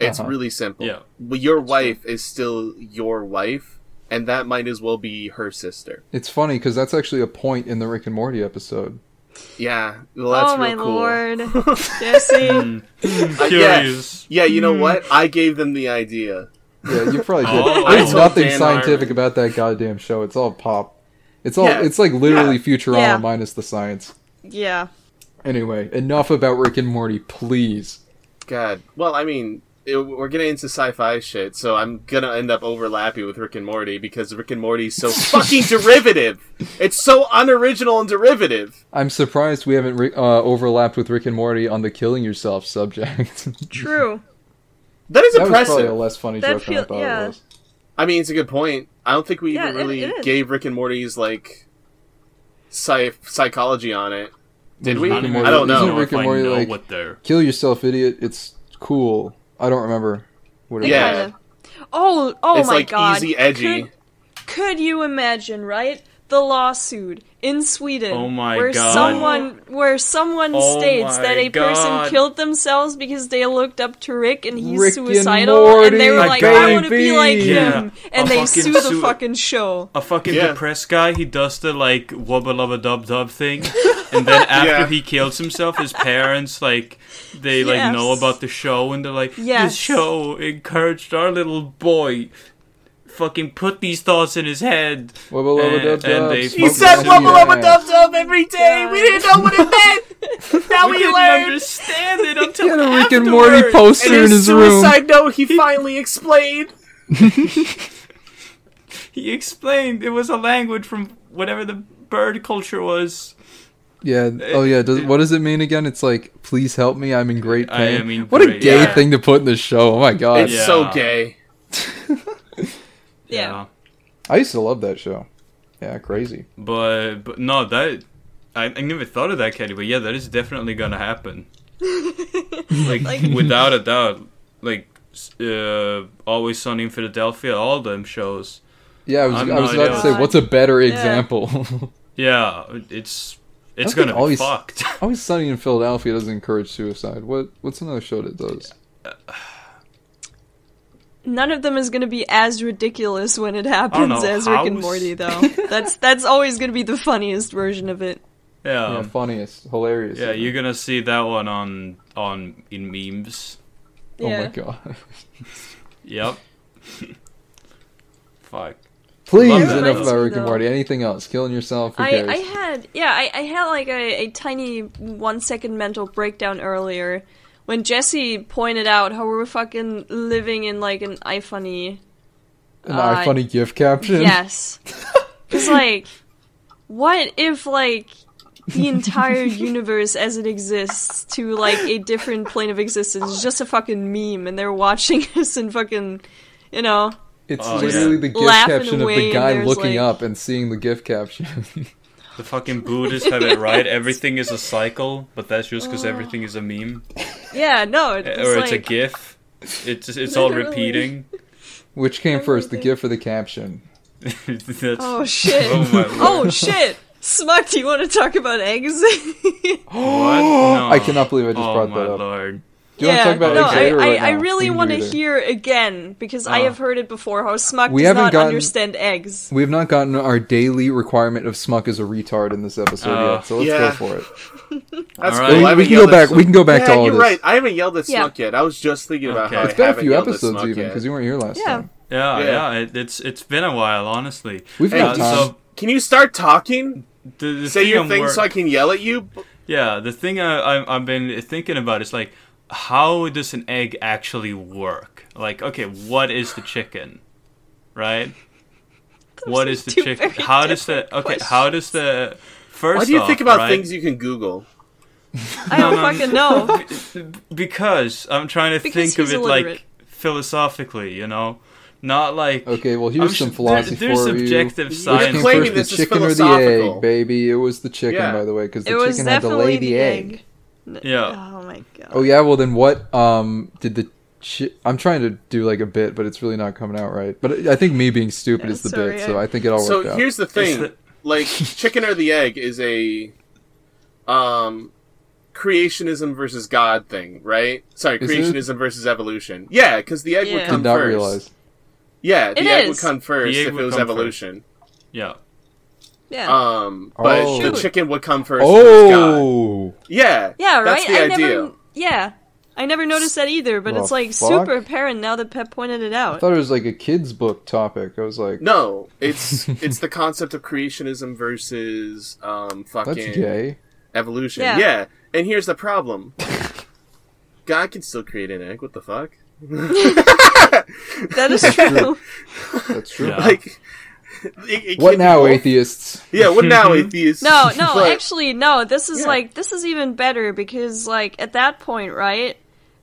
Speaker 4: It's
Speaker 5: Uh-huh.
Speaker 4: really simple.
Speaker 3: Yeah.
Speaker 4: Well, your wife is still your wife, and that might as well be her sister.
Speaker 5: it's funny because that's actually a point in the Rick and Morty episode.
Speaker 4: Yeah. Well, that's
Speaker 2: oh my
Speaker 4: real cool.
Speaker 2: lord, Hmm. Jesse!
Speaker 4: Uh,
Speaker 3: Curious.
Speaker 4: Yeah. yeah. You know what? I gave them the idea.
Speaker 5: Yeah, you probably did.
Speaker 3: Oh, I
Speaker 5: There's
Speaker 4: told
Speaker 5: nothing
Speaker 4: Dan
Speaker 5: scientific
Speaker 4: Harmon.
Speaker 5: about that goddamn show. It's all pop. It's all.
Speaker 4: Yeah.
Speaker 5: It's like literally Futurama
Speaker 2: Yeah.
Speaker 5: minus the science.
Speaker 2: yeah,
Speaker 5: Anyway, enough about Rick and Morty, please.
Speaker 4: God. Well, I mean, it, we're getting into sci-fi shit, so I'm gonna end up overlapping with Rick and Morty because Rick and Morty is so fucking derivative. It's so unoriginal and derivative.
Speaker 5: I'm surprised we haven't re- uh, overlapped with Rick and Morty on the killing yourself subject.
Speaker 2: true.
Speaker 4: That is
Speaker 5: that was
Speaker 4: impressive.
Speaker 5: probably a less funny
Speaker 2: That
Speaker 5: joke than I
Speaker 2: feel-
Speaker 5: thought
Speaker 2: yeah.
Speaker 5: it was.
Speaker 4: I mean, it's a good point. I don't think we
Speaker 2: Yeah,
Speaker 4: even
Speaker 2: it-
Speaker 4: really
Speaker 2: it is.
Speaker 4: gave Rick and Morty's like psy- psychology on it. Did we?
Speaker 5: Rick
Speaker 4: I
Speaker 5: and Morty-
Speaker 4: don't
Speaker 5: isn't
Speaker 4: know.
Speaker 3: If
Speaker 5: Rick and
Speaker 3: I
Speaker 5: Morty,
Speaker 3: know
Speaker 5: like-
Speaker 3: what they're.
Speaker 5: Kill yourself, idiot. It's cool. I don't remember what it
Speaker 4: Yeah.
Speaker 5: was.
Speaker 2: Kinda. Oh, oh
Speaker 4: It's
Speaker 2: my
Speaker 4: like
Speaker 2: god!
Speaker 4: easy edgy.
Speaker 2: Could, could you imagine, right? The lawsuit in Sweden,
Speaker 3: Oh my
Speaker 2: where
Speaker 3: God.
Speaker 2: someone where someone
Speaker 3: Oh
Speaker 2: states
Speaker 3: my
Speaker 2: that a
Speaker 3: God.
Speaker 2: person killed themsells because they looked up to Rick and he's
Speaker 5: Rick and
Speaker 2: suicidal, and, they were
Speaker 5: Morty,
Speaker 2: like, "I want to be
Speaker 5: baby.
Speaker 2: like
Speaker 3: Yeah.
Speaker 2: him," and
Speaker 3: A
Speaker 2: they
Speaker 3: fucking
Speaker 2: sue the
Speaker 3: sui-
Speaker 2: fucking show.
Speaker 3: a fucking
Speaker 4: Yeah.
Speaker 3: depressed guy. He does the like wubba lubba dub dub thing, and then after
Speaker 4: Yeah.
Speaker 3: he kills himself, his parents like they like
Speaker 2: Yes.
Speaker 3: know about the show and they're like,
Speaker 2: Yes.
Speaker 3: "This show encouraged our little boy." Fucking put these thoughts in his head.
Speaker 5: Wubba lubba dub
Speaker 3: And- and they
Speaker 5: dubs.
Speaker 3: He fucking said
Speaker 5: Smoke
Speaker 3: wubba
Speaker 5: it in your ass.
Speaker 4: dub every day.
Speaker 2: We didn't
Speaker 4: know what it meant. now
Speaker 3: We didn't understand it until
Speaker 5: He had a Rick and
Speaker 3: afterward.
Speaker 5: Morty poster in his room.
Speaker 4: note, he finally explained.
Speaker 3: He explained it was a language from whatever the bird culture was.
Speaker 5: Yeah. Oh, yeah. Does, what does it mean again? It's like, please help me. I'm in great
Speaker 3: I
Speaker 5: pain.
Speaker 3: am in
Speaker 5: what a
Speaker 3: great-
Speaker 5: gay
Speaker 2: Yeah.
Speaker 5: thing to put in the show. Oh my god.
Speaker 4: It's so
Speaker 3: Yeah.
Speaker 4: gay.
Speaker 2: Yeah.
Speaker 5: I used to love that show. Yeah, crazy.
Speaker 3: But but no, that I, I never thought of that, Katie. But yeah, that is definitely gonna happen. like, without a doubt. Like s- uh, always Sunny in Philadelphia, all them shows.
Speaker 5: Yeah, I was,
Speaker 3: I'm
Speaker 5: I was
Speaker 3: not-
Speaker 5: about to say,
Speaker 2: yeah.
Speaker 5: what's a better example?
Speaker 3: Yeah, it's it's
Speaker 5: I don't
Speaker 3: gonna
Speaker 5: think
Speaker 3: be
Speaker 5: always-
Speaker 3: fucked.
Speaker 5: Always Sunny in Philadelphia doesn't encourage suicide. What What's another show that does?
Speaker 2: None of them is going to be as ridiculous when it happens
Speaker 3: know,
Speaker 2: as Rick and
Speaker 3: House?
Speaker 2: Morty, though. that's that's always going to be the funniest version of it.
Speaker 3: yeah. um,
Speaker 5: yeah, funniest, hilarious.
Speaker 3: Yeah,
Speaker 5: even.
Speaker 3: you're gonna see that one on on in memes.
Speaker 5: Oh
Speaker 2: Yeah.
Speaker 5: my god.
Speaker 3: Yep. Fuck.
Speaker 5: Please,
Speaker 3: Love that.
Speaker 5: enough
Speaker 2: Reminds
Speaker 5: about
Speaker 2: me,
Speaker 5: Rick and
Speaker 2: though-
Speaker 5: Morty. Anything else? Killing yourself? Who
Speaker 2: I,
Speaker 5: cares?
Speaker 2: I had yeah I, I had like a, a tiny one second mental breakdown earlier when Jesse pointed out how we were fucking living in like an iFunny
Speaker 5: An
Speaker 2: uh,
Speaker 5: iFunny gift caption.
Speaker 2: yes it's like what if like the entire universe as it exists to like a different plane of existence is just a fucking meme and they're watching us and fucking you know
Speaker 5: It's
Speaker 3: Oh,
Speaker 5: literally
Speaker 3: yeah.
Speaker 5: the gift
Speaker 2: Laughing
Speaker 5: caption of
Speaker 2: away
Speaker 5: the
Speaker 2: and
Speaker 5: guy
Speaker 2: there's,
Speaker 5: looking
Speaker 2: like-
Speaker 5: up and seeing the gift caption.
Speaker 3: The fucking Buddhists have it right. Everything is a cycle, but that's just because everything is a meme
Speaker 2: yeah no it's
Speaker 3: Eh, or it's a
Speaker 2: like
Speaker 3: GIF. It's it's all
Speaker 2: Literally.
Speaker 3: repeating.
Speaker 5: Which came first, the
Speaker 2: Everything.
Speaker 5: gift or the caption?
Speaker 3: that's,
Speaker 2: oh shit
Speaker 3: oh my lord.
Speaker 2: Oh shit! Smuck, do you want to talk about eggs? Oh.
Speaker 3: What? No.
Speaker 5: I cannot believe I just
Speaker 3: oh
Speaker 5: brought
Speaker 3: my
Speaker 5: that up.
Speaker 3: lord.
Speaker 5: Do you want to talk about
Speaker 2: no,
Speaker 5: eggs
Speaker 2: I,
Speaker 5: later or
Speaker 2: I,
Speaker 5: right
Speaker 2: I
Speaker 5: now?
Speaker 2: really
Speaker 5: We can
Speaker 2: want
Speaker 5: do
Speaker 2: to
Speaker 5: it later.
Speaker 2: hear again because I
Speaker 3: Oh.
Speaker 2: have heard it before how Smuck
Speaker 5: We
Speaker 2: does
Speaker 5: haven't
Speaker 2: not
Speaker 5: gotten-
Speaker 2: understand eggs.
Speaker 5: We have not gotten our daily requirement of Smuck as a retard in this episode
Speaker 3: Oh.
Speaker 5: yet, so let's
Speaker 4: Yeah.
Speaker 5: go for it.
Speaker 4: That's
Speaker 3: All
Speaker 4: cool. I
Speaker 3: right.
Speaker 5: We- we
Speaker 4: haven't
Speaker 5: can
Speaker 4: yelled
Speaker 5: go
Speaker 4: at
Speaker 5: back- we can go back
Speaker 4: yeah,
Speaker 5: to all
Speaker 4: you're
Speaker 5: this.
Speaker 4: right. I haven't yelled at
Speaker 2: Yeah.
Speaker 4: Smuck yet. I was just thinking about
Speaker 3: Okay.
Speaker 4: how
Speaker 5: It's
Speaker 4: I
Speaker 5: been a
Speaker 4: haven't
Speaker 5: few
Speaker 4: yelled at
Speaker 5: episodes
Speaker 4: Smuck
Speaker 5: even
Speaker 4: yet.
Speaker 5: because you weren't here last
Speaker 2: Yeah.
Speaker 5: time.
Speaker 3: Yeah,
Speaker 4: Yeah.
Speaker 3: yeah. it, it's it's been a while, honestly.
Speaker 5: We've
Speaker 4: Hey,
Speaker 5: got
Speaker 3: Uh,
Speaker 5: time.
Speaker 3: so
Speaker 4: Can you start talking?
Speaker 3: the, the
Speaker 4: Say your
Speaker 3: theorem
Speaker 4: thing
Speaker 3: work-
Speaker 4: so I can yell at you.
Speaker 3: Yeah, the thing I, I I've been thinking about is like, how does an egg actually work? Like, okay, what is the chicken, right? what is the
Speaker 2: two
Speaker 3: chicken?
Speaker 2: very
Speaker 3: How does the okay? How does the first?
Speaker 4: Why do you
Speaker 3: off,
Speaker 4: think about
Speaker 3: right,
Speaker 4: things you can Google?
Speaker 2: I don't
Speaker 3: no, no.
Speaker 2: fucking know.
Speaker 3: Because I'm trying to
Speaker 2: Because
Speaker 3: think of
Speaker 2: he's
Speaker 3: it
Speaker 2: illiterate.
Speaker 3: like philosophically, you know, not like
Speaker 5: Okay, well, here's some
Speaker 3: I'm su- there-
Speaker 5: philosophy
Speaker 3: there's
Speaker 5: for you.
Speaker 3: subjective
Speaker 5: Which
Speaker 3: science.
Speaker 5: came
Speaker 4: claiming
Speaker 5: first,
Speaker 4: this
Speaker 5: the
Speaker 4: is
Speaker 5: chicken or the
Speaker 4: philosophical.
Speaker 5: egg, baby? It was the chicken,
Speaker 4: Yeah.
Speaker 5: by the way, because the
Speaker 2: It was
Speaker 5: chicken had to
Speaker 2: definitely
Speaker 5: lay
Speaker 2: the
Speaker 5: the egg.
Speaker 2: egg.
Speaker 3: yeah.
Speaker 2: Oh my god.
Speaker 5: Oh yeah, well then what? Um, did the chi- I'm trying to do like a bit, but it's really not coming out right. But I think me being stupid
Speaker 2: Yeah,
Speaker 5: is the
Speaker 2: sorry,
Speaker 5: bit, so
Speaker 2: I-
Speaker 5: I think it all
Speaker 4: So
Speaker 5: worked out.
Speaker 4: here's the thing:
Speaker 3: the-
Speaker 4: like chicken or the egg is a um creationism versus God thing, right? Sorry,
Speaker 5: Is it?
Speaker 4: creationism versus evolution. Yeah, because the egg would
Speaker 2: Yeah.
Speaker 4: come
Speaker 5: Did not
Speaker 4: first.
Speaker 5: realize.
Speaker 4: Yeah, the
Speaker 2: It
Speaker 4: egg
Speaker 2: is.
Speaker 4: would come first
Speaker 3: The egg
Speaker 4: if it
Speaker 3: would
Speaker 4: was
Speaker 3: come
Speaker 4: evolution.
Speaker 3: Yeah.
Speaker 2: Yeah.
Speaker 3: Uh,
Speaker 4: Um, but
Speaker 5: Oh.
Speaker 4: the chicken would come first. Oh,
Speaker 5: Oh,
Speaker 4: yeah,
Speaker 2: yeah. Right.
Speaker 4: That's the
Speaker 2: I
Speaker 4: idea.
Speaker 2: never. Yeah. I never noticed that either, but
Speaker 5: Well,
Speaker 2: it's like
Speaker 5: fuck.
Speaker 2: super apparent now that Pep pointed it
Speaker 5: I
Speaker 2: out.
Speaker 5: thought it was like a kids book topic. I was like,
Speaker 4: No, it's it's the concept of creationism versus um
Speaker 5: that's
Speaker 4: fucking
Speaker 5: gay.
Speaker 4: evolution.
Speaker 2: Yeah.
Speaker 4: Yeah. and here's the problem: God can still create an egg. What the fuck?
Speaker 2: That is true.
Speaker 5: That's true.
Speaker 3: Yeah.
Speaker 4: Like, it- it
Speaker 5: Oh. What
Speaker 4: can't
Speaker 5: now,
Speaker 4: be both.
Speaker 5: atheists?
Speaker 4: Yeah, what now, atheists?
Speaker 2: No, no,
Speaker 4: But-
Speaker 2: actually, no. This is
Speaker 4: Yeah.
Speaker 2: like this is even better because like at that point, right?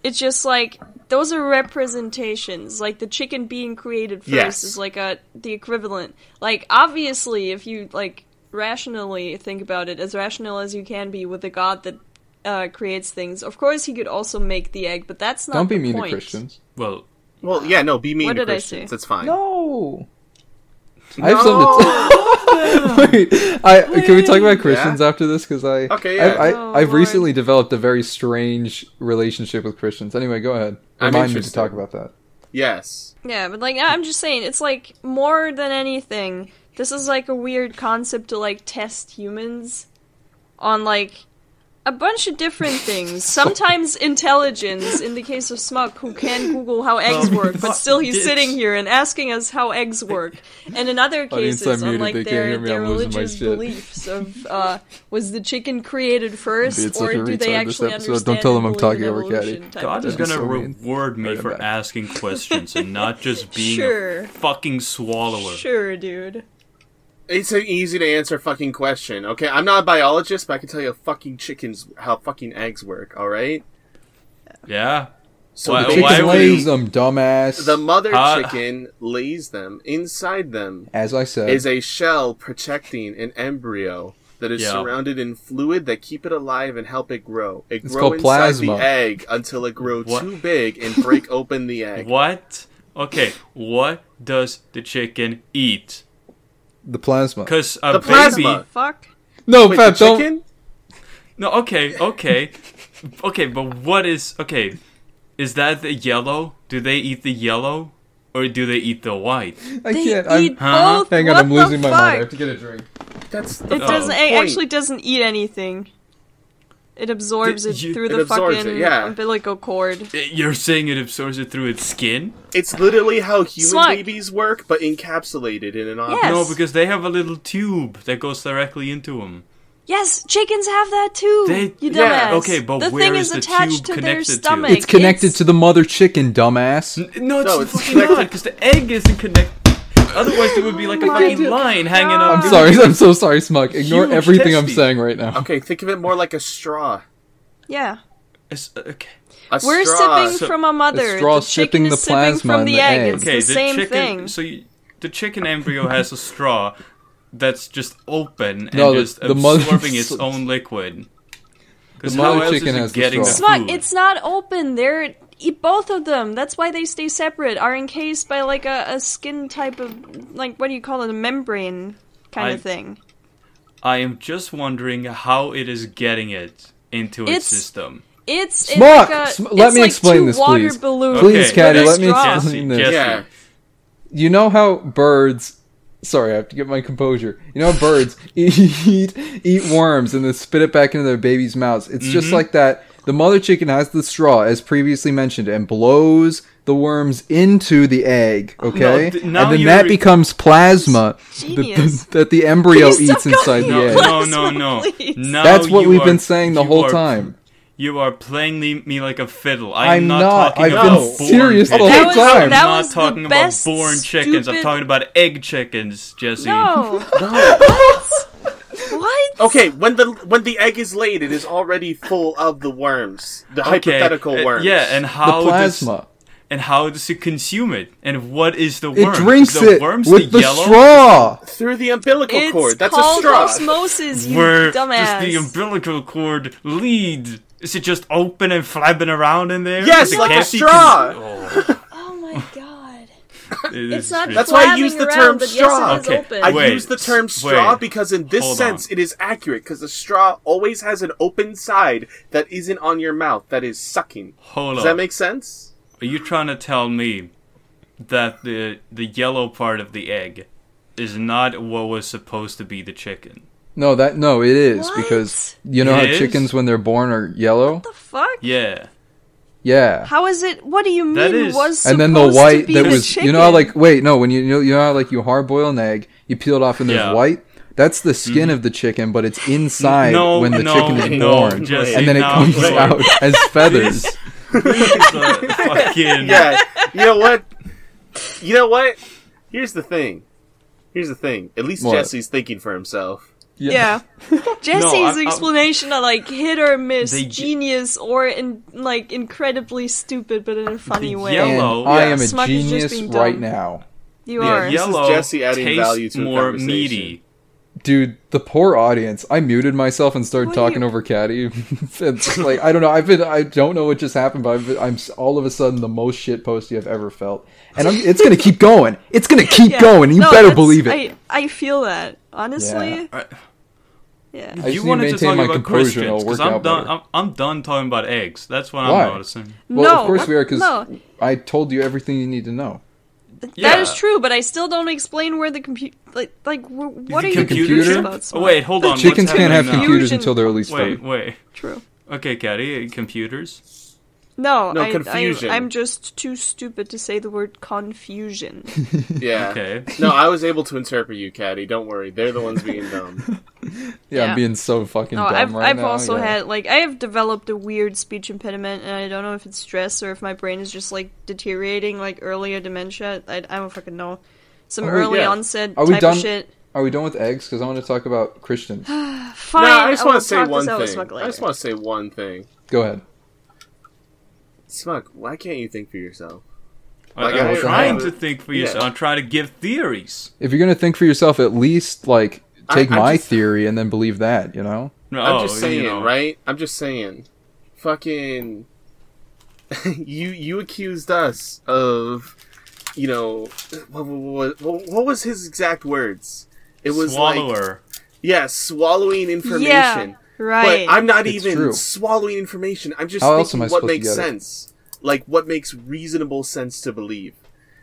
Speaker 2: It's just like those are representations. Like the chicken being created first
Speaker 4: Yes.
Speaker 2: is like a the equivalent. Like obviously, if you like rationally think about it, as rational as you can be with a god that uh, creates things, of course he could also make the egg, but that's not.
Speaker 5: Don't be
Speaker 2: the
Speaker 5: mean
Speaker 2: point.
Speaker 5: to Christians.
Speaker 3: Well,
Speaker 4: Well, yeah, no, be mean
Speaker 2: What
Speaker 4: to
Speaker 2: did I
Speaker 4: Christians.
Speaker 2: say?
Speaker 4: It's fine.
Speaker 5: No. I have something to Wait, I, can we talk about Christians after this? Because I,
Speaker 4: Okay,
Speaker 5: I, I,
Speaker 4: yeah.
Speaker 2: Oh,
Speaker 5: I've
Speaker 2: Lord.
Speaker 5: recently developed a very strange relationship with Christians. Anyway, go ahead.
Speaker 4: I'm
Speaker 5: Remind me to
Speaker 4: interested.
Speaker 5: talk about that.
Speaker 4: yes.
Speaker 2: Yeah, but like I'm just saying, it's like more than anything, this is like a weird concept to like test humans on like a bunch of different things. Sometimes intelligence, in the case of Smuck, who can Google how eggs work, but still he's
Speaker 3: Bitch.
Speaker 2: sitting here and asking us how eggs work. And in other
Speaker 5: Audience,
Speaker 2: cases,
Speaker 5: I'm muted.
Speaker 2: unlike
Speaker 5: They can't
Speaker 2: their,
Speaker 5: hear me.
Speaker 2: their
Speaker 5: I'm losing my
Speaker 2: religious
Speaker 5: shit.
Speaker 2: beliefs of uh, was the chicken created first,
Speaker 5: It's
Speaker 2: or
Speaker 5: like a
Speaker 2: do they
Speaker 5: retard, this
Speaker 2: actually
Speaker 5: episode. Don't
Speaker 2: understand?
Speaker 5: tell
Speaker 2: and
Speaker 5: them I'm
Speaker 2: believe in
Speaker 5: talking over Caddy.
Speaker 2: evolution type
Speaker 3: God
Speaker 2: of
Speaker 3: is
Speaker 2: thing?
Speaker 3: gonna
Speaker 5: so mean.
Speaker 3: reward me
Speaker 5: Right, I'm
Speaker 3: for
Speaker 5: back.
Speaker 3: asking questions and not just being
Speaker 2: Sure.
Speaker 3: a fucking swallower.
Speaker 2: Sure, dude.
Speaker 4: It's an easy to answer fucking question. Okay, I'm not a biologist, but I can tell you fucking chickens how fucking eggs work. All right.
Speaker 3: Yeah.
Speaker 4: So
Speaker 3: Why-
Speaker 4: the
Speaker 5: Chicken
Speaker 3: why
Speaker 4: chicken
Speaker 3: would-
Speaker 5: lays them, dumbass.
Speaker 4: the mother
Speaker 3: Uh,
Speaker 4: chicken lays them. Inside them
Speaker 5: As I said,
Speaker 4: is a shell protecting an embryo that is
Speaker 3: Yeah.
Speaker 4: surrounded in fluid that keep it alive and help it grow. It grows
Speaker 5: called
Speaker 4: inside
Speaker 5: plasma.
Speaker 4: the egg until it grows
Speaker 3: What?
Speaker 4: too big and break open the egg.
Speaker 3: What? Okay. What does the chicken eat?
Speaker 5: the plasma.
Speaker 3: Because a
Speaker 4: The
Speaker 3: baby.
Speaker 4: plasma.
Speaker 2: Fuck.
Speaker 5: No,
Speaker 4: Wait,
Speaker 5: Fab,
Speaker 4: the
Speaker 5: don't.
Speaker 4: chicken?
Speaker 3: No. Okay. Okay. okay. But what is? Okay. Is that the yellow? Do they eat the yellow, or do they eat the white?
Speaker 5: I
Speaker 2: They
Speaker 5: can't.
Speaker 2: eat
Speaker 5: I'm,
Speaker 3: Huh?
Speaker 2: both.
Speaker 5: hang on,
Speaker 2: what
Speaker 5: I'm losing
Speaker 2: the
Speaker 5: my
Speaker 2: fuck?
Speaker 5: mind. I have to get a drink.
Speaker 4: That's the
Speaker 2: It doesn't.
Speaker 4: point.
Speaker 2: It actually doesn't eat anything. It absorbs
Speaker 3: Did
Speaker 2: it
Speaker 3: you-
Speaker 2: through
Speaker 4: It
Speaker 2: the
Speaker 4: absorbs it,
Speaker 2: fucking
Speaker 4: yeah.
Speaker 2: umbilical cord.
Speaker 3: You're saying it absorbs it through its skin?
Speaker 4: It's literally how human
Speaker 2: Smart.
Speaker 4: babies work, but encapsulated in an object.
Speaker 2: Yes.
Speaker 3: No, because they have a little tube that goes directly into them.
Speaker 2: Yes, chickens have that too.
Speaker 3: They-
Speaker 2: you dumbass.
Speaker 4: yeah,
Speaker 3: okay, but
Speaker 2: the
Speaker 3: where
Speaker 2: thing
Speaker 3: is
Speaker 2: is
Speaker 3: the
Speaker 2: attached
Speaker 3: tube
Speaker 2: to their
Speaker 3: connected to?
Speaker 2: stomach.
Speaker 5: It's connected to the mother chicken, dumbass.
Speaker 3: No, it's,
Speaker 4: No, it's
Speaker 3: fucking not,
Speaker 4: connected.
Speaker 3: because the egg isn't connected. Otherwise, there would be like a fucking line hanging up.
Speaker 5: I'm sorry. I'm so sorry, Smug. Ignore
Speaker 3: Huge
Speaker 5: everything I'm
Speaker 3: testes.
Speaker 5: saying right now.
Speaker 4: Okay, think of it more like a straw.
Speaker 2: Yeah,
Speaker 3: It's- uh, okay.
Speaker 4: A
Speaker 2: we're
Speaker 4: straw.
Speaker 2: sipping
Speaker 3: So-
Speaker 2: from a mother.
Speaker 5: The straw
Speaker 2: the chicken
Speaker 5: sipping
Speaker 2: is
Speaker 5: the
Speaker 2: sipping
Speaker 5: plasma
Speaker 2: from
Speaker 5: and
Speaker 2: the
Speaker 5: the
Speaker 2: egg.
Speaker 5: egg.
Speaker 2: It's
Speaker 3: Okay,
Speaker 2: the same
Speaker 3: chicken,
Speaker 2: thing.
Speaker 3: So you, the chicken embryo has a straw that's just open and
Speaker 5: No, the-
Speaker 3: just
Speaker 5: the mother-
Speaker 3: absorbing its own liquid. Because
Speaker 5: The
Speaker 3: how
Speaker 5: mother
Speaker 3: else
Speaker 5: chicken
Speaker 3: is it
Speaker 5: has the
Speaker 3: getting the
Speaker 5: straw.
Speaker 2: Smug,
Speaker 3: food?
Speaker 2: it's not open. They're eat both of them. That's why they stay separate. Are encased by like a, a skin type of like what do you call it? A membrane kind
Speaker 3: I-
Speaker 2: of thing.
Speaker 3: I am just wondering how it is getting it into its,
Speaker 2: It's-
Speaker 3: system.
Speaker 2: It's it's like
Speaker 5: Smuck!
Speaker 2: a,
Speaker 5: Sm-
Speaker 2: it's
Speaker 5: let me
Speaker 2: like
Speaker 5: explain
Speaker 2: two
Speaker 5: this,
Speaker 2: water
Speaker 5: please.
Speaker 2: Balloons
Speaker 5: Please,
Speaker 2: with
Speaker 5: Caddy,
Speaker 2: a
Speaker 5: let me
Speaker 2: straw.
Speaker 5: explain
Speaker 3: Jesse,
Speaker 5: this.
Speaker 3: Jesse.
Speaker 4: Yeah.
Speaker 5: You know how birds. Sorry, I have to get my composure. You know how birds eat eat worms and then spit it back into their babies' mouths. It's
Speaker 3: Mm-hmm.
Speaker 5: just like that. The mother chicken has the straw, as previously mentioned, and blows the worms into the egg. Okay,
Speaker 3: Oh, th-
Speaker 5: and
Speaker 3: now
Speaker 5: then
Speaker 3: you're
Speaker 5: that
Speaker 3: re-
Speaker 5: becomes plasma that,
Speaker 2: Genius.
Speaker 5: the- that the embryo
Speaker 2: Please
Speaker 5: eats
Speaker 2: stop
Speaker 5: inside
Speaker 2: going
Speaker 5: the egg.
Speaker 2: on.
Speaker 3: No, no, no,
Speaker 2: Please.
Speaker 3: no.
Speaker 5: That's what
Speaker 3: you
Speaker 5: we've
Speaker 3: are-
Speaker 5: been saying the
Speaker 3: you
Speaker 5: whole
Speaker 3: are-
Speaker 5: time.
Speaker 3: You are playing me, me like a fiddle. I am
Speaker 5: I'm
Speaker 3: not,
Speaker 5: not.
Speaker 3: talking
Speaker 5: I've
Speaker 3: about
Speaker 4: been
Speaker 3: born
Speaker 5: serious the
Speaker 3: chickens.
Speaker 5: whole That was- time.
Speaker 3: I'm
Speaker 2: that
Speaker 3: not
Speaker 2: was the
Speaker 3: talking about
Speaker 2: best
Speaker 3: born chickens. I'm
Speaker 2: stupid-
Speaker 3: talking about egg chickens, Jesse.
Speaker 2: No. what? What?
Speaker 4: Okay, when the when the egg is laid, it is already full of the worms, the
Speaker 3: Okay,
Speaker 4: hypothetical
Speaker 3: uh,
Speaker 4: worms.
Speaker 3: Yeah, and
Speaker 5: The
Speaker 3: how
Speaker 5: plasma.
Speaker 3: Does, and how does it consume it? And what is the
Speaker 5: it
Speaker 3: worm?
Speaker 5: drinks
Speaker 3: Is the
Speaker 5: it
Speaker 3: worms
Speaker 5: with the,
Speaker 3: yellow
Speaker 5: straw.
Speaker 4: through the umbilical
Speaker 2: It's
Speaker 4: cord. That's a
Speaker 2: called
Speaker 4: straw.
Speaker 2: osmosis, you
Speaker 3: Where does
Speaker 2: dumbass.
Speaker 3: the umbilical cord lead? Is it just open and flapping around in there?
Speaker 4: Yes,
Speaker 3: Is it
Speaker 4: like a
Speaker 3: Cassie
Speaker 4: straw.
Speaker 3: cons- oh,
Speaker 2: oh my god.
Speaker 3: it
Speaker 2: It's
Speaker 3: is
Speaker 2: not
Speaker 3: just-
Speaker 4: That's why I
Speaker 2: flapping
Speaker 4: used the
Speaker 2: around,
Speaker 4: term
Speaker 2: but
Speaker 4: straw.
Speaker 2: Yes, it is
Speaker 3: Okay,
Speaker 2: open.
Speaker 4: I
Speaker 3: Wait,
Speaker 4: use the term
Speaker 3: s-
Speaker 4: straw
Speaker 3: wait.
Speaker 4: because in this
Speaker 3: Hold
Speaker 4: sense
Speaker 3: on.
Speaker 4: it is accurate because the straw always has an open side that isn't on your mouth that is sucking.
Speaker 3: Hold
Speaker 4: Does
Speaker 3: on.
Speaker 4: that make sense?
Speaker 3: Are you trying to tell me that the the yellow part of the egg is not what was supposed to be the chicken?
Speaker 5: No, that no, it is
Speaker 2: What?
Speaker 5: because you know
Speaker 3: It
Speaker 5: how
Speaker 3: is?
Speaker 5: chickens when they're born are yellow.
Speaker 2: the fuck?
Speaker 3: Yeah.
Speaker 5: Yeah.
Speaker 2: How is it? What do you mean?
Speaker 3: That is-
Speaker 2: was
Speaker 5: and then the
Speaker 2: supposed to
Speaker 5: white
Speaker 2: be
Speaker 5: that
Speaker 2: the
Speaker 5: was
Speaker 2: chicken?
Speaker 5: you know how, like wait no when you you know, you know how like you hard boil an egg you peel it off and there's
Speaker 3: Yeah. Mm-hmm.
Speaker 5: white that's the skin of the chicken but it's inside
Speaker 3: no,
Speaker 5: when the
Speaker 3: no,
Speaker 5: chicken is
Speaker 3: no,
Speaker 5: born
Speaker 3: Jesse,
Speaker 5: and then it
Speaker 3: no,
Speaker 5: comes
Speaker 3: wait.
Speaker 5: out as feathers
Speaker 3: It's a fucking
Speaker 4: Yeah. you know what? You know what? Here's the thing. Here's the thing. At least
Speaker 5: What?
Speaker 4: Jesse's thinking for himself.
Speaker 2: Yeah.
Speaker 3: No,
Speaker 2: Jesse's
Speaker 3: I'm- I'm-
Speaker 2: explanation are like hit or miss,
Speaker 3: They-
Speaker 2: genius or in like incredibly stupid, but in a funny way.
Speaker 5: and
Speaker 3: Yellow.
Speaker 5: I
Speaker 3: Yeah,
Speaker 5: am a
Speaker 2: Smuck is just
Speaker 5: genius
Speaker 2: being dumb.
Speaker 5: right now
Speaker 2: You
Speaker 4: Yeah,
Speaker 2: are.
Speaker 4: This is
Speaker 3: yellow
Speaker 4: Jesse adding
Speaker 3: tastes
Speaker 4: value to a
Speaker 3: more
Speaker 4: conversation.
Speaker 3: meaty.
Speaker 5: dude the poor audience I muted myself and started
Speaker 2: What do
Speaker 5: talking
Speaker 2: you-
Speaker 5: over Caddy it's like I don't know I've been I don't know what just happened but I've been, I'm s- all of a sudden the most shit posty I've ever felt and I'm, it's gonna keep going it's gonna keep
Speaker 2: Yeah.
Speaker 5: going you
Speaker 2: No,
Speaker 5: better
Speaker 2: that's-
Speaker 5: believe it.
Speaker 2: I, I feel that honestly.
Speaker 3: Yeah.
Speaker 2: Yeah.
Speaker 5: I just need
Speaker 3: you
Speaker 5: to
Speaker 3: wanted to
Speaker 5: maintain
Speaker 3: talk
Speaker 5: my
Speaker 3: about
Speaker 5: composure and
Speaker 3: Christians
Speaker 5: it'll work
Speaker 3: because I'm
Speaker 5: out
Speaker 3: done.
Speaker 5: better.
Speaker 3: I'm, I'm done talking about eggs. That's what
Speaker 5: Why?
Speaker 3: I'm noticing.
Speaker 5: Well,
Speaker 2: no,
Speaker 5: of course
Speaker 2: what-
Speaker 5: we are because
Speaker 2: no.
Speaker 5: I told you everything you need to know.
Speaker 2: Th-
Speaker 3: Yeah.
Speaker 2: That is true, but I still don't explain where the computer. Like, like, wh- what are
Speaker 3: The
Speaker 2: you
Speaker 5: computer?
Speaker 2: confused about? Smoke?
Speaker 3: Oh, wait, hold on.
Speaker 5: Chickens
Speaker 3: what's
Speaker 5: can't have
Speaker 3: happening
Speaker 5: computers
Speaker 2: Fusion-
Speaker 5: until they're at least
Speaker 3: now? Wait,
Speaker 5: three.
Speaker 3: wait.
Speaker 2: True.
Speaker 3: Okay, Caddy, uh, computers.
Speaker 2: No,
Speaker 4: No,
Speaker 2: I,
Speaker 4: confusion.
Speaker 2: I, I'm just too stupid to say the word confusion.
Speaker 4: Yeah.
Speaker 3: Okay.
Speaker 4: No, I was able to interpret you, Caddy. Don't worry. They're the ones being dumb.
Speaker 5: Yeah,
Speaker 2: Yeah.
Speaker 5: I'm being so fucking
Speaker 2: No,
Speaker 5: dumb
Speaker 2: Oh, I've,
Speaker 5: right
Speaker 2: I've
Speaker 5: now.
Speaker 2: also
Speaker 5: yeah.
Speaker 2: had, like, I have developed a weird speech impediment, and I don't know if it's stress or if my brain is just, like, deteriorating, like, earlier dementia. I, I don't fucking know. Some
Speaker 5: Oh,
Speaker 2: early
Speaker 4: yeah.
Speaker 2: onset
Speaker 5: Are we
Speaker 2: type
Speaker 5: done?
Speaker 2: of shit.
Speaker 5: Are we done with eggs? Because I want to talk about Christians.
Speaker 2: Fine,
Speaker 4: no, I just
Speaker 2: want Oh, to
Speaker 4: say one
Speaker 2: this out with
Speaker 4: thing.
Speaker 2: Smug
Speaker 4: I just
Speaker 2: later.
Speaker 4: want to say one thing.
Speaker 5: Go ahead.
Speaker 4: Smug, why can't you think for yourself?
Speaker 3: I,
Speaker 4: Like,
Speaker 3: am
Speaker 5: I-
Speaker 3: trying
Speaker 5: I-
Speaker 3: to think for
Speaker 4: yeah.
Speaker 3: yourself. I'm trying to give theories.
Speaker 5: If you're gonna think for yourself, at least like
Speaker 4: I-
Speaker 5: take
Speaker 4: I
Speaker 5: my
Speaker 4: just-
Speaker 5: theory and then believe that. You know.
Speaker 3: No,
Speaker 4: I'm just saying,
Speaker 3: Oh, you know.
Speaker 4: right? I'm just saying. Fucking you you accused us of you know what, what, what, what was his exact words? It was like
Speaker 3: Swallower.
Speaker 4: yeah, swallowing information.
Speaker 2: Yeah, right.
Speaker 4: But I'm not
Speaker 5: It's
Speaker 4: even
Speaker 5: true.
Speaker 4: swallowing information. I'm just
Speaker 5: How else am I
Speaker 4: thinking what
Speaker 5: supposed to
Speaker 4: makes
Speaker 5: get it?
Speaker 4: sense. Like what makes reasonable sense to believe.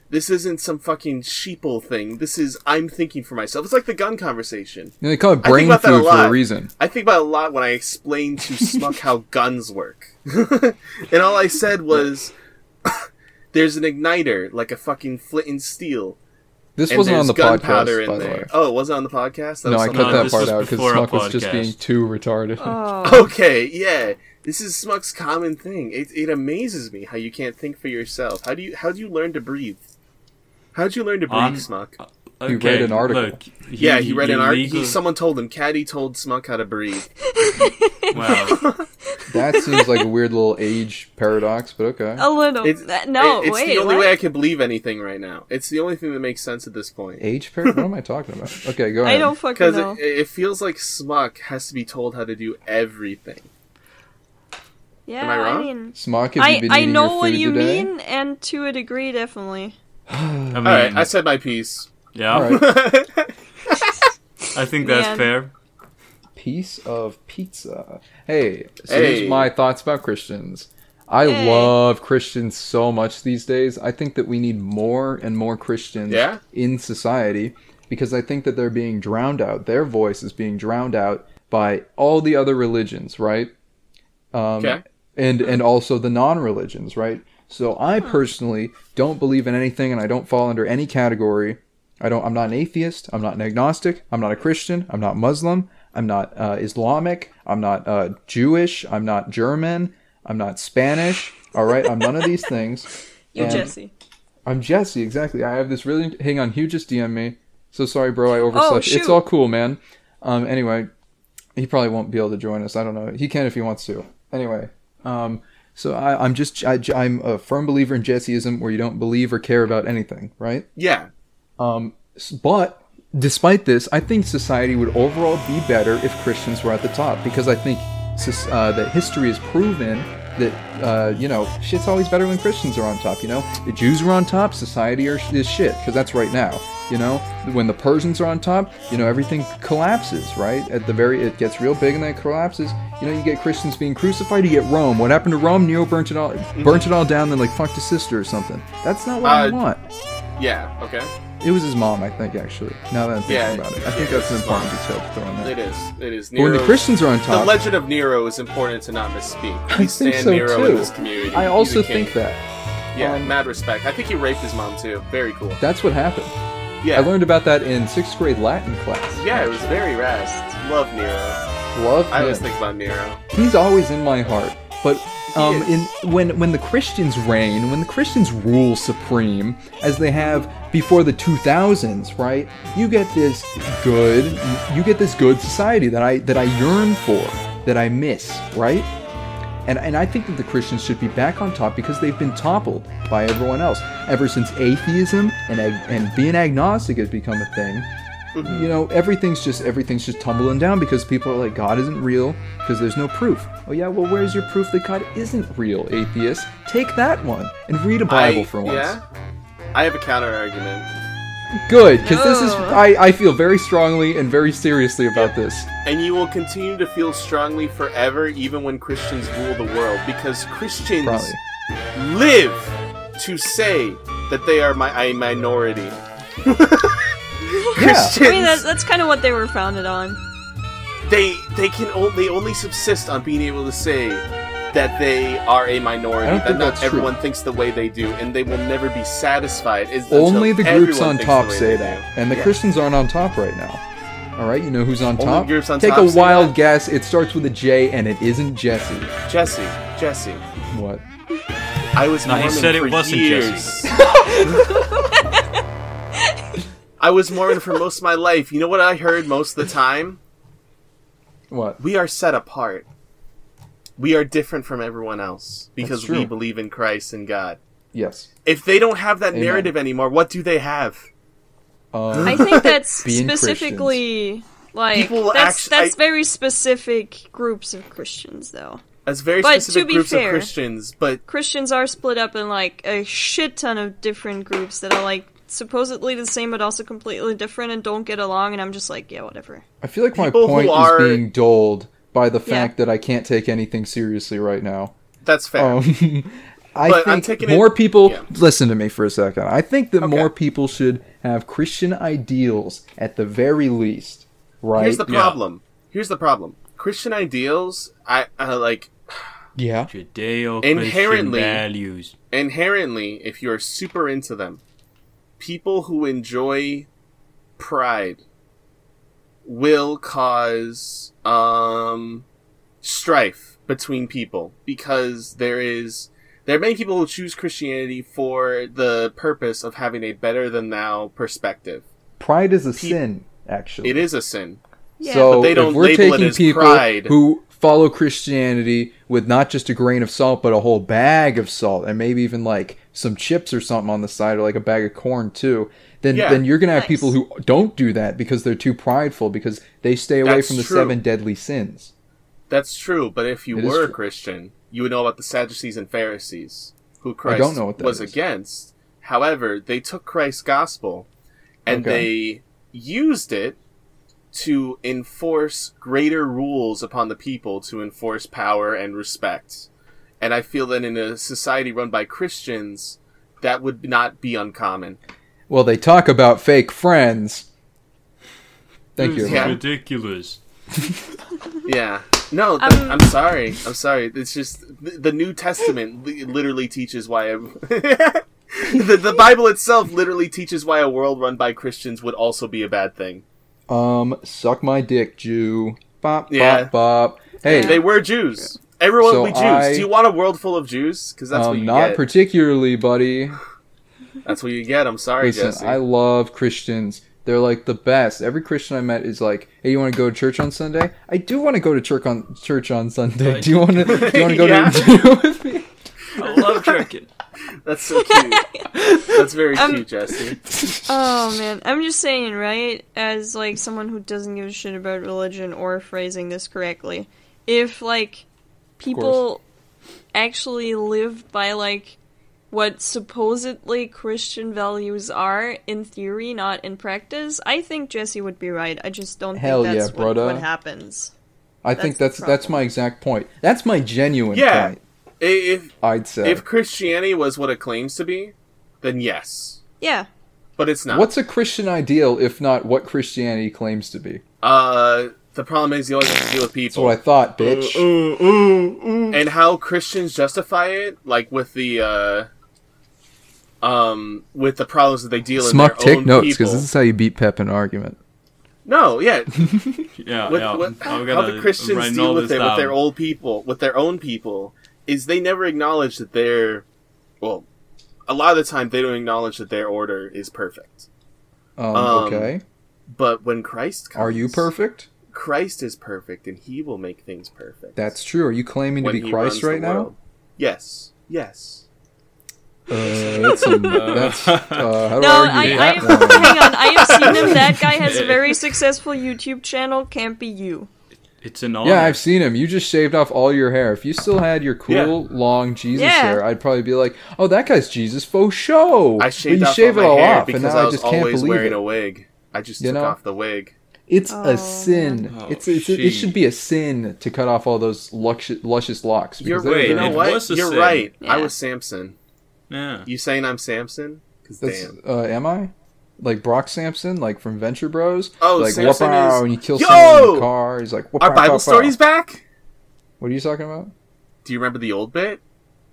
Speaker 4: This isn't some fucking sheeple thing. This is I'm thinking for myself. It's like the gun conversation.
Speaker 5: You know, they call it
Speaker 4: I think
Speaker 5: brain
Speaker 4: about that a
Speaker 5: food for
Speaker 4: lot.
Speaker 5: a reason.
Speaker 4: I think about it a lot when I explain to Smuck how guns work. and all I said was there's an igniter, like a fucking flint and steel.
Speaker 5: This
Speaker 4: And
Speaker 5: wasn't
Speaker 4: there's
Speaker 5: on the
Speaker 4: gunpowder
Speaker 5: podcast,
Speaker 4: in
Speaker 5: by the
Speaker 4: there.
Speaker 5: way.
Speaker 4: Oh, it wasn't on the podcast?
Speaker 5: No, I
Speaker 4: something
Speaker 5: cut
Speaker 3: No,
Speaker 5: that
Speaker 3: this
Speaker 5: part
Speaker 3: was
Speaker 5: out because
Speaker 3: before our
Speaker 5: Smuck was just
Speaker 3: podcast.
Speaker 5: being too retarded.
Speaker 2: Oh,
Speaker 4: Okay, yeah. This is Smuck's common thing. It, it amazes me how you can't think for yourself. How do you how do you learn to breathe? How'd you learn to breathe,
Speaker 3: On-
Speaker 4: Smuck?
Speaker 3: Okay,
Speaker 5: You read an article.
Speaker 3: Look, he,
Speaker 4: yeah, he read an article.
Speaker 3: legal-
Speaker 4: Someone told him. Caddy told Smuck how to breathe.
Speaker 3: Wow.
Speaker 5: That seems like a weird little age paradox, but okay.
Speaker 2: a little.
Speaker 4: It's,
Speaker 2: That- no,
Speaker 4: it- it's
Speaker 2: wait.
Speaker 4: the only
Speaker 2: what?
Speaker 4: way I can believe anything right now. It's the only thing that makes sense at this point.
Speaker 5: Age paradox? What am I talking about? Okay, go ahead.
Speaker 2: I don't fucking
Speaker 4: Because
Speaker 2: know.
Speaker 4: it, it feels like Smuck has to be told how to do everything.
Speaker 2: yeah,
Speaker 4: I wrong?
Speaker 2: mean,
Speaker 5: Smuck, have you
Speaker 2: I,
Speaker 5: been
Speaker 2: I
Speaker 5: eating
Speaker 2: know
Speaker 5: your
Speaker 2: what
Speaker 5: food
Speaker 2: you
Speaker 5: today?
Speaker 2: mean, and to a degree, definitely.
Speaker 3: I mean,
Speaker 4: All right, I said my piece.
Speaker 3: yeah,
Speaker 5: All right,
Speaker 3: I think that's
Speaker 2: Man.
Speaker 3: fair.
Speaker 5: piece of pizza. Hey, so
Speaker 4: Hey.
Speaker 5: here's my thoughts about Christians. I
Speaker 2: Hey.
Speaker 5: love Christians so much these days. I think that we need more and more Christians
Speaker 4: Yeah?
Speaker 5: in society because I think that they're being drowned out. Their voice is being drowned out by all the other religions, right? Um,
Speaker 4: Okay.
Speaker 5: and and also the non-religions, right? So I personally don't believe in anything, and I don't fall under any category. I don't. I'm not an atheist. I'm not an agnostic. I'm not a Christian. I'm not Muslim. I'm not uh, Islamic. I'm not uh, Jewish. I'm not German. I'm not Spanish. All right. I'm none of these things.
Speaker 2: You,
Speaker 5: And
Speaker 2: Jesse.
Speaker 5: I'm Jesse. Exactly. I have this really. Hang on. Hugh just DM me. So sorry, bro. I overslept.
Speaker 2: shoot.
Speaker 5: it's all cool, man. Um. Anyway, he probably won't be able to join us. I don't know. He can if he wants to. Anyway. Um. So I, I'm just I, I'm a firm believer in Jesseism, where you don't believe or care about anything, right?
Speaker 4: Yeah,
Speaker 5: Um, s- but despite this, I think society would overall be better if Christians were at the top because I think sus- uh, that history has proven that uh, you know shit's always better when Christians are on top. You know, the Jews were on top, society are, is shit because that's right now. You know, when the Persians are on top, you know everything collapses, right? At the very, it gets real big and then it collapses. You know, you get Christians being crucified. You get Rome. What happened to Rome? Nero burnt it all, burnt it all down. Then like fucked his sister or something. That's not what I
Speaker 4: Uh,
Speaker 5: want.
Speaker 4: yeah, okay.
Speaker 5: It was his mom, I think, actually. Now that I'm thinking
Speaker 4: Yeah,
Speaker 5: about it,
Speaker 4: it-
Speaker 5: I think
Speaker 4: it
Speaker 5: that's an
Speaker 4: was his mom.
Speaker 5: important detail to throw in there.
Speaker 4: It is. It is.
Speaker 5: But when the
Speaker 4: Nero's-
Speaker 5: Christians are on
Speaker 4: The
Speaker 5: top,
Speaker 4: legend of Nero is important to not misspeak. We
Speaker 5: I think
Speaker 4: stand
Speaker 5: so
Speaker 4: Nero in this
Speaker 5: too.
Speaker 4: community.
Speaker 5: I
Speaker 4: He's
Speaker 5: also
Speaker 4: a king.
Speaker 5: think that.
Speaker 4: Yeah,
Speaker 5: um,
Speaker 4: mad respect. I think he raped his mom too. Very cool.
Speaker 5: That's what happened.
Speaker 4: Yeah,
Speaker 5: I learned about that in sixth grade Latin class.
Speaker 4: yeah, it was very rad. Love Nero.
Speaker 5: Love
Speaker 4: I always
Speaker 5: him.
Speaker 4: think about Nero.
Speaker 5: He's always in my heart. But um,
Speaker 4: He is.
Speaker 5: in when when the Christians reign, when the Christians rule supreme, as they have before the 2000s, right? You get this good, you get this good society that I that I yearn for, that I miss, right? And, and I think that the Christians should be back on top because they've been toppled by everyone else. Ever since atheism and ag- and being agnostic has become a thing,
Speaker 4: Mm-hmm.
Speaker 5: you know everything's just everything's just tumbling down because people are like god isn't real because there's no proof oh yeah well where's your proof that god isn't real atheist take that one and read a bible
Speaker 4: I,
Speaker 5: for once
Speaker 4: Yeah. I have a counter argument.
Speaker 5: good because this is
Speaker 2: No.
Speaker 5: I, I feel very strongly and very seriously about this
Speaker 4: And you will continue to feel strongly forever, even when Christians rule the world, because Christians
Speaker 5: probably
Speaker 4: live to say that they are my a minority.
Speaker 5: Yeah.
Speaker 2: I mean, that,
Speaker 4: Christians,
Speaker 2: that's kind of what they were founded on.
Speaker 4: they they can o- they only subsist on being able to say that they are a minority.
Speaker 5: I don't
Speaker 4: That
Speaker 5: think
Speaker 4: not
Speaker 5: that's true.
Speaker 4: everyone thinks the way they do, and they will never be satisfied. Is
Speaker 5: Only the
Speaker 4: until
Speaker 5: groups
Speaker 4: everyone
Speaker 5: on
Speaker 4: thinks
Speaker 5: top
Speaker 4: the way
Speaker 5: say
Speaker 4: they
Speaker 5: that,
Speaker 4: do.
Speaker 5: and the
Speaker 4: Yeah.
Speaker 5: Christians aren't on top right now. All right, you know who's on
Speaker 4: Only
Speaker 5: top?
Speaker 4: groups on
Speaker 5: Take
Speaker 4: top
Speaker 5: a
Speaker 4: say
Speaker 5: wild
Speaker 4: that.
Speaker 5: guess. It starts with a J, and it isn't Jesse.
Speaker 4: Jesse, Jesse,
Speaker 5: What?
Speaker 4: I was
Speaker 3: No, he
Speaker 4: Mormon
Speaker 3: said it
Speaker 4: for
Speaker 3: wasn't
Speaker 4: years. I was Mormon for most of my life. You know what I heard most of the time?
Speaker 5: What?
Speaker 4: we are set apart. We are different from everyone else because
Speaker 5: That's true.
Speaker 4: we believe in Christ and God.
Speaker 5: Yes.
Speaker 4: If they don't have that
Speaker 5: Amen.
Speaker 4: narrative anymore, what do they have?
Speaker 5: Um,
Speaker 2: I think that's
Speaker 5: Being
Speaker 2: specifically like
Speaker 4: People will
Speaker 2: that's
Speaker 4: actu-
Speaker 2: that's
Speaker 4: I-
Speaker 2: very specific groups of Christians though.
Speaker 4: That's very
Speaker 2: But to
Speaker 4: specific
Speaker 2: be
Speaker 4: groups
Speaker 2: fair-
Speaker 4: of Christians, but
Speaker 2: Christians are split up in like a shit ton of different groups that are like supposedly the same but also completely different and don't get along and I'm just like, yeah, whatever.
Speaker 5: I feel like my
Speaker 4: people who
Speaker 5: point
Speaker 4: are-
Speaker 5: is being dulled by the fact that I can't take anything seriously right now.
Speaker 4: that's fair.
Speaker 5: Um, I
Speaker 4: But I'm
Speaker 5: think
Speaker 4: taking it-
Speaker 5: more people
Speaker 4: yeah.
Speaker 5: listen to me for a second. I think that more people should have Christian ideals at the very least, right?
Speaker 4: Here's the
Speaker 3: Yeah.
Speaker 4: problem. Here's the problem. Christian ideals, I, I like
Speaker 5: yeah.
Speaker 3: Judeo-Christian
Speaker 4: Inherently-
Speaker 3: values.
Speaker 4: inherently, if you're super into them, people who enjoy pride will cause um, strife between people because there is there are many people who choose Christianity for the purpose of having a better than thou perspective.
Speaker 5: Pride is a
Speaker 4: Pe-
Speaker 5: sin, actually.
Speaker 4: It is a sin.
Speaker 2: Yeah.
Speaker 5: So
Speaker 4: But they don't
Speaker 5: if we're
Speaker 4: label it
Speaker 5: taking
Speaker 4: as
Speaker 5: people
Speaker 4: pride.
Speaker 5: who follow Christianity with not just a grain of salt, but a whole bag of salt, and maybe even like some chips or something on the side, or like a bag of corn too, then
Speaker 4: Yeah.
Speaker 5: then you're gonna have
Speaker 2: Nice.
Speaker 5: people who don't do that because they're too prideful because they stay away
Speaker 4: That's
Speaker 5: from the
Speaker 4: true.
Speaker 5: seven deadly sins.
Speaker 4: That's true, but if you
Speaker 5: It is
Speaker 4: were a
Speaker 5: true.
Speaker 4: Christian, you would know about the Sadducees and Pharisees, who Christ
Speaker 5: don't know what that
Speaker 4: was
Speaker 5: is.
Speaker 4: against. However, they took Christ's gospel and
Speaker 5: Okay.
Speaker 4: they used it to enforce greater rules upon the people to enforce power and respect. And I feel that in a society run by Christians, that would not be uncommon.
Speaker 5: Well, they talk about fake friends. Thank you.
Speaker 3: It's
Speaker 4: Mm, Yeah.
Speaker 5: Amanda.
Speaker 3: ridiculous.
Speaker 4: Yeah. No, th- I'm sorry. I'm sorry. It's just the, the New Testament li- literally teaches why. A, the, the Bible itself literally teaches why a world run by Christians would also be a bad thing.
Speaker 5: Um, suck my dick, Jew. Bop,
Speaker 4: Yeah.
Speaker 5: bop, bop. Hey,
Speaker 4: They were Jews. Everyone
Speaker 5: So
Speaker 4: will be Jews.
Speaker 5: I-
Speaker 4: Do you want a world full of Jews? Because that's what
Speaker 5: um,
Speaker 4: you
Speaker 5: not
Speaker 4: get.
Speaker 5: particularly, buddy.
Speaker 4: that's what you get. I'm sorry,
Speaker 5: Listen,
Speaker 4: Jesse.
Speaker 5: I love Christians. They're like the best. Every Christian I met is like, "Hey, you want to go to church on Sunday? I do want to go to church on church on Sunday. Do you want to? Do you want to go
Speaker 4: Yeah.
Speaker 5: to with me?
Speaker 3: I love jerking.
Speaker 4: That's so cute. that's very cute, Jesse.
Speaker 2: Oh man, I'm just saying, right? As like someone who doesn't give a shit about religion or phrasing this correctly, if like people actually live by like what supposedly Christian values are in theory, not in practice, I think Jesse would be right. I just don't
Speaker 5: Hell
Speaker 2: think that's
Speaker 5: yeah,
Speaker 2: what,
Speaker 5: brother.
Speaker 2: what happens.
Speaker 5: I
Speaker 2: That's
Speaker 5: think that's
Speaker 2: the
Speaker 5: that's
Speaker 2: problem.
Speaker 5: my exact point. That's my genuine
Speaker 4: Yeah.
Speaker 5: point.
Speaker 4: I- If
Speaker 5: I'd say.
Speaker 4: if Christianity was what it claims to be, then yes,
Speaker 2: Yeah.
Speaker 4: but it's not.
Speaker 5: What's a Christian ideal if not what Christianity claims to be?
Speaker 4: uh? The problem is you always have to deal with people.
Speaker 5: That's what I thought, bitch.
Speaker 4: and how Christians justify it, like with the uh, um, with the problems that they deal in their
Speaker 5: Smuck, take
Speaker 4: own
Speaker 5: notes
Speaker 4: people.
Speaker 5: because this is how you beat Pep in an argument.
Speaker 4: no, yeah,
Speaker 3: Yeah,
Speaker 4: what,
Speaker 3: yeah.
Speaker 4: what,
Speaker 3: I'm
Speaker 4: how
Speaker 3: gonna
Speaker 4: the Christians
Speaker 3: write
Speaker 4: deal
Speaker 3: all
Speaker 4: with
Speaker 3: this
Speaker 4: it with
Speaker 3: down.
Speaker 4: their old people, with their own people, is they never acknowledge that they're, well, a lot of the time they don't acknowledge that their order is perfect.
Speaker 5: Um,
Speaker 4: Um,
Speaker 5: okay.
Speaker 4: But when Christ comes,
Speaker 5: Are you perfect?
Speaker 4: Christ is perfect, and He will make things perfect.
Speaker 5: That's true. Are you claiming to
Speaker 4: when
Speaker 5: be
Speaker 4: He runs
Speaker 5: Christ
Speaker 4: the
Speaker 5: right now?
Speaker 4: world. Yes, yes.
Speaker 5: Uh, that's some, that's, uh, how do
Speaker 2: No,
Speaker 5: I
Speaker 2: I,
Speaker 5: argue
Speaker 2: I
Speaker 5: that one?
Speaker 2: hang on. I have seen him. That guy has a very successful YouTube channel. Can't be you.
Speaker 3: It's an honor.
Speaker 5: Um, Yeah, I've seen him. You just shaved off all your hair. If you still had your cool
Speaker 4: Yeah.
Speaker 5: long Jesus
Speaker 2: Yeah.
Speaker 5: hair, I'd probably be like, "Oh, that guy's Jesus faux show."
Speaker 4: I shaved
Speaker 5: but you
Speaker 4: off
Speaker 5: shave
Speaker 4: all
Speaker 5: it
Speaker 4: my
Speaker 5: all
Speaker 4: hair
Speaker 5: off,
Speaker 4: because
Speaker 5: and now
Speaker 4: I
Speaker 5: I,
Speaker 4: was
Speaker 5: just can't
Speaker 4: always
Speaker 5: believe
Speaker 4: wearing
Speaker 5: it.
Speaker 4: a wig. I just
Speaker 5: You
Speaker 4: took
Speaker 5: know?
Speaker 4: off the wig.
Speaker 5: It's
Speaker 2: Oh,
Speaker 5: a sin.
Speaker 3: man.
Speaker 5: it's, it's it
Speaker 3: Sheesh.
Speaker 5: should be a sin to cut off all those luscious, luscious locks.
Speaker 4: You're
Speaker 5: because they were
Speaker 3: right.
Speaker 4: you
Speaker 5: very-
Speaker 4: know
Speaker 3: it
Speaker 4: what?
Speaker 3: was a
Speaker 4: You're
Speaker 3: sin.
Speaker 4: right. I
Speaker 2: Yeah.
Speaker 4: was Samson.
Speaker 3: Yeah.
Speaker 4: You saying I'm Samson? Because
Speaker 5: That's
Speaker 4: damn.
Speaker 5: uh, am I? Like Brock Sampson, like from Venture Bros.
Speaker 4: Oh,
Speaker 5: like
Speaker 4: Sampson
Speaker 5: "Whoop-ow,"
Speaker 4: is-
Speaker 5: and you kill
Speaker 4: Yo!
Speaker 5: someone in the car. He's like,
Speaker 4: Our
Speaker 5: "Whoop-ow,
Speaker 4: Bible
Speaker 5: whoop-ow."
Speaker 4: story's back.
Speaker 5: What are you talking about?
Speaker 4: Do you remember the old bit?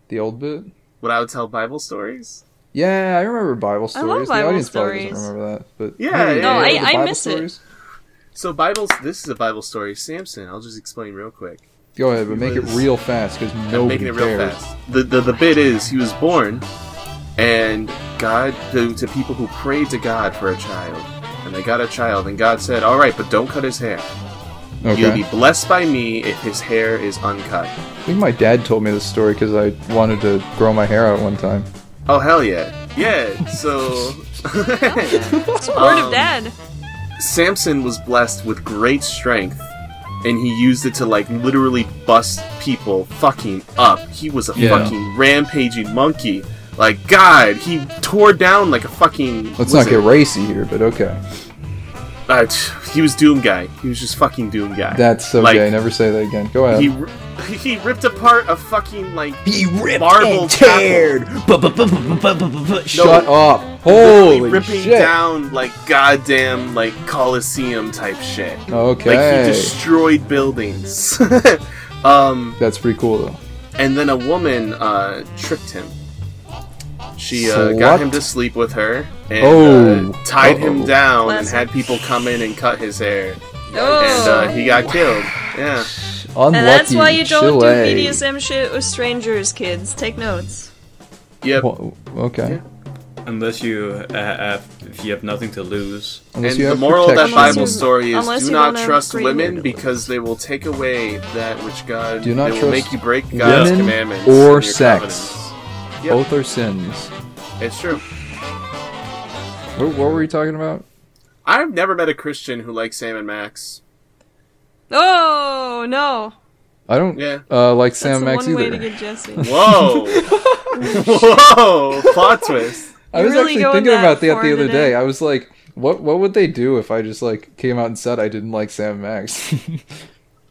Speaker 5: The old bit?
Speaker 4: What I would tell Bible stories?
Speaker 5: Yeah, I remember Bible
Speaker 2: I love
Speaker 5: stories. the
Speaker 2: Bible
Speaker 5: audience probably
Speaker 2: stories.
Speaker 5: doesn't remember that, but
Speaker 4: Yeah,
Speaker 5: Hey,
Speaker 4: No,
Speaker 5: you
Speaker 4: I-
Speaker 5: remember the
Speaker 2: I
Speaker 5: Bible
Speaker 2: miss it.
Speaker 5: stories?
Speaker 4: So Bibles. This is a Bible story. Samson. I'll just explain real quick.
Speaker 5: Go ahead, but make it
Speaker 4: was-
Speaker 5: real fast because
Speaker 4: I'm
Speaker 5: nobody
Speaker 4: making it real
Speaker 5: cares.
Speaker 4: fast. The, the the bit is he was born, and God to, to people who prayed to God for a child, and they got a child, and God said, "All right, but don't cut his hair. You'll
Speaker 5: Okay,
Speaker 4: be blessed by me if his hair is uncut."
Speaker 5: I think my dad told me this story because I wanted to grow my hair out one time.
Speaker 4: Oh hell yeah, yeah. So
Speaker 2: It's a word
Speaker 4: Um,
Speaker 2: of dad.
Speaker 4: Samson was blessed with great strength, and he used it to like literally bust people fucking up. He was a
Speaker 5: Yeah.
Speaker 4: fucking rampaging monkey. Like God, he tore down like a fucking.
Speaker 5: Let's
Speaker 4: what's
Speaker 5: not
Speaker 4: it?
Speaker 5: get racy here, but okay,
Speaker 4: Uh, t- he was Doom Guy. He was just fucking Doom Guy.
Speaker 5: that's
Speaker 4: Like-
Speaker 5: okay. Never say that again. Go ahead.
Speaker 4: He ri he ripped apart a fucking like
Speaker 6: He ripped
Speaker 4: Marvel
Speaker 6: and teared. Bu-bu-bu-bu-bu-bu-bu-bu-
Speaker 5: Shut up!
Speaker 4: literally
Speaker 5: Holy
Speaker 4: ripping
Speaker 5: shit!
Speaker 4: down like goddamn like Coliseum type shit. Like
Speaker 5: Okay,
Speaker 4: he destroyed buildings. um,
Speaker 5: that's pretty cool though.
Speaker 4: and then a woman uh, tricked him. She uh, got
Speaker 5: Slut.
Speaker 4: him to sleep with her and
Speaker 5: Oh.
Speaker 4: uh, tied him
Speaker 5: Uh-oh.
Speaker 4: down and
Speaker 2: Classic.
Speaker 4: had people come in and cut his hair. And
Speaker 2: Oh.
Speaker 4: uh, he got killed. Yeah.
Speaker 5: Unlucky.
Speaker 2: and that's why you don't do
Speaker 5: Chile.
Speaker 2: BDSM shit with strangers, kids. Take notes.
Speaker 4: Yep.
Speaker 5: Well, okay.
Speaker 3: Unless you uh, have, if you have nothing to lose.
Speaker 5: Unless
Speaker 4: and
Speaker 5: you
Speaker 4: the
Speaker 5: have
Speaker 4: moral of that
Speaker 5: protection.
Speaker 4: Bible
Speaker 2: you-
Speaker 4: story is:
Speaker 2: unless
Speaker 4: Do
Speaker 2: you
Speaker 4: not
Speaker 2: wanna
Speaker 4: trust
Speaker 2: create-
Speaker 4: women because they will take away that which God.
Speaker 5: Do not
Speaker 4: they will
Speaker 5: trust
Speaker 4: make you break God's
Speaker 5: women
Speaker 4: commandments
Speaker 5: or
Speaker 4: and your
Speaker 5: sex.
Speaker 4: covenants. Yep.
Speaker 5: Both are sins.
Speaker 4: It's true.
Speaker 5: What, what were we talking about?
Speaker 4: I've never met a Christian who likes Sam and Max.
Speaker 2: Oh no!
Speaker 5: I don't
Speaker 4: Yeah.
Speaker 5: uh, like
Speaker 2: That's
Speaker 5: Sam
Speaker 2: the
Speaker 5: Max
Speaker 2: one way
Speaker 5: either.
Speaker 2: to get Jesse.
Speaker 4: Whoa, whoa, plot twist.
Speaker 5: I
Speaker 2: You're
Speaker 5: was
Speaker 2: really
Speaker 5: actually
Speaker 2: going
Speaker 5: thinking
Speaker 2: that
Speaker 5: about that
Speaker 2: far
Speaker 5: the other
Speaker 2: today.
Speaker 5: day. I was like, what what would they do if I just like came out and said I didn't like Sam Max?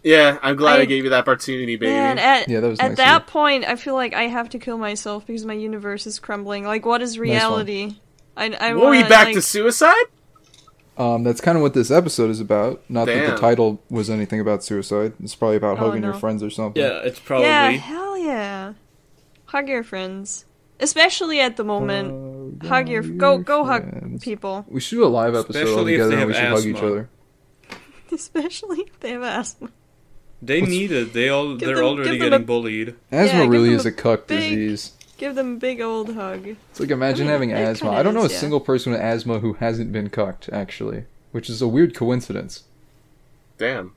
Speaker 4: Yeah, I'm glad I,
Speaker 2: I-
Speaker 4: gave you the opportunity, baby.
Speaker 2: Man, at,
Speaker 5: Yeah, that was
Speaker 2: at
Speaker 5: nice
Speaker 2: that
Speaker 5: of
Speaker 2: point, I feel like I have to kill myself because my universe is crumbling. Like, what is reality? I, I
Speaker 4: were we
Speaker 2: wanna,
Speaker 4: back
Speaker 2: like-
Speaker 4: to suicide?
Speaker 5: um, that's kind of what this episode is about. Not that
Speaker 4: Damn.
Speaker 5: the title was anything about suicide. It's probably about
Speaker 2: Oh,
Speaker 5: hugging your
Speaker 2: no.
Speaker 5: friends or something.
Speaker 3: Yeah, it's probably.
Speaker 2: Yeah, hell yeah. Hug your friends, especially at the moment. hug your go go hug
Speaker 5: friends.
Speaker 2: people,
Speaker 5: We should do a live episode all
Speaker 3: Especially if
Speaker 5: together
Speaker 3: they
Speaker 5: and we should
Speaker 3: have
Speaker 5: hug each
Speaker 3: asthma.
Speaker 5: other.
Speaker 2: especially if they have asthma.
Speaker 3: They need it. They all
Speaker 2: Give
Speaker 3: they're
Speaker 2: them-
Speaker 3: already
Speaker 2: give them
Speaker 3: getting
Speaker 2: a-
Speaker 3: bullied.
Speaker 5: Asthma
Speaker 2: give
Speaker 5: really
Speaker 2: them
Speaker 5: is
Speaker 2: a
Speaker 5: a cuck
Speaker 2: big-
Speaker 5: disease.
Speaker 2: Give them a big old hug.
Speaker 5: It's like
Speaker 2: I
Speaker 5: imagine
Speaker 2: mean,
Speaker 5: having
Speaker 2: it
Speaker 5: asthma.
Speaker 2: kinda
Speaker 5: I don't know a
Speaker 2: is, yeah.
Speaker 5: single person with asthma who hasn't been cucked, actually, which is a weird coincidence.
Speaker 4: Damn.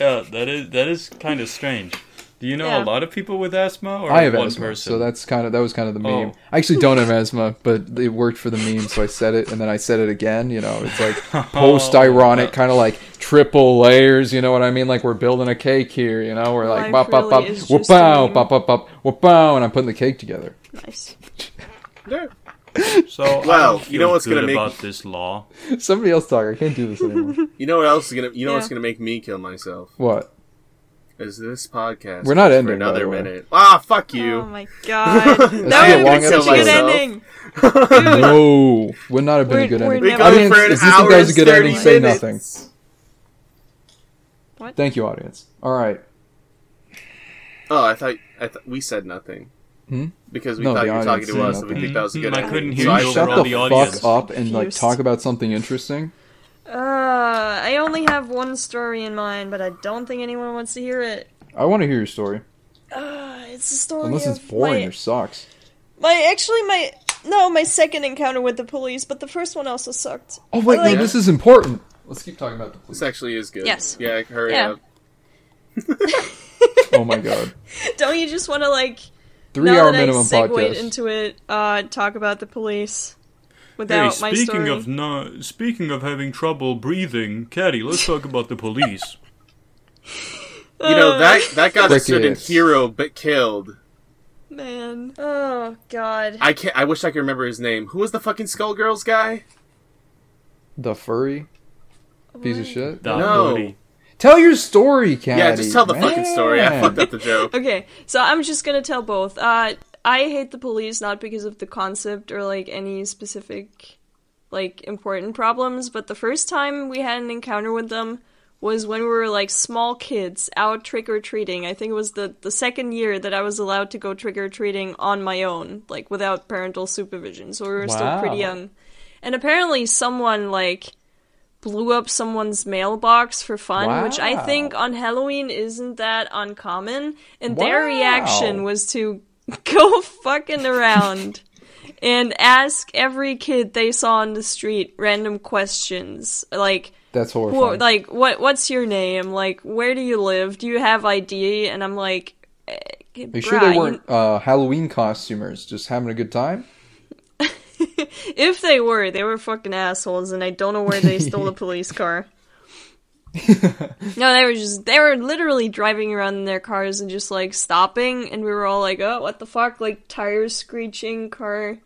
Speaker 3: Yeah, that is that is kind of strange. Do you know
Speaker 2: Yeah.
Speaker 3: a lot of people with asthma, or
Speaker 5: I have
Speaker 3: one
Speaker 5: asthma,
Speaker 3: person?
Speaker 5: so that's kind of that was kind of the meme.
Speaker 3: Oh.
Speaker 5: I actually don't have asthma, but it worked for the meme, so I said it, and then I said it again. You know, it's like
Speaker 3: Oh.
Speaker 5: post-ironic, kind of like triple layers. You know what I mean? Like we're building a cake here. You know, we're like
Speaker 2: Life
Speaker 5: bop bop bop,
Speaker 2: really is
Speaker 5: whoop
Speaker 2: just a
Speaker 5: pow,
Speaker 2: meme.
Speaker 5: bop bop bop, whoop pow, and I'm putting the cake together.
Speaker 2: Nice.
Speaker 4: Yeah.
Speaker 3: So I don't
Speaker 4: Wow, you
Speaker 3: feel
Speaker 4: know what's
Speaker 3: good
Speaker 4: gonna make-
Speaker 3: about this law?
Speaker 5: Somebody else talk. I can't do this anymore.
Speaker 4: You know what else is gonna? You know
Speaker 2: Yeah.
Speaker 4: what's gonna make me kill myself?
Speaker 5: what?
Speaker 4: Is this podcast?
Speaker 5: We're not
Speaker 4: goes
Speaker 5: ending,
Speaker 4: for another
Speaker 5: by the way.
Speaker 4: minute. Ah, fuck you.
Speaker 2: Oh my god, that would
Speaker 5: a
Speaker 2: have
Speaker 5: long
Speaker 2: been such a good
Speaker 4: episode.
Speaker 2: ending. Oh.
Speaker 5: No, would not have been a
Speaker 2: We're-
Speaker 5: good
Speaker 2: we're
Speaker 5: ending.
Speaker 2: never-
Speaker 5: Audience,
Speaker 4: for an
Speaker 5: is this
Speaker 4: hour
Speaker 5: you guys
Speaker 4: and
Speaker 5: good
Speaker 4: 30
Speaker 5: ending? Say
Speaker 4: minutes.
Speaker 5: nothing.
Speaker 2: What?
Speaker 5: Thank you, audience. All right.
Speaker 4: Oh, I thought I th- we said nothing.
Speaker 5: Hmm?
Speaker 4: Because we
Speaker 5: No,
Speaker 4: thought
Speaker 5: the
Speaker 4: you were talking
Speaker 5: audience
Speaker 4: to
Speaker 5: said
Speaker 4: us, and we
Speaker 5: nothing.
Speaker 4: think that was a
Speaker 3: Mm,
Speaker 4: good
Speaker 3: I
Speaker 4: idea.
Speaker 3: couldn't
Speaker 5: Can
Speaker 3: hear
Speaker 4: so I
Speaker 5: you
Speaker 3: over
Speaker 5: shut
Speaker 4: said
Speaker 3: all
Speaker 5: the,
Speaker 3: the
Speaker 5: fuck
Speaker 3: audience.
Speaker 5: up and like
Speaker 2: Confused.
Speaker 5: talk about something interesting?
Speaker 2: Uh, I only have one story in mind, but I don't think anyone wants to hear it.
Speaker 5: I want to hear your story,
Speaker 2: Uh, it's the story
Speaker 5: unless it's
Speaker 2: of
Speaker 5: boring
Speaker 2: my-
Speaker 5: or sucks.
Speaker 2: My actually my no my second encounter with the police, but the first one also sucked.
Speaker 5: Oh wait,
Speaker 2: Like-
Speaker 5: no, this is important. Let's keep talking about the police.
Speaker 4: This actually is good.
Speaker 2: Yes.
Speaker 4: Yeah, hurry
Speaker 2: Yeah.
Speaker 4: up.
Speaker 5: Oh my god,
Speaker 2: Don't you just want to like
Speaker 5: three
Speaker 2: now
Speaker 5: hour
Speaker 2: that
Speaker 5: minimum
Speaker 2: I segued
Speaker 5: podcast.
Speaker 2: into it? Uh, talk about the police
Speaker 3: Hey,
Speaker 2: without my
Speaker 3: speaking
Speaker 2: story.
Speaker 3: of no, speaking of having trouble breathing, Caddy, let's talk about the police.
Speaker 4: You know that
Speaker 2: Uh,
Speaker 4: that got a
Speaker 5: Ricky
Speaker 4: certain
Speaker 5: is-
Speaker 4: hero but killed.
Speaker 2: man. Oh god.
Speaker 4: I can't. I wish I could remember his name. Who was the fucking Skullgirls guy?
Speaker 5: the furry piece of shit.
Speaker 3: That
Speaker 4: No.
Speaker 3: booty.
Speaker 5: Tell your story, Caddy.
Speaker 4: yeah, just tell the
Speaker 5: man.
Speaker 4: fucking story. I fucked up the joke.
Speaker 2: Okay, so I'm just gonna tell both. Uh, I hate the police not because of the concept or like any specific like important problems, but the first time we had an encounter with them was when we were like small kids out trick or treating. I think it was the the second year that I was allowed to go trick or treating on my own, like without parental supervision. So we were still pretty
Speaker 5: Wow.
Speaker 2: young. And apparently someone like blew up someone's mailbox for fun, which I
Speaker 5: Wow.
Speaker 2: think on Halloween isn't that uncommon. And their
Speaker 5: Wow.
Speaker 2: reaction was to go fucking around and ask every kid they saw on the street random questions like
Speaker 5: That's
Speaker 2: who,
Speaker 5: horrifying.
Speaker 2: like what what's your name like where do you live do you have ID and I'm like eh,
Speaker 5: Make sure
Speaker 2: bruh,
Speaker 5: they
Speaker 2: you-
Speaker 5: weren't uh, Halloween costumers, just having a good time.
Speaker 2: if they were they were fucking assholes and I don't know where they stole the police car No, they were just they were literally driving around in their cars and just like stopping and we were all like, "Oh, what the fuck?" like tires screeching, car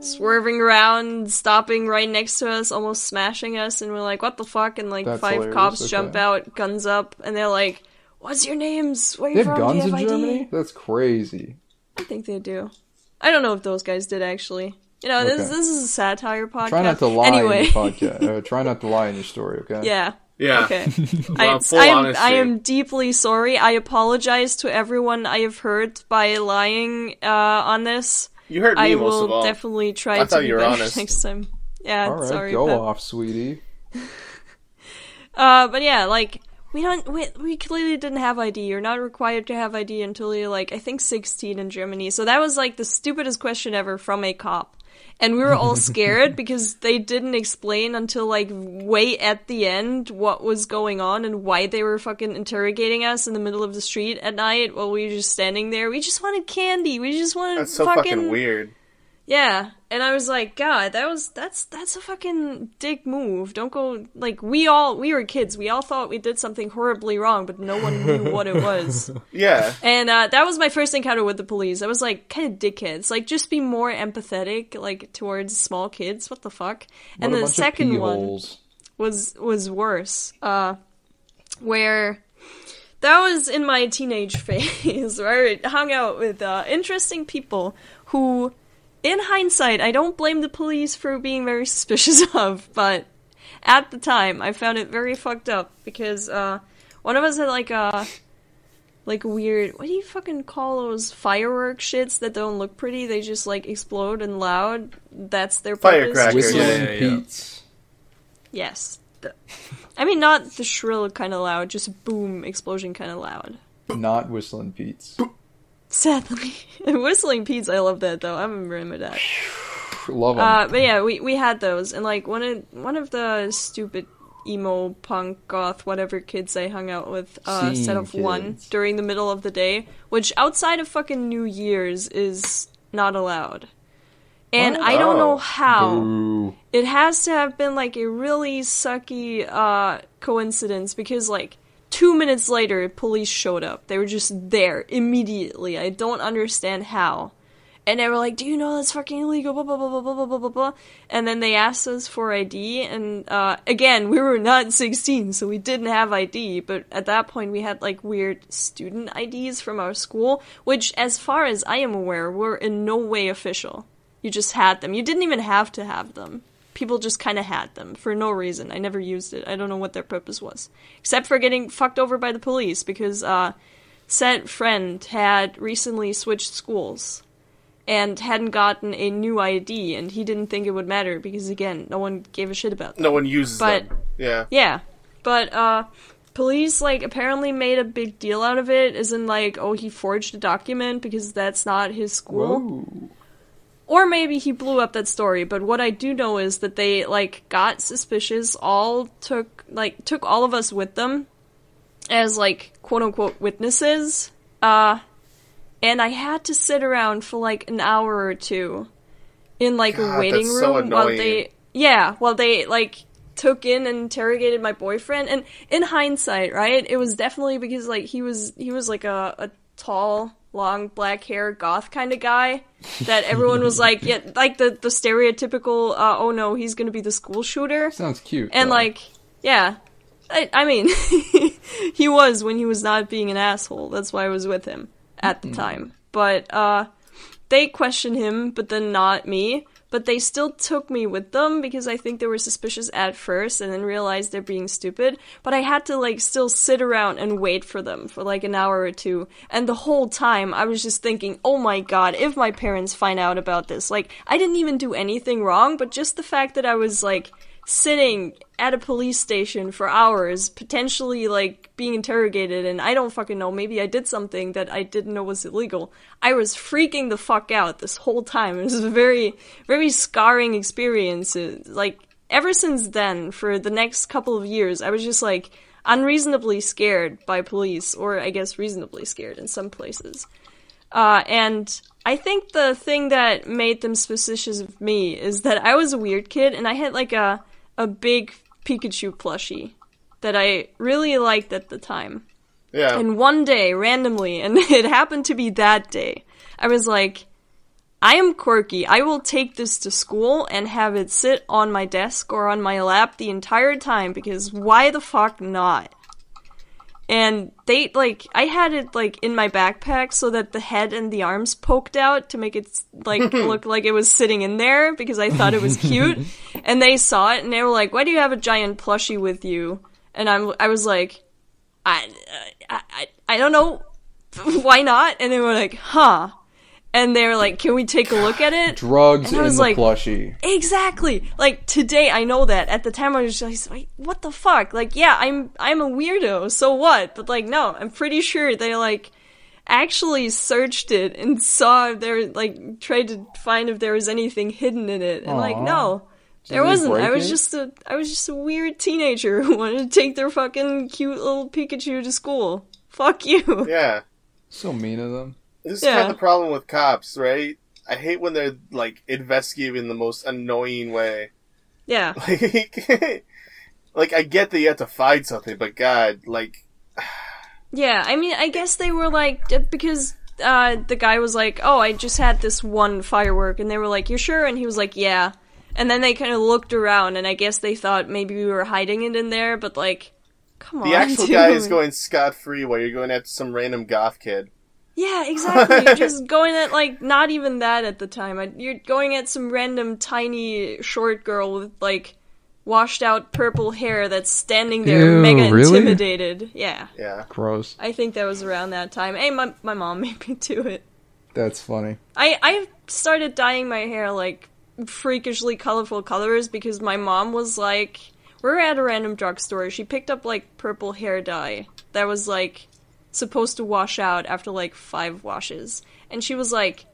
Speaker 2: swerving around, stopping right next to us, almost smashing us and we're like, "What the fuck?" and like
Speaker 5: That's
Speaker 2: five
Speaker 5: hilarious,
Speaker 2: cops
Speaker 5: okay.
Speaker 2: jump out, guns up, and they're like, "What's your names? Where
Speaker 5: They
Speaker 2: you
Speaker 5: have
Speaker 2: from? Do you
Speaker 5: guns in
Speaker 2: have ID?"
Speaker 5: Germany? That's crazy.
Speaker 2: I think they do. I don't know if those guys did actually. You know, this
Speaker 5: Okay.
Speaker 2: this is a satire podcast.
Speaker 5: Try not to lie in
Speaker 2: anyway.
Speaker 5: your podcast. Uh, try not to lie in your story, okay?
Speaker 2: yeah.
Speaker 4: Yeah.
Speaker 2: Okay.
Speaker 4: Well,
Speaker 2: I,
Speaker 4: full
Speaker 2: I am,
Speaker 4: honesty.
Speaker 2: I am deeply sorry. I apologize to everyone I have hurt by lying uh, on this.
Speaker 4: You heard me
Speaker 2: I
Speaker 4: most of
Speaker 2: will
Speaker 4: all.
Speaker 2: definitely try
Speaker 4: I
Speaker 2: to
Speaker 4: thought
Speaker 2: be
Speaker 4: you were
Speaker 2: better
Speaker 4: honest.
Speaker 2: next time. Yeah,
Speaker 5: All right,
Speaker 2: sorry.
Speaker 5: go
Speaker 2: but,
Speaker 5: off, sweetie.
Speaker 2: uh, but yeah, like we don't we, we clearly didn't have ID. You're not required to have ID until you're like I think 16 in Germany. So that was like the stupidest question ever from a cop. And we were all scared because they didn't explain until like way at the end what was going on and why they were fucking interrogating us in the middle of the street at night while we were just standing there. We just wanted candy. We just wanted
Speaker 4: That's so
Speaker 2: fucking,
Speaker 4: fucking, weird.
Speaker 2: yeah, and I was like, God, that was that's that's a fucking dick move. Don't go like we all we were kids. We all thought we did something horribly wrong, but no one knew what it was.
Speaker 4: Yeah.
Speaker 2: And uh, that was my first encounter with the police. I was like, kind of dickheads. Like, just be more empathetic, like towards small kids. What the fuck?
Speaker 5: What
Speaker 2: and
Speaker 5: a
Speaker 2: the
Speaker 5: bunch of
Speaker 2: second
Speaker 5: pee
Speaker 2: one
Speaker 5: holes.
Speaker 2: was was worse. Uh, where that was in my teenage phase, where I hung out with uh, interesting people who, in hindsight, I don't blame the police for being very suspicious of, but at the time, I found it very fucked up because uh, one of us had like a like weird. What do you fucking call those firework shits that don't look pretty? They just like explode and loud. That's their purpose.
Speaker 4: Firecrackers.
Speaker 5: Whistling
Speaker 3: Yeah, yeah, yeah.
Speaker 5: Pete's.
Speaker 2: Yes. The- I mean, not the shrill kind of loud, just boom explosion kind of loud.
Speaker 5: Not Whistling Pete's.
Speaker 2: Sadly, whistling Pete's. I love that though. I remember that.
Speaker 5: Love 'em.
Speaker 2: Uh, but yeah, we we had those, and like one of one of the stupid emo punk goth whatever kids I hung out with uh,
Speaker 5: Scene
Speaker 2: set up one
Speaker 5: kids.
Speaker 2: during the middle of the day, which outside of fucking New Year's is not allowed. And I don't know
Speaker 4: Oh.
Speaker 2: how.
Speaker 5: Boo.
Speaker 2: it has to have been like a really sucky uh, coincidence because like two minutes later police showed up they were just there immediately i don't understand how and they were like do you know that's fucking illegal blah blah blah blah blah blah blah blah blah and then they asked us for id and uh, again we were not 16 so we didn't have id but at that point we had like weird student ids from our school which as far as i am aware were in no way official you just had them. You didn't even have to have them. People just kind of had them for no reason. I never used it. I don't know what their purpose was, except for getting fucked over by the police because uh, said friend had recently switched schools and hadn't gotten a new ID, and he didn't think it would matter because again, no one gave a shit about them.
Speaker 4: No one uses
Speaker 2: But-
Speaker 4: them. Yeah.
Speaker 2: Yeah. But uh police like apparently made a big deal out of it as in like, oh he forged a document because that's not his school. Or maybe he blew up that story, but what I do know is that they like got suspicious, all took like took all of us with them as like quote unquote witnesses. Uh and I had to sit around for like an hour or two in like a
Speaker 4: God,
Speaker 2: waiting
Speaker 4: that's
Speaker 2: room
Speaker 4: so
Speaker 2: while
Speaker 4: annoying.
Speaker 2: they yeah, while they like took in and interrogated my boyfriend and in hindsight, right? It was definitely because like he was he was like a, a tall, long black hair goth kind of guy that everyone was like yeah, like the the stereotypical uh, oh no, he's going to be the school shooter.
Speaker 5: Sounds cute.
Speaker 2: And
Speaker 5: though.
Speaker 2: like, yeah, I, I mean, he was when he was not being an asshole. That's why I was with him at the time. But uh, They questioned him, but then not me. But they still took me with them because I think they were suspicious at first and then realized they're being stupid. But I had to like still sit around and wait for them for like an hour or two. And the whole time I was just thinking, oh my god, if my parents find out about this, like I didn't even do anything wrong, but just the fact that I was like sitting at a police station for hours, potentially like being interrogated, and I don't fucking know, maybe I did something that I didn't know was illegal. I was freaking the fuck out this whole time. It was a very, very scarring experience. It- Like, ever since then, for the next couple of years, I was just like unreasonably scared by police, or I guess reasonably scared in some places. Uh, and I think the thing that made them suspicious of me is that I was a weird kid and I had like a a big Pikachu plushie that I really liked at the time.
Speaker 4: Yeah.
Speaker 2: And one day, randomly, and it happened to be that day, I was like, I am quirky. I will take this to school and have it sit on my desk or on my lap the entire time because why the fuck not? And they, like, I had it, like, in my backpack so that the head and the arms poked out to make it, like, look like it was sitting in there because I thought it was cute. and they saw it and they were like, why do you have a giant plushie with you? And I'm, I was like, I, I, I, I don't know. Why not? And they were like, huh. And they were like, can we take a look at it?
Speaker 5: Drugs
Speaker 2: And I
Speaker 5: in the
Speaker 2: was like-
Speaker 5: plushie.
Speaker 2: Exactly. Like today, I know that. At the time, I was just like, "What the fuck?" Like, yeah, I'm I'm a weirdo. So what? But like, no, I'm pretty sure they like actually searched it and saw if there like tried to find if there was anything hidden in it. And like,
Speaker 5: Aw.
Speaker 2: no, there
Speaker 5: they
Speaker 2: wasn't.
Speaker 5: break
Speaker 2: I was
Speaker 5: it?
Speaker 2: just a I was just a weird teenager who wanted to take their fucking cute little Pikachu to school. Fuck you.
Speaker 4: yeah.
Speaker 5: So mean of them.
Speaker 4: This is
Speaker 2: Yeah.
Speaker 4: kind of the problem with cops, right? I hate when they're like investigating in the most annoying way.
Speaker 2: Yeah.
Speaker 4: Like, like I get that you have to find something, but God, like,
Speaker 2: Yeah, I mean, I guess they were like d- because uh, the guy was like, "Oh, I just had this one firework," and they were like, "You sure?" And he was like, "Yeah." And then they kind of looked around, and I guess they thought maybe we were hiding it in there, but like, come on,
Speaker 4: the actual
Speaker 2: dude.
Speaker 4: guy is going scot free while you're going after some random goth kid.
Speaker 2: Yeah, exactly. You're just going at like not even that at the time. I- You're going at some random tiny short girl with like washed out purple hair that's standing there,
Speaker 5: Ew,
Speaker 2: mega
Speaker 5: really?
Speaker 2: intimidated. Yeah,
Speaker 4: Yeah.
Speaker 5: Gross.
Speaker 2: I think that was around that time. Hey, my my mom made me do it.
Speaker 5: That's funny.
Speaker 2: I I started dyeing my hair like freakishly colorful colors because my mom was like, we were at a random drugstore. She picked up like purple hair dye that was like supposed to wash out after like five washes, and she was like.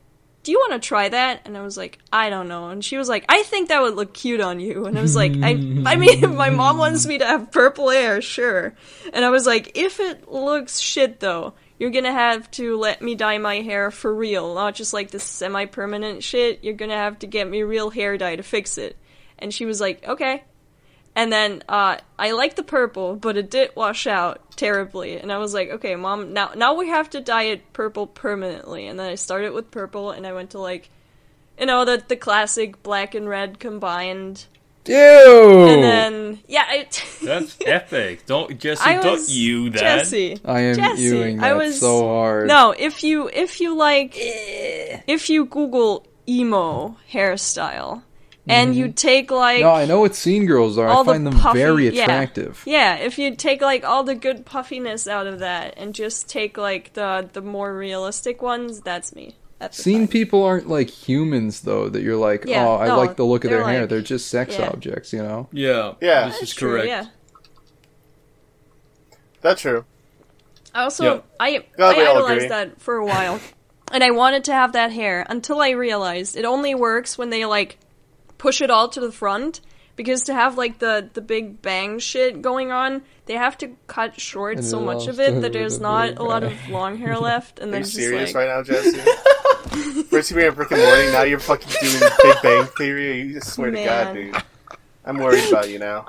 Speaker 2: Do you want to try that? And I was like, I don't know. And she was like, I think that would look cute on you. And I was like, I, I mean, if my mom wants me to have purple hair, sure. And I was like, if it looks shit though, you're gonna have to let me dye my hair for real, not just like this semi permanent shit. You're gonna have to get me real hair dye to fix it. And she was like, okay. And then uh, I like the purple, but it did wash out terribly. And I was like, okay, mom, now now we have to dye it purple permanently. And then I started with purple, and I went to like, you know, the the classic black and red combined.
Speaker 5: Ew.
Speaker 2: And then yeah, it,
Speaker 3: Oh. That's epic. Don't Jesse,
Speaker 2: I
Speaker 3: don't
Speaker 2: was
Speaker 3: you that.
Speaker 2: Jesse.
Speaker 5: I am
Speaker 2: Jesse,
Speaker 5: ewing
Speaker 2: I
Speaker 5: that
Speaker 2: was-
Speaker 5: so hard.
Speaker 2: No, if you if you like if you Google emo hairstyle and you take like
Speaker 5: Mm-hmm. No, I know what scene girls are.
Speaker 2: all
Speaker 5: I find
Speaker 2: the
Speaker 5: them
Speaker 2: puffy-
Speaker 5: very
Speaker 2: yeah.
Speaker 5: attractive.
Speaker 2: yeah, if you take like all the good puffiness out of that and just take like the the more realistic ones, that's me. That's the
Speaker 5: Scene
Speaker 2: time.
Speaker 5: people aren't like humans though. That you're like,
Speaker 2: Yeah,
Speaker 5: oh, I
Speaker 2: no,
Speaker 5: like the look of their
Speaker 2: they're
Speaker 5: hair.
Speaker 2: like-
Speaker 5: They're just sex
Speaker 2: yeah.
Speaker 5: objects, you know.
Speaker 3: Yeah.
Speaker 4: Yeah.
Speaker 3: This
Speaker 2: That's
Speaker 3: is
Speaker 2: true,
Speaker 3: correct.
Speaker 2: Yeah.
Speaker 4: That's true.
Speaker 2: I also
Speaker 3: Yeah.
Speaker 2: I
Speaker 4: Glad
Speaker 2: I
Speaker 4: we all agree.
Speaker 2: idolized that for a while, and I wanted to have that hair until I realized it only works when they like push it all to the front. Because to have like the the big bang shit going on, they have to cut short
Speaker 5: And
Speaker 2: so
Speaker 5: it
Speaker 2: much
Speaker 5: all
Speaker 2: of it that
Speaker 5: started
Speaker 2: there's
Speaker 5: with a
Speaker 2: not
Speaker 5: big
Speaker 2: a lot of
Speaker 5: bang.
Speaker 2: long hair left, and
Speaker 4: Are
Speaker 2: then
Speaker 4: you
Speaker 2: just
Speaker 4: serious
Speaker 2: like
Speaker 4: right now, Jesse? First you were in Brick and Morning, now you're fucking doing Big Bang Theory. You just swear to
Speaker 2: Man.
Speaker 4: God, dude. I'm worried about you now.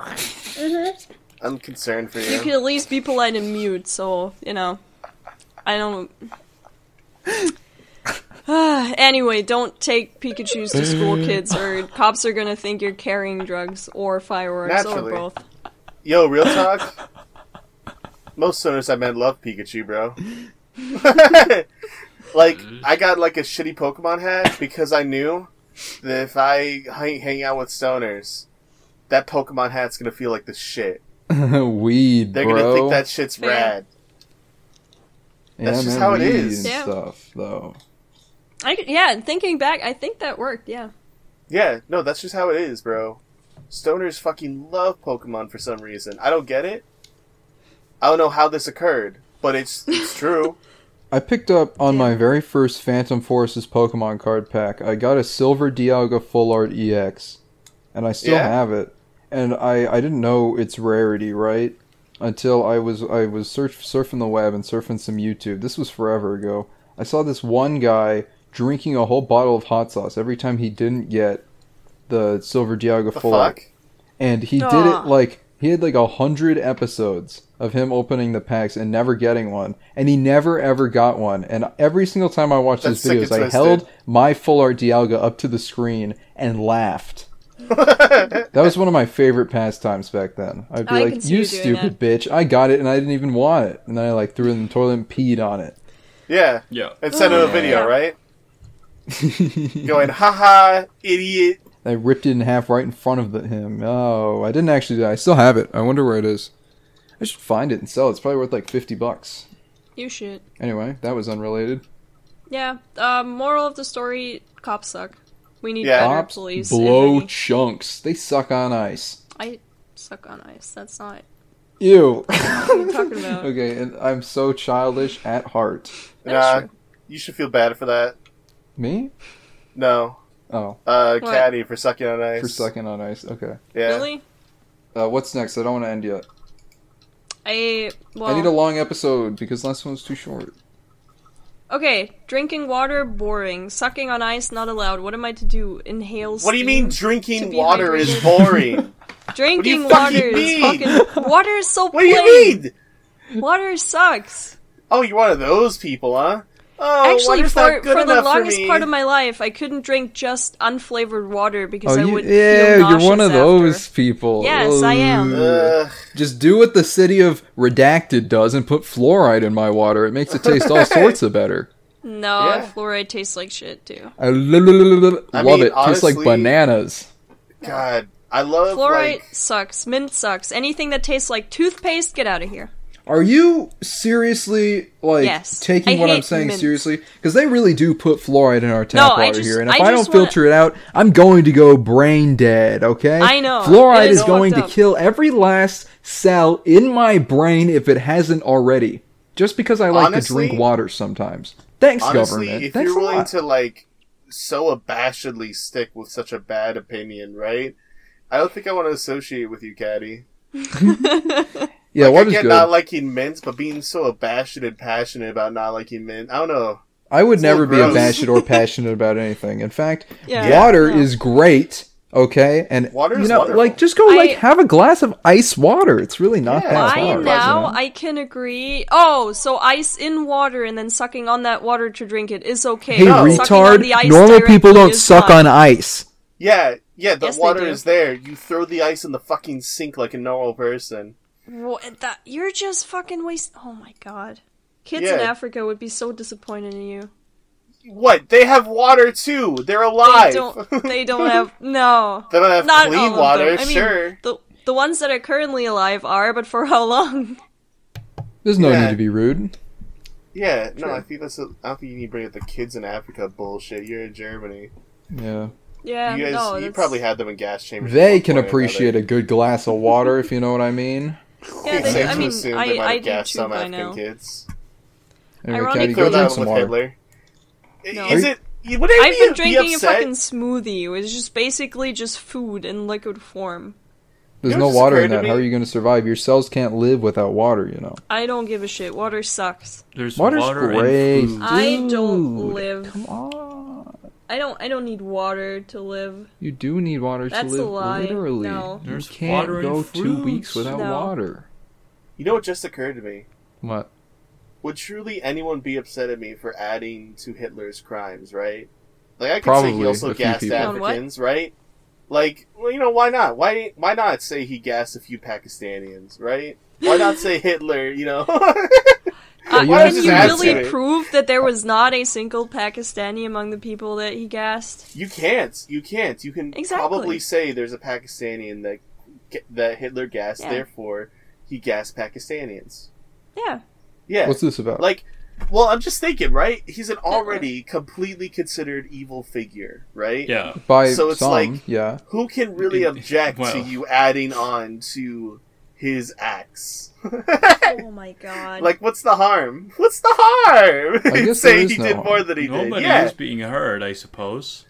Speaker 4: I'm concerned for you.
Speaker 2: Mm-hmm. you could at least be polite and mute. So you know, I don't. anyway, don't take Pikachu's to school, kids, or cops are gonna think you're carrying drugs or fireworks
Speaker 4: Naturally.
Speaker 2: or both.
Speaker 4: Yo, real talk. Most stoners I met love Pikachu, bro. like I got like a shitty Pokemon hat because I knew that if I hang, hang out with stoners, that Pokemon hat's gonna feel like the shit.
Speaker 5: weed,
Speaker 4: They're
Speaker 5: bro.
Speaker 4: gonna think that shit's
Speaker 2: Fair.
Speaker 4: rad. that's
Speaker 5: Yeah, man,
Speaker 4: just how it
Speaker 5: weed
Speaker 4: is.
Speaker 5: And
Speaker 2: Yeah.
Speaker 5: stuff, though.
Speaker 2: I could, yeah, and thinking back, I think that worked. Yeah,
Speaker 4: Yeah, no, that's just how it is, bro. Stoners fucking love Pokemon for some reason. I don't get it. I don't know how this occurred, but it's it's true.
Speaker 5: I picked up on my very first Phantom Forces Pokemon card pack. I got a silver Dialga Full Art EX, and I still
Speaker 4: Yeah.
Speaker 5: have it. And I, I didn't know its rarity, right? Until I was I was surf, surfing the web and surfing some YouTube. This was forever ago. I saw this one guy drinking a whole bottle of hot sauce every time he didn't get the silver Dialga
Speaker 4: The
Speaker 5: Full Art
Speaker 4: fuck?
Speaker 5: and he did
Speaker 2: Aw.
Speaker 5: it like he had like a hundred episodes of him opening the packs and never getting one, and he never ever got one. And every single time I watched his
Speaker 4: That's sick and
Speaker 5: videos, I
Speaker 4: twisted.
Speaker 5: held my full art Dialga up to the screen and laughed. that was one of my favorite pastimes back then. I'd be
Speaker 2: I can
Speaker 5: like,
Speaker 2: see
Speaker 5: "You
Speaker 2: you doing
Speaker 5: stupid bitch! I got it and I didn't even want it." And then I like threw it in the toilet and peed on it.
Speaker 4: Yeah.
Speaker 3: Yeah.
Speaker 4: And send him a video, right? Going, haha, idiot.
Speaker 5: I ripped it in half right in front of the, him. Oh, I didn't actually. do that. I still have it. I wonder where it is. I should find it and sell it. It's probably worth like fifty bucks.
Speaker 2: you should.
Speaker 5: Anyway, that was unrelated.
Speaker 2: Yeah. Um, moral of the story: cops suck. We need
Speaker 4: Yeah.
Speaker 2: better
Speaker 5: Cops
Speaker 2: police. if
Speaker 5: blow
Speaker 2: any.
Speaker 5: chunks. They suck on ice.
Speaker 2: I suck on ice. That's not
Speaker 5: Ew.
Speaker 2: what I'm talking about.
Speaker 5: okay, and I'm so childish at heart.
Speaker 4: Nah,
Speaker 2: That's true.
Speaker 4: you should feel bad for that.
Speaker 5: Me?
Speaker 4: No.
Speaker 5: Oh,
Speaker 4: Uh,
Speaker 2: What?
Speaker 4: Caddy for sucking on ice.
Speaker 5: for sucking on ice. Okay.
Speaker 4: Yeah.
Speaker 2: Really?
Speaker 5: Uh, what's next? I don't want to end yet.
Speaker 2: I well.
Speaker 5: I need a long episode because last one was too short.
Speaker 2: okay, drinking water boring. Sucking on ice not allowed. What am I to do? Inhale.
Speaker 4: What do you
Speaker 2: steam?
Speaker 4: mean
Speaker 2: To
Speaker 4: drinking
Speaker 2: be
Speaker 4: water is
Speaker 2: hydrated.
Speaker 4: boring?
Speaker 2: Drinking
Speaker 4: What do
Speaker 2: water
Speaker 4: you
Speaker 2: is
Speaker 4: fucking
Speaker 2: fucking water is so
Speaker 4: what do you
Speaker 2: plain.
Speaker 4: mean?
Speaker 2: Water sucks.
Speaker 4: Oh, you're one of those people, huh? Oh,
Speaker 2: Actually,
Speaker 4: water's
Speaker 2: for
Speaker 4: not good
Speaker 2: for the
Speaker 4: enough
Speaker 2: longest
Speaker 4: for me.
Speaker 2: part of my life, I couldn't drink just unflavored water because I would
Speaker 5: Oh, yeah,
Speaker 2: feel nauseous
Speaker 5: you're one of
Speaker 2: after.
Speaker 5: those people.
Speaker 2: Yes, I am.
Speaker 5: Ugh.
Speaker 4: Ugh.
Speaker 5: Just do what the city of Redacted does and put fluoride in my water. It makes it taste all sorts of better.
Speaker 2: No,
Speaker 4: Yeah.
Speaker 2: fluoride tastes like shit too.
Speaker 5: I lo- lo- lo- lo- lo-
Speaker 4: I
Speaker 5: love
Speaker 4: mean,
Speaker 5: it. Tastes like
Speaker 4: honestly-
Speaker 5: bananas.
Speaker 4: God, I love
Speaker 2: Fluoride
Speaker 4: like
Speaker 2: sucks. Mint sucks. Anything that tastes like toothpaste, get out of here.
Speaker 5: Are you seriously like
Speaker 2: Yes.
Speaker 5: taking
Speaker 2: I
Speaker 5: what I'm
Speaker 2: hate
Speaker 5: saying
Speaker 2: mint.
Speaker 5: seriously? Because they really do put fluoride in our tap
Speaker 2: I
Speaker 5: water
Speaker 2: just-
Speaker 5: here, and if
Speaker 2: I
Speaker 5: I, don't
Speaker 2: just wanna-
Speaker 5: filter it out, I'm going to go brain dead. Okay,
Speaker 2: I know.
Speaker 5: fluoride
Speaker 2: It is
Speaker 5: is going
Speaker 2: fucked
Speaker 5: to
Speaker 2: up.
Speaker 5: kill every last cell in my brain if it hasn't already. Just because I like
Speaker 4: Honestly-
Speaker 5: to drink water sometimes. Thanks,
Speaker 4: honestly,
Speaker 5: government.
Speaker 4: if
Speaker 5: Thanks
Speaker 4: you're
Speaker 5: a
Speaker 4: willing
Speaker 5: lot.
Speaker 4: to like so abashedly stick with such a bad opinion, right? I don't think I want to associate with you, Caddy.
Speaker 5: yeah,
Speaker 4: Like, I
Speaker 5: water's
Speaker 4: get
Speaker 5: good.
Speaker 4: not liking mints, but being so abashed and passionate about not liking mint. I don't know.
Speaker 5: I would
Speaker 4: a little
Speaker 5: never be
Speaker 4: gross.
Speaker 5: abashed or passionate about anything. In fact,
Speaker 2: Yeah.
Speaker 5: water
Speaker 2: Yeah.
Speaker 5: is great. Okay, and
Speaker 4: Water
Speaker 5: you
Speaker 4: is
Speaker 5: know,
Speaker 4: wonderful.
Speaker 5: like just go
Speaker 2: I-
Speaker 5: like have a glass of ice water. It's really not
Speaker 4: Yeah.
Speaker 5: that
Speaker 4: That's
Speaker 2: I
Speaker 5: hard.
Speaker 2: now
Speaker 5: you know?
Speaker 2: I can agree. Oh, so ice in water and then sucking on that water to drink it is okay.
Speaker 5: hey,
Speaker 2: but sucking on the
Speaker 5: retard!
Speaker 2: ice
Speaker 5: Normal people
Speaker 2: directly
Speaker 5: don't
Speaker 2: is
Speaker 5: suck
Speaker 2: not.
Speaker 5: on ice.
Speaker 4: Yeah, yeah, the
Speaker 2: Yes, they
Speaker 4: water
Speaker 2: do.
Speaker 4: is there. You throw the ice in the fucking sink like a normal person.
Speaker 2: What, that, you're just fucking waste. Oh my god, kids in
Speaker 4: Yeah.
Speaker 2: Africa would be so disappointed in you.
Speaker 4: What? They have water too. They're
Speaker 2: They
Speaker 4: alive.
Speaker 2: don't. They don't have no.
Speaker 4: They don't have
Speaker 2: Not all
Speaker 4: clean
Speaker 2: of
Speaker 4: water,
Speaker 2: them. I mean,
Speaker 4: sure.
Speaker 2: The the ones that are currently alive are, but for how long?
Speaker 5: There's no
Speaker 4: Yeah.
Speaker 5: need to be rude.
Speaker 4: Yeah, no, I think that's. A, I don't think you need to bring up the kids in Africa bullshit. You're in Germany.
Speaker 5: Yeah,
Speaker 2: Yeah,
Speaker 4: you guys,
Speaker 2: Um, no.
Speaker 4: you
Speaker 2: that's-
Speaker 4: probably had them in gas chambers. at
Speaker 5: they
Speaker 4: one
Speaker 5: can
Speaker 4: point or
Speaker 5: appreciate
Speaker 4: another.
Speaker 5: a good glass of water if you know what I mean.
Speaker 2: Yeah, they,
Speaker 4: It's safe
Speaker 2: I
Speaker 4: to
Speaker 2: mean,
Speaker 4: assume
Speaker 2: I,
Speaker 4: they might
Speaker 2: I
Speaker 4: have
Speaker 2: do
Speaker 4: gassed
Speaker 2: too
Speaker 4: some
Speaker 2: by
Speaker 4: African
Speaker 2: now.
Speaker 4: kids.
Speaker 5: Anyway,
Speaker 2: Ironically-
Speaker 5: Caddy,
Speaker 2: Throw
Speaker 5: go
Speaker 4: Throw that
Speaker 5: drink
Speaker 4: one
Speaker 5: some
Speaker 4: with
Speaker 5: water.
Speaker 4: Hitler. I-
Speaker 2: No.
Speaker 4: Is it? you- Would anybody
Speaker 2: I've been
Speaker 4: be
Speaker 2: drinking a
Speaker 4: upset?
Speaker 2: fucking smoothie. It's just basically just food in liquid form.
Speaker 5: There's
Speaker 4: You
Speaker 5: no
Speaker 4: know what just
Speaker 5: water in
Speaker 4: occurred to
Speaker 5: that. How
Speaker 4: me?
Speaker 5: are you going to survive? Your cells can't live without water. You know.
Speaker 2: I don't give a shit. Water sucks.
Speaker 3: There's
Speaker 5: Water's
Speaker 3: water
Speaker 5: great.
Speaker 4: Uh,
Speaker 3: and food.
Speaker 2: I
Speaker 5: Dude,
Speaker 2: don't live.
Speaker 5: Come on.
Speaker 2: I don't. I don't need water to live.
Speaker 5: You do need water
Speaker 2: That's
Speaker 5: to
Speaker 2: a
Speaker 5: live
Speaker 2: lie.
Speaker 5: literally.
Speaker 2: No.
Speaker 5: You
Speaker 3: There's
Speaker 5: can't
Speaker 3: water and
Speaker 5: go two
Speaker 3: fruits.
Speaker 5: weeks without
Speaker 2: No.
Speaker 5: water.
Speaker 4: You know what just occurred to me?
Speaker 5: What?
Speaker 4: Would truly anyone be upset at me for adding to Hitler's crimes? Right? Like I could say
Speaker 5: Probably
Speaker 4: he also
Speaker 5: a few
Speaker 4: gassed
Speaker 5: people.
Speaker 2: On what?
Speaker 4: Africans, right? Like, well, you know, why not? Why why not say he gassed a few Pakistanians, right? Why not say Hitler? You know.
Speaker 2: not,
Speaker 5: you
Speaker 2: Uh, can
Speaker 5: just
Speaker 2: you
Speaker 5: had
Speaker 2: really
Speaker 4: to.
Speaker 2: prove that there was not a single Pakistani among the people that he gassed?
Speaker 4: You can't. You can't. You can
Speaker 2: Exactly.
Speaker 4: probably say there's a Pakistani that that Hitler gassed.
Speaker 2: Yeah.
Speaker 4: Therefore, he gassed Pakistanians.
Speaker 2: Yeah.
Speaker 4: Yeah.
Speaker 5: What's this about?
Speaker 4: like well i'm just thinking right he's an already completely considered evil figure right
Speaker 3: Yeah.
Speaker 5: By
Speaker 4: so it's
Speaker 5: some,
Speaker 4: like-
Speaker 5: yeah.
Speaker 4: who can really
Speaker 3: It-
Speaker 4: object
Speaker 3: well.
Speaker 4: to you adding on to his acts
Speaker 2: Oh my god.
Speaker 4: like what's the harm what's the harm
Speaker 5: I guess there
Speaker 4: saying
Speaker 5: is
Speaker 4: he
Speaker 5: no
Speaker 4: did
Speaker 5: harm.
Speaker 4: more than he did
Speaker 3: Nobody
Speaker 4: yeah
Speaker 3: is being hurt, I suppose.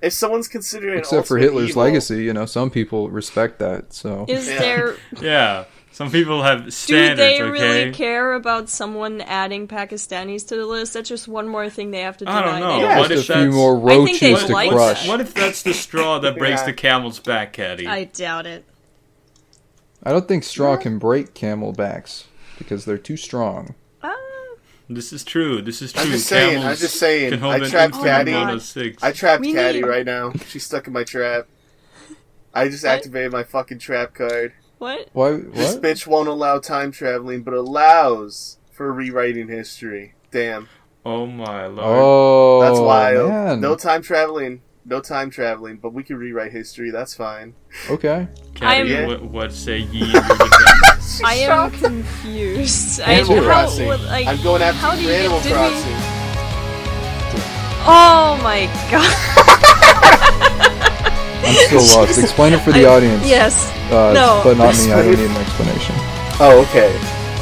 Speaker 4: if someone's considered an
Speaker 5: Except for
Speaker 4: ultimate
Speaker 5: Hitler's
Speaker 4: evil-
Speaker 5: legacy, you know, some people respect that. So
Speaker 2: is
Speaker 4: Yeah.
Speaker 2: there
Speaker 3: Yeah. Some people have
Speaker 2: do
Speaker 3: standards,
Speaker 2: they
Speaker 3: okay?
Speaker 2: really care about someone adding Pakistanis to the list? That's just one more thing they have to deny.
Speaker 3: I don't know.
Speaker 2: They
Speaker 4: Yeah,
Speaker 3: what
Speaker 5: just a
Speaker 3: if
Speaker 5: few
Speaker 3: that's
Speaker 5: more
Speaker 2: I think they
Speaker 5: roaches to
Speaker 2: like
Speaker 5: crush.
Speaker 2: that.
Speaker 3: What if that's the straw that breaks
Speaker 4: Yeah.
Speaker 3: the camel's back, Caddy?
Speaker 2: I doubt it.
Speaker 5: I don't think straw can break camelbacks because they're too strong.
Speaker 2: Ah,
Speaker 3: This is true. This is true.
Speaker 4: I'm just saying, I'm
Speaker 3: Camels
Speaker 4: just saying.
Speaker 3: Can hold
Speaker 4: I
Speaker 3: an
Speaker 4: trapped
Speaker 3: infinite
Speaker 2: Caddy.
Speaker 3: amount of six.
Speaker 4: i trapped
Speaker 2: We
Speaker 4: caddy
Speaker 2: need-
Speaker 4: right now she's stuck in my trap i just
Speaker 2: What?
Speaker 4: activated my fucking trap card
Speaker 2: what?
Speaker 5: Why?
Speaker 4: This
Speaker 5: What?
Speaker 4: bitch won't allow time traveling, but allows for rewriting history. Damn,
Speaker 3: oh my lord.
Speaker 5: Oh,
Speaker 4: that's wild.
Speaker 5: Man.
Speaker 4: No time traveling, no time traveling, but we can rewrite history. That's fine.
Speaker 5: okay.
Speaker 3: Caddy,
Speaker 4: I'm-
Speaker 3: what, what say ye? Ruben?
Speaker 2: I am confused. I
Speaker 4: Animal
Speaker 2: how,
Speaker 4: Crossing.
Speaker 2: what, like,
Speaker 4: I'm going after
Speaker 2: how do you get-
Speaker 4: Animal
Speaker 2: did we-
Speaker 4: Crossing.
Speaker 2: Oh my god.
Speaker 5: I'm still lost. Explain it for the
Speaker 2: I-
Speaker 5: audience.
Speaker 2: Yes.
Speaker 5: Uh,
Speaker 2: no.
Speaker 5: But not me. I don't need an explanation.
Speaker 4: Oh, okay.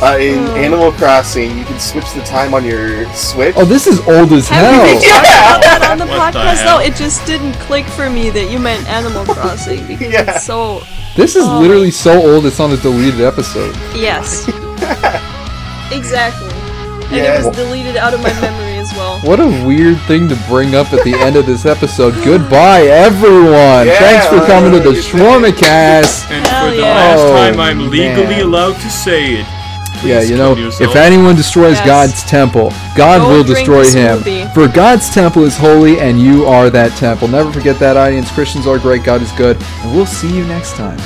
Speaker 4: Uh, in
Speaker 2: Oh.
Speaker 4: Animal Crossing, you can switch the time on your Switch.
Speaker 5: Oh, this is old as
Speaker 2: Have we
Speaker 5: hell.
Speaker 2: talked about that on the
Speaker 3: What the
Speaker 2: podcast? No,
Speaker 3: hell?
Speaker 2: it just didn't click for me that you meant Animal Crossing because
Speaker 4: Yeah.
Speaker 2: it's so.
Speaker 5: This is
Speaker 2: Oh.
Speaker 5: literally so old. It's on a deleted episode.
Speaker 2: Yes. exactly. And
Speaker 4: Yes.
Speaker 2: it was deleted out of my memory as well.
Speaker 5: What a weird thing to bring up at the end of this episode. Goodbye, everyone.
Speaker 4: Yeah,
Speaker 5: Thanks for coming to the
Speaker 4: you
Speaker 5: Shawarma Cast.
Speaker 3: and
Speaker 2: Hell
Speaker 3: for the
Speaker 2: yeah.
Speaker 3: last
Speaker 5: Oh,
Speaker 3: time, I'm legally
Speaker 5: man.
Speaker 3: allowed to say it.
Speaker 5: Yeah,
Speaker 3: Please
Speaker 5: you know,
Speaker 3: kill
Speaker 5: if
Speaker 3: yourself.
Speaker 5: anyone destroys
Speaker 2: Yes.
Speaker 5: God's temple, God
Speaker 2: Don't
Speaker 5: will
Speaker 2: drink
Speaker 5: destroy
Speaker 2: the
Speaker 5: him.
Speaker 2: smoothie.
Speaker 5: For God's temple is holy, and you are that temple. Never forget that, audience. Christians are great. God is good. And we'll see you next time.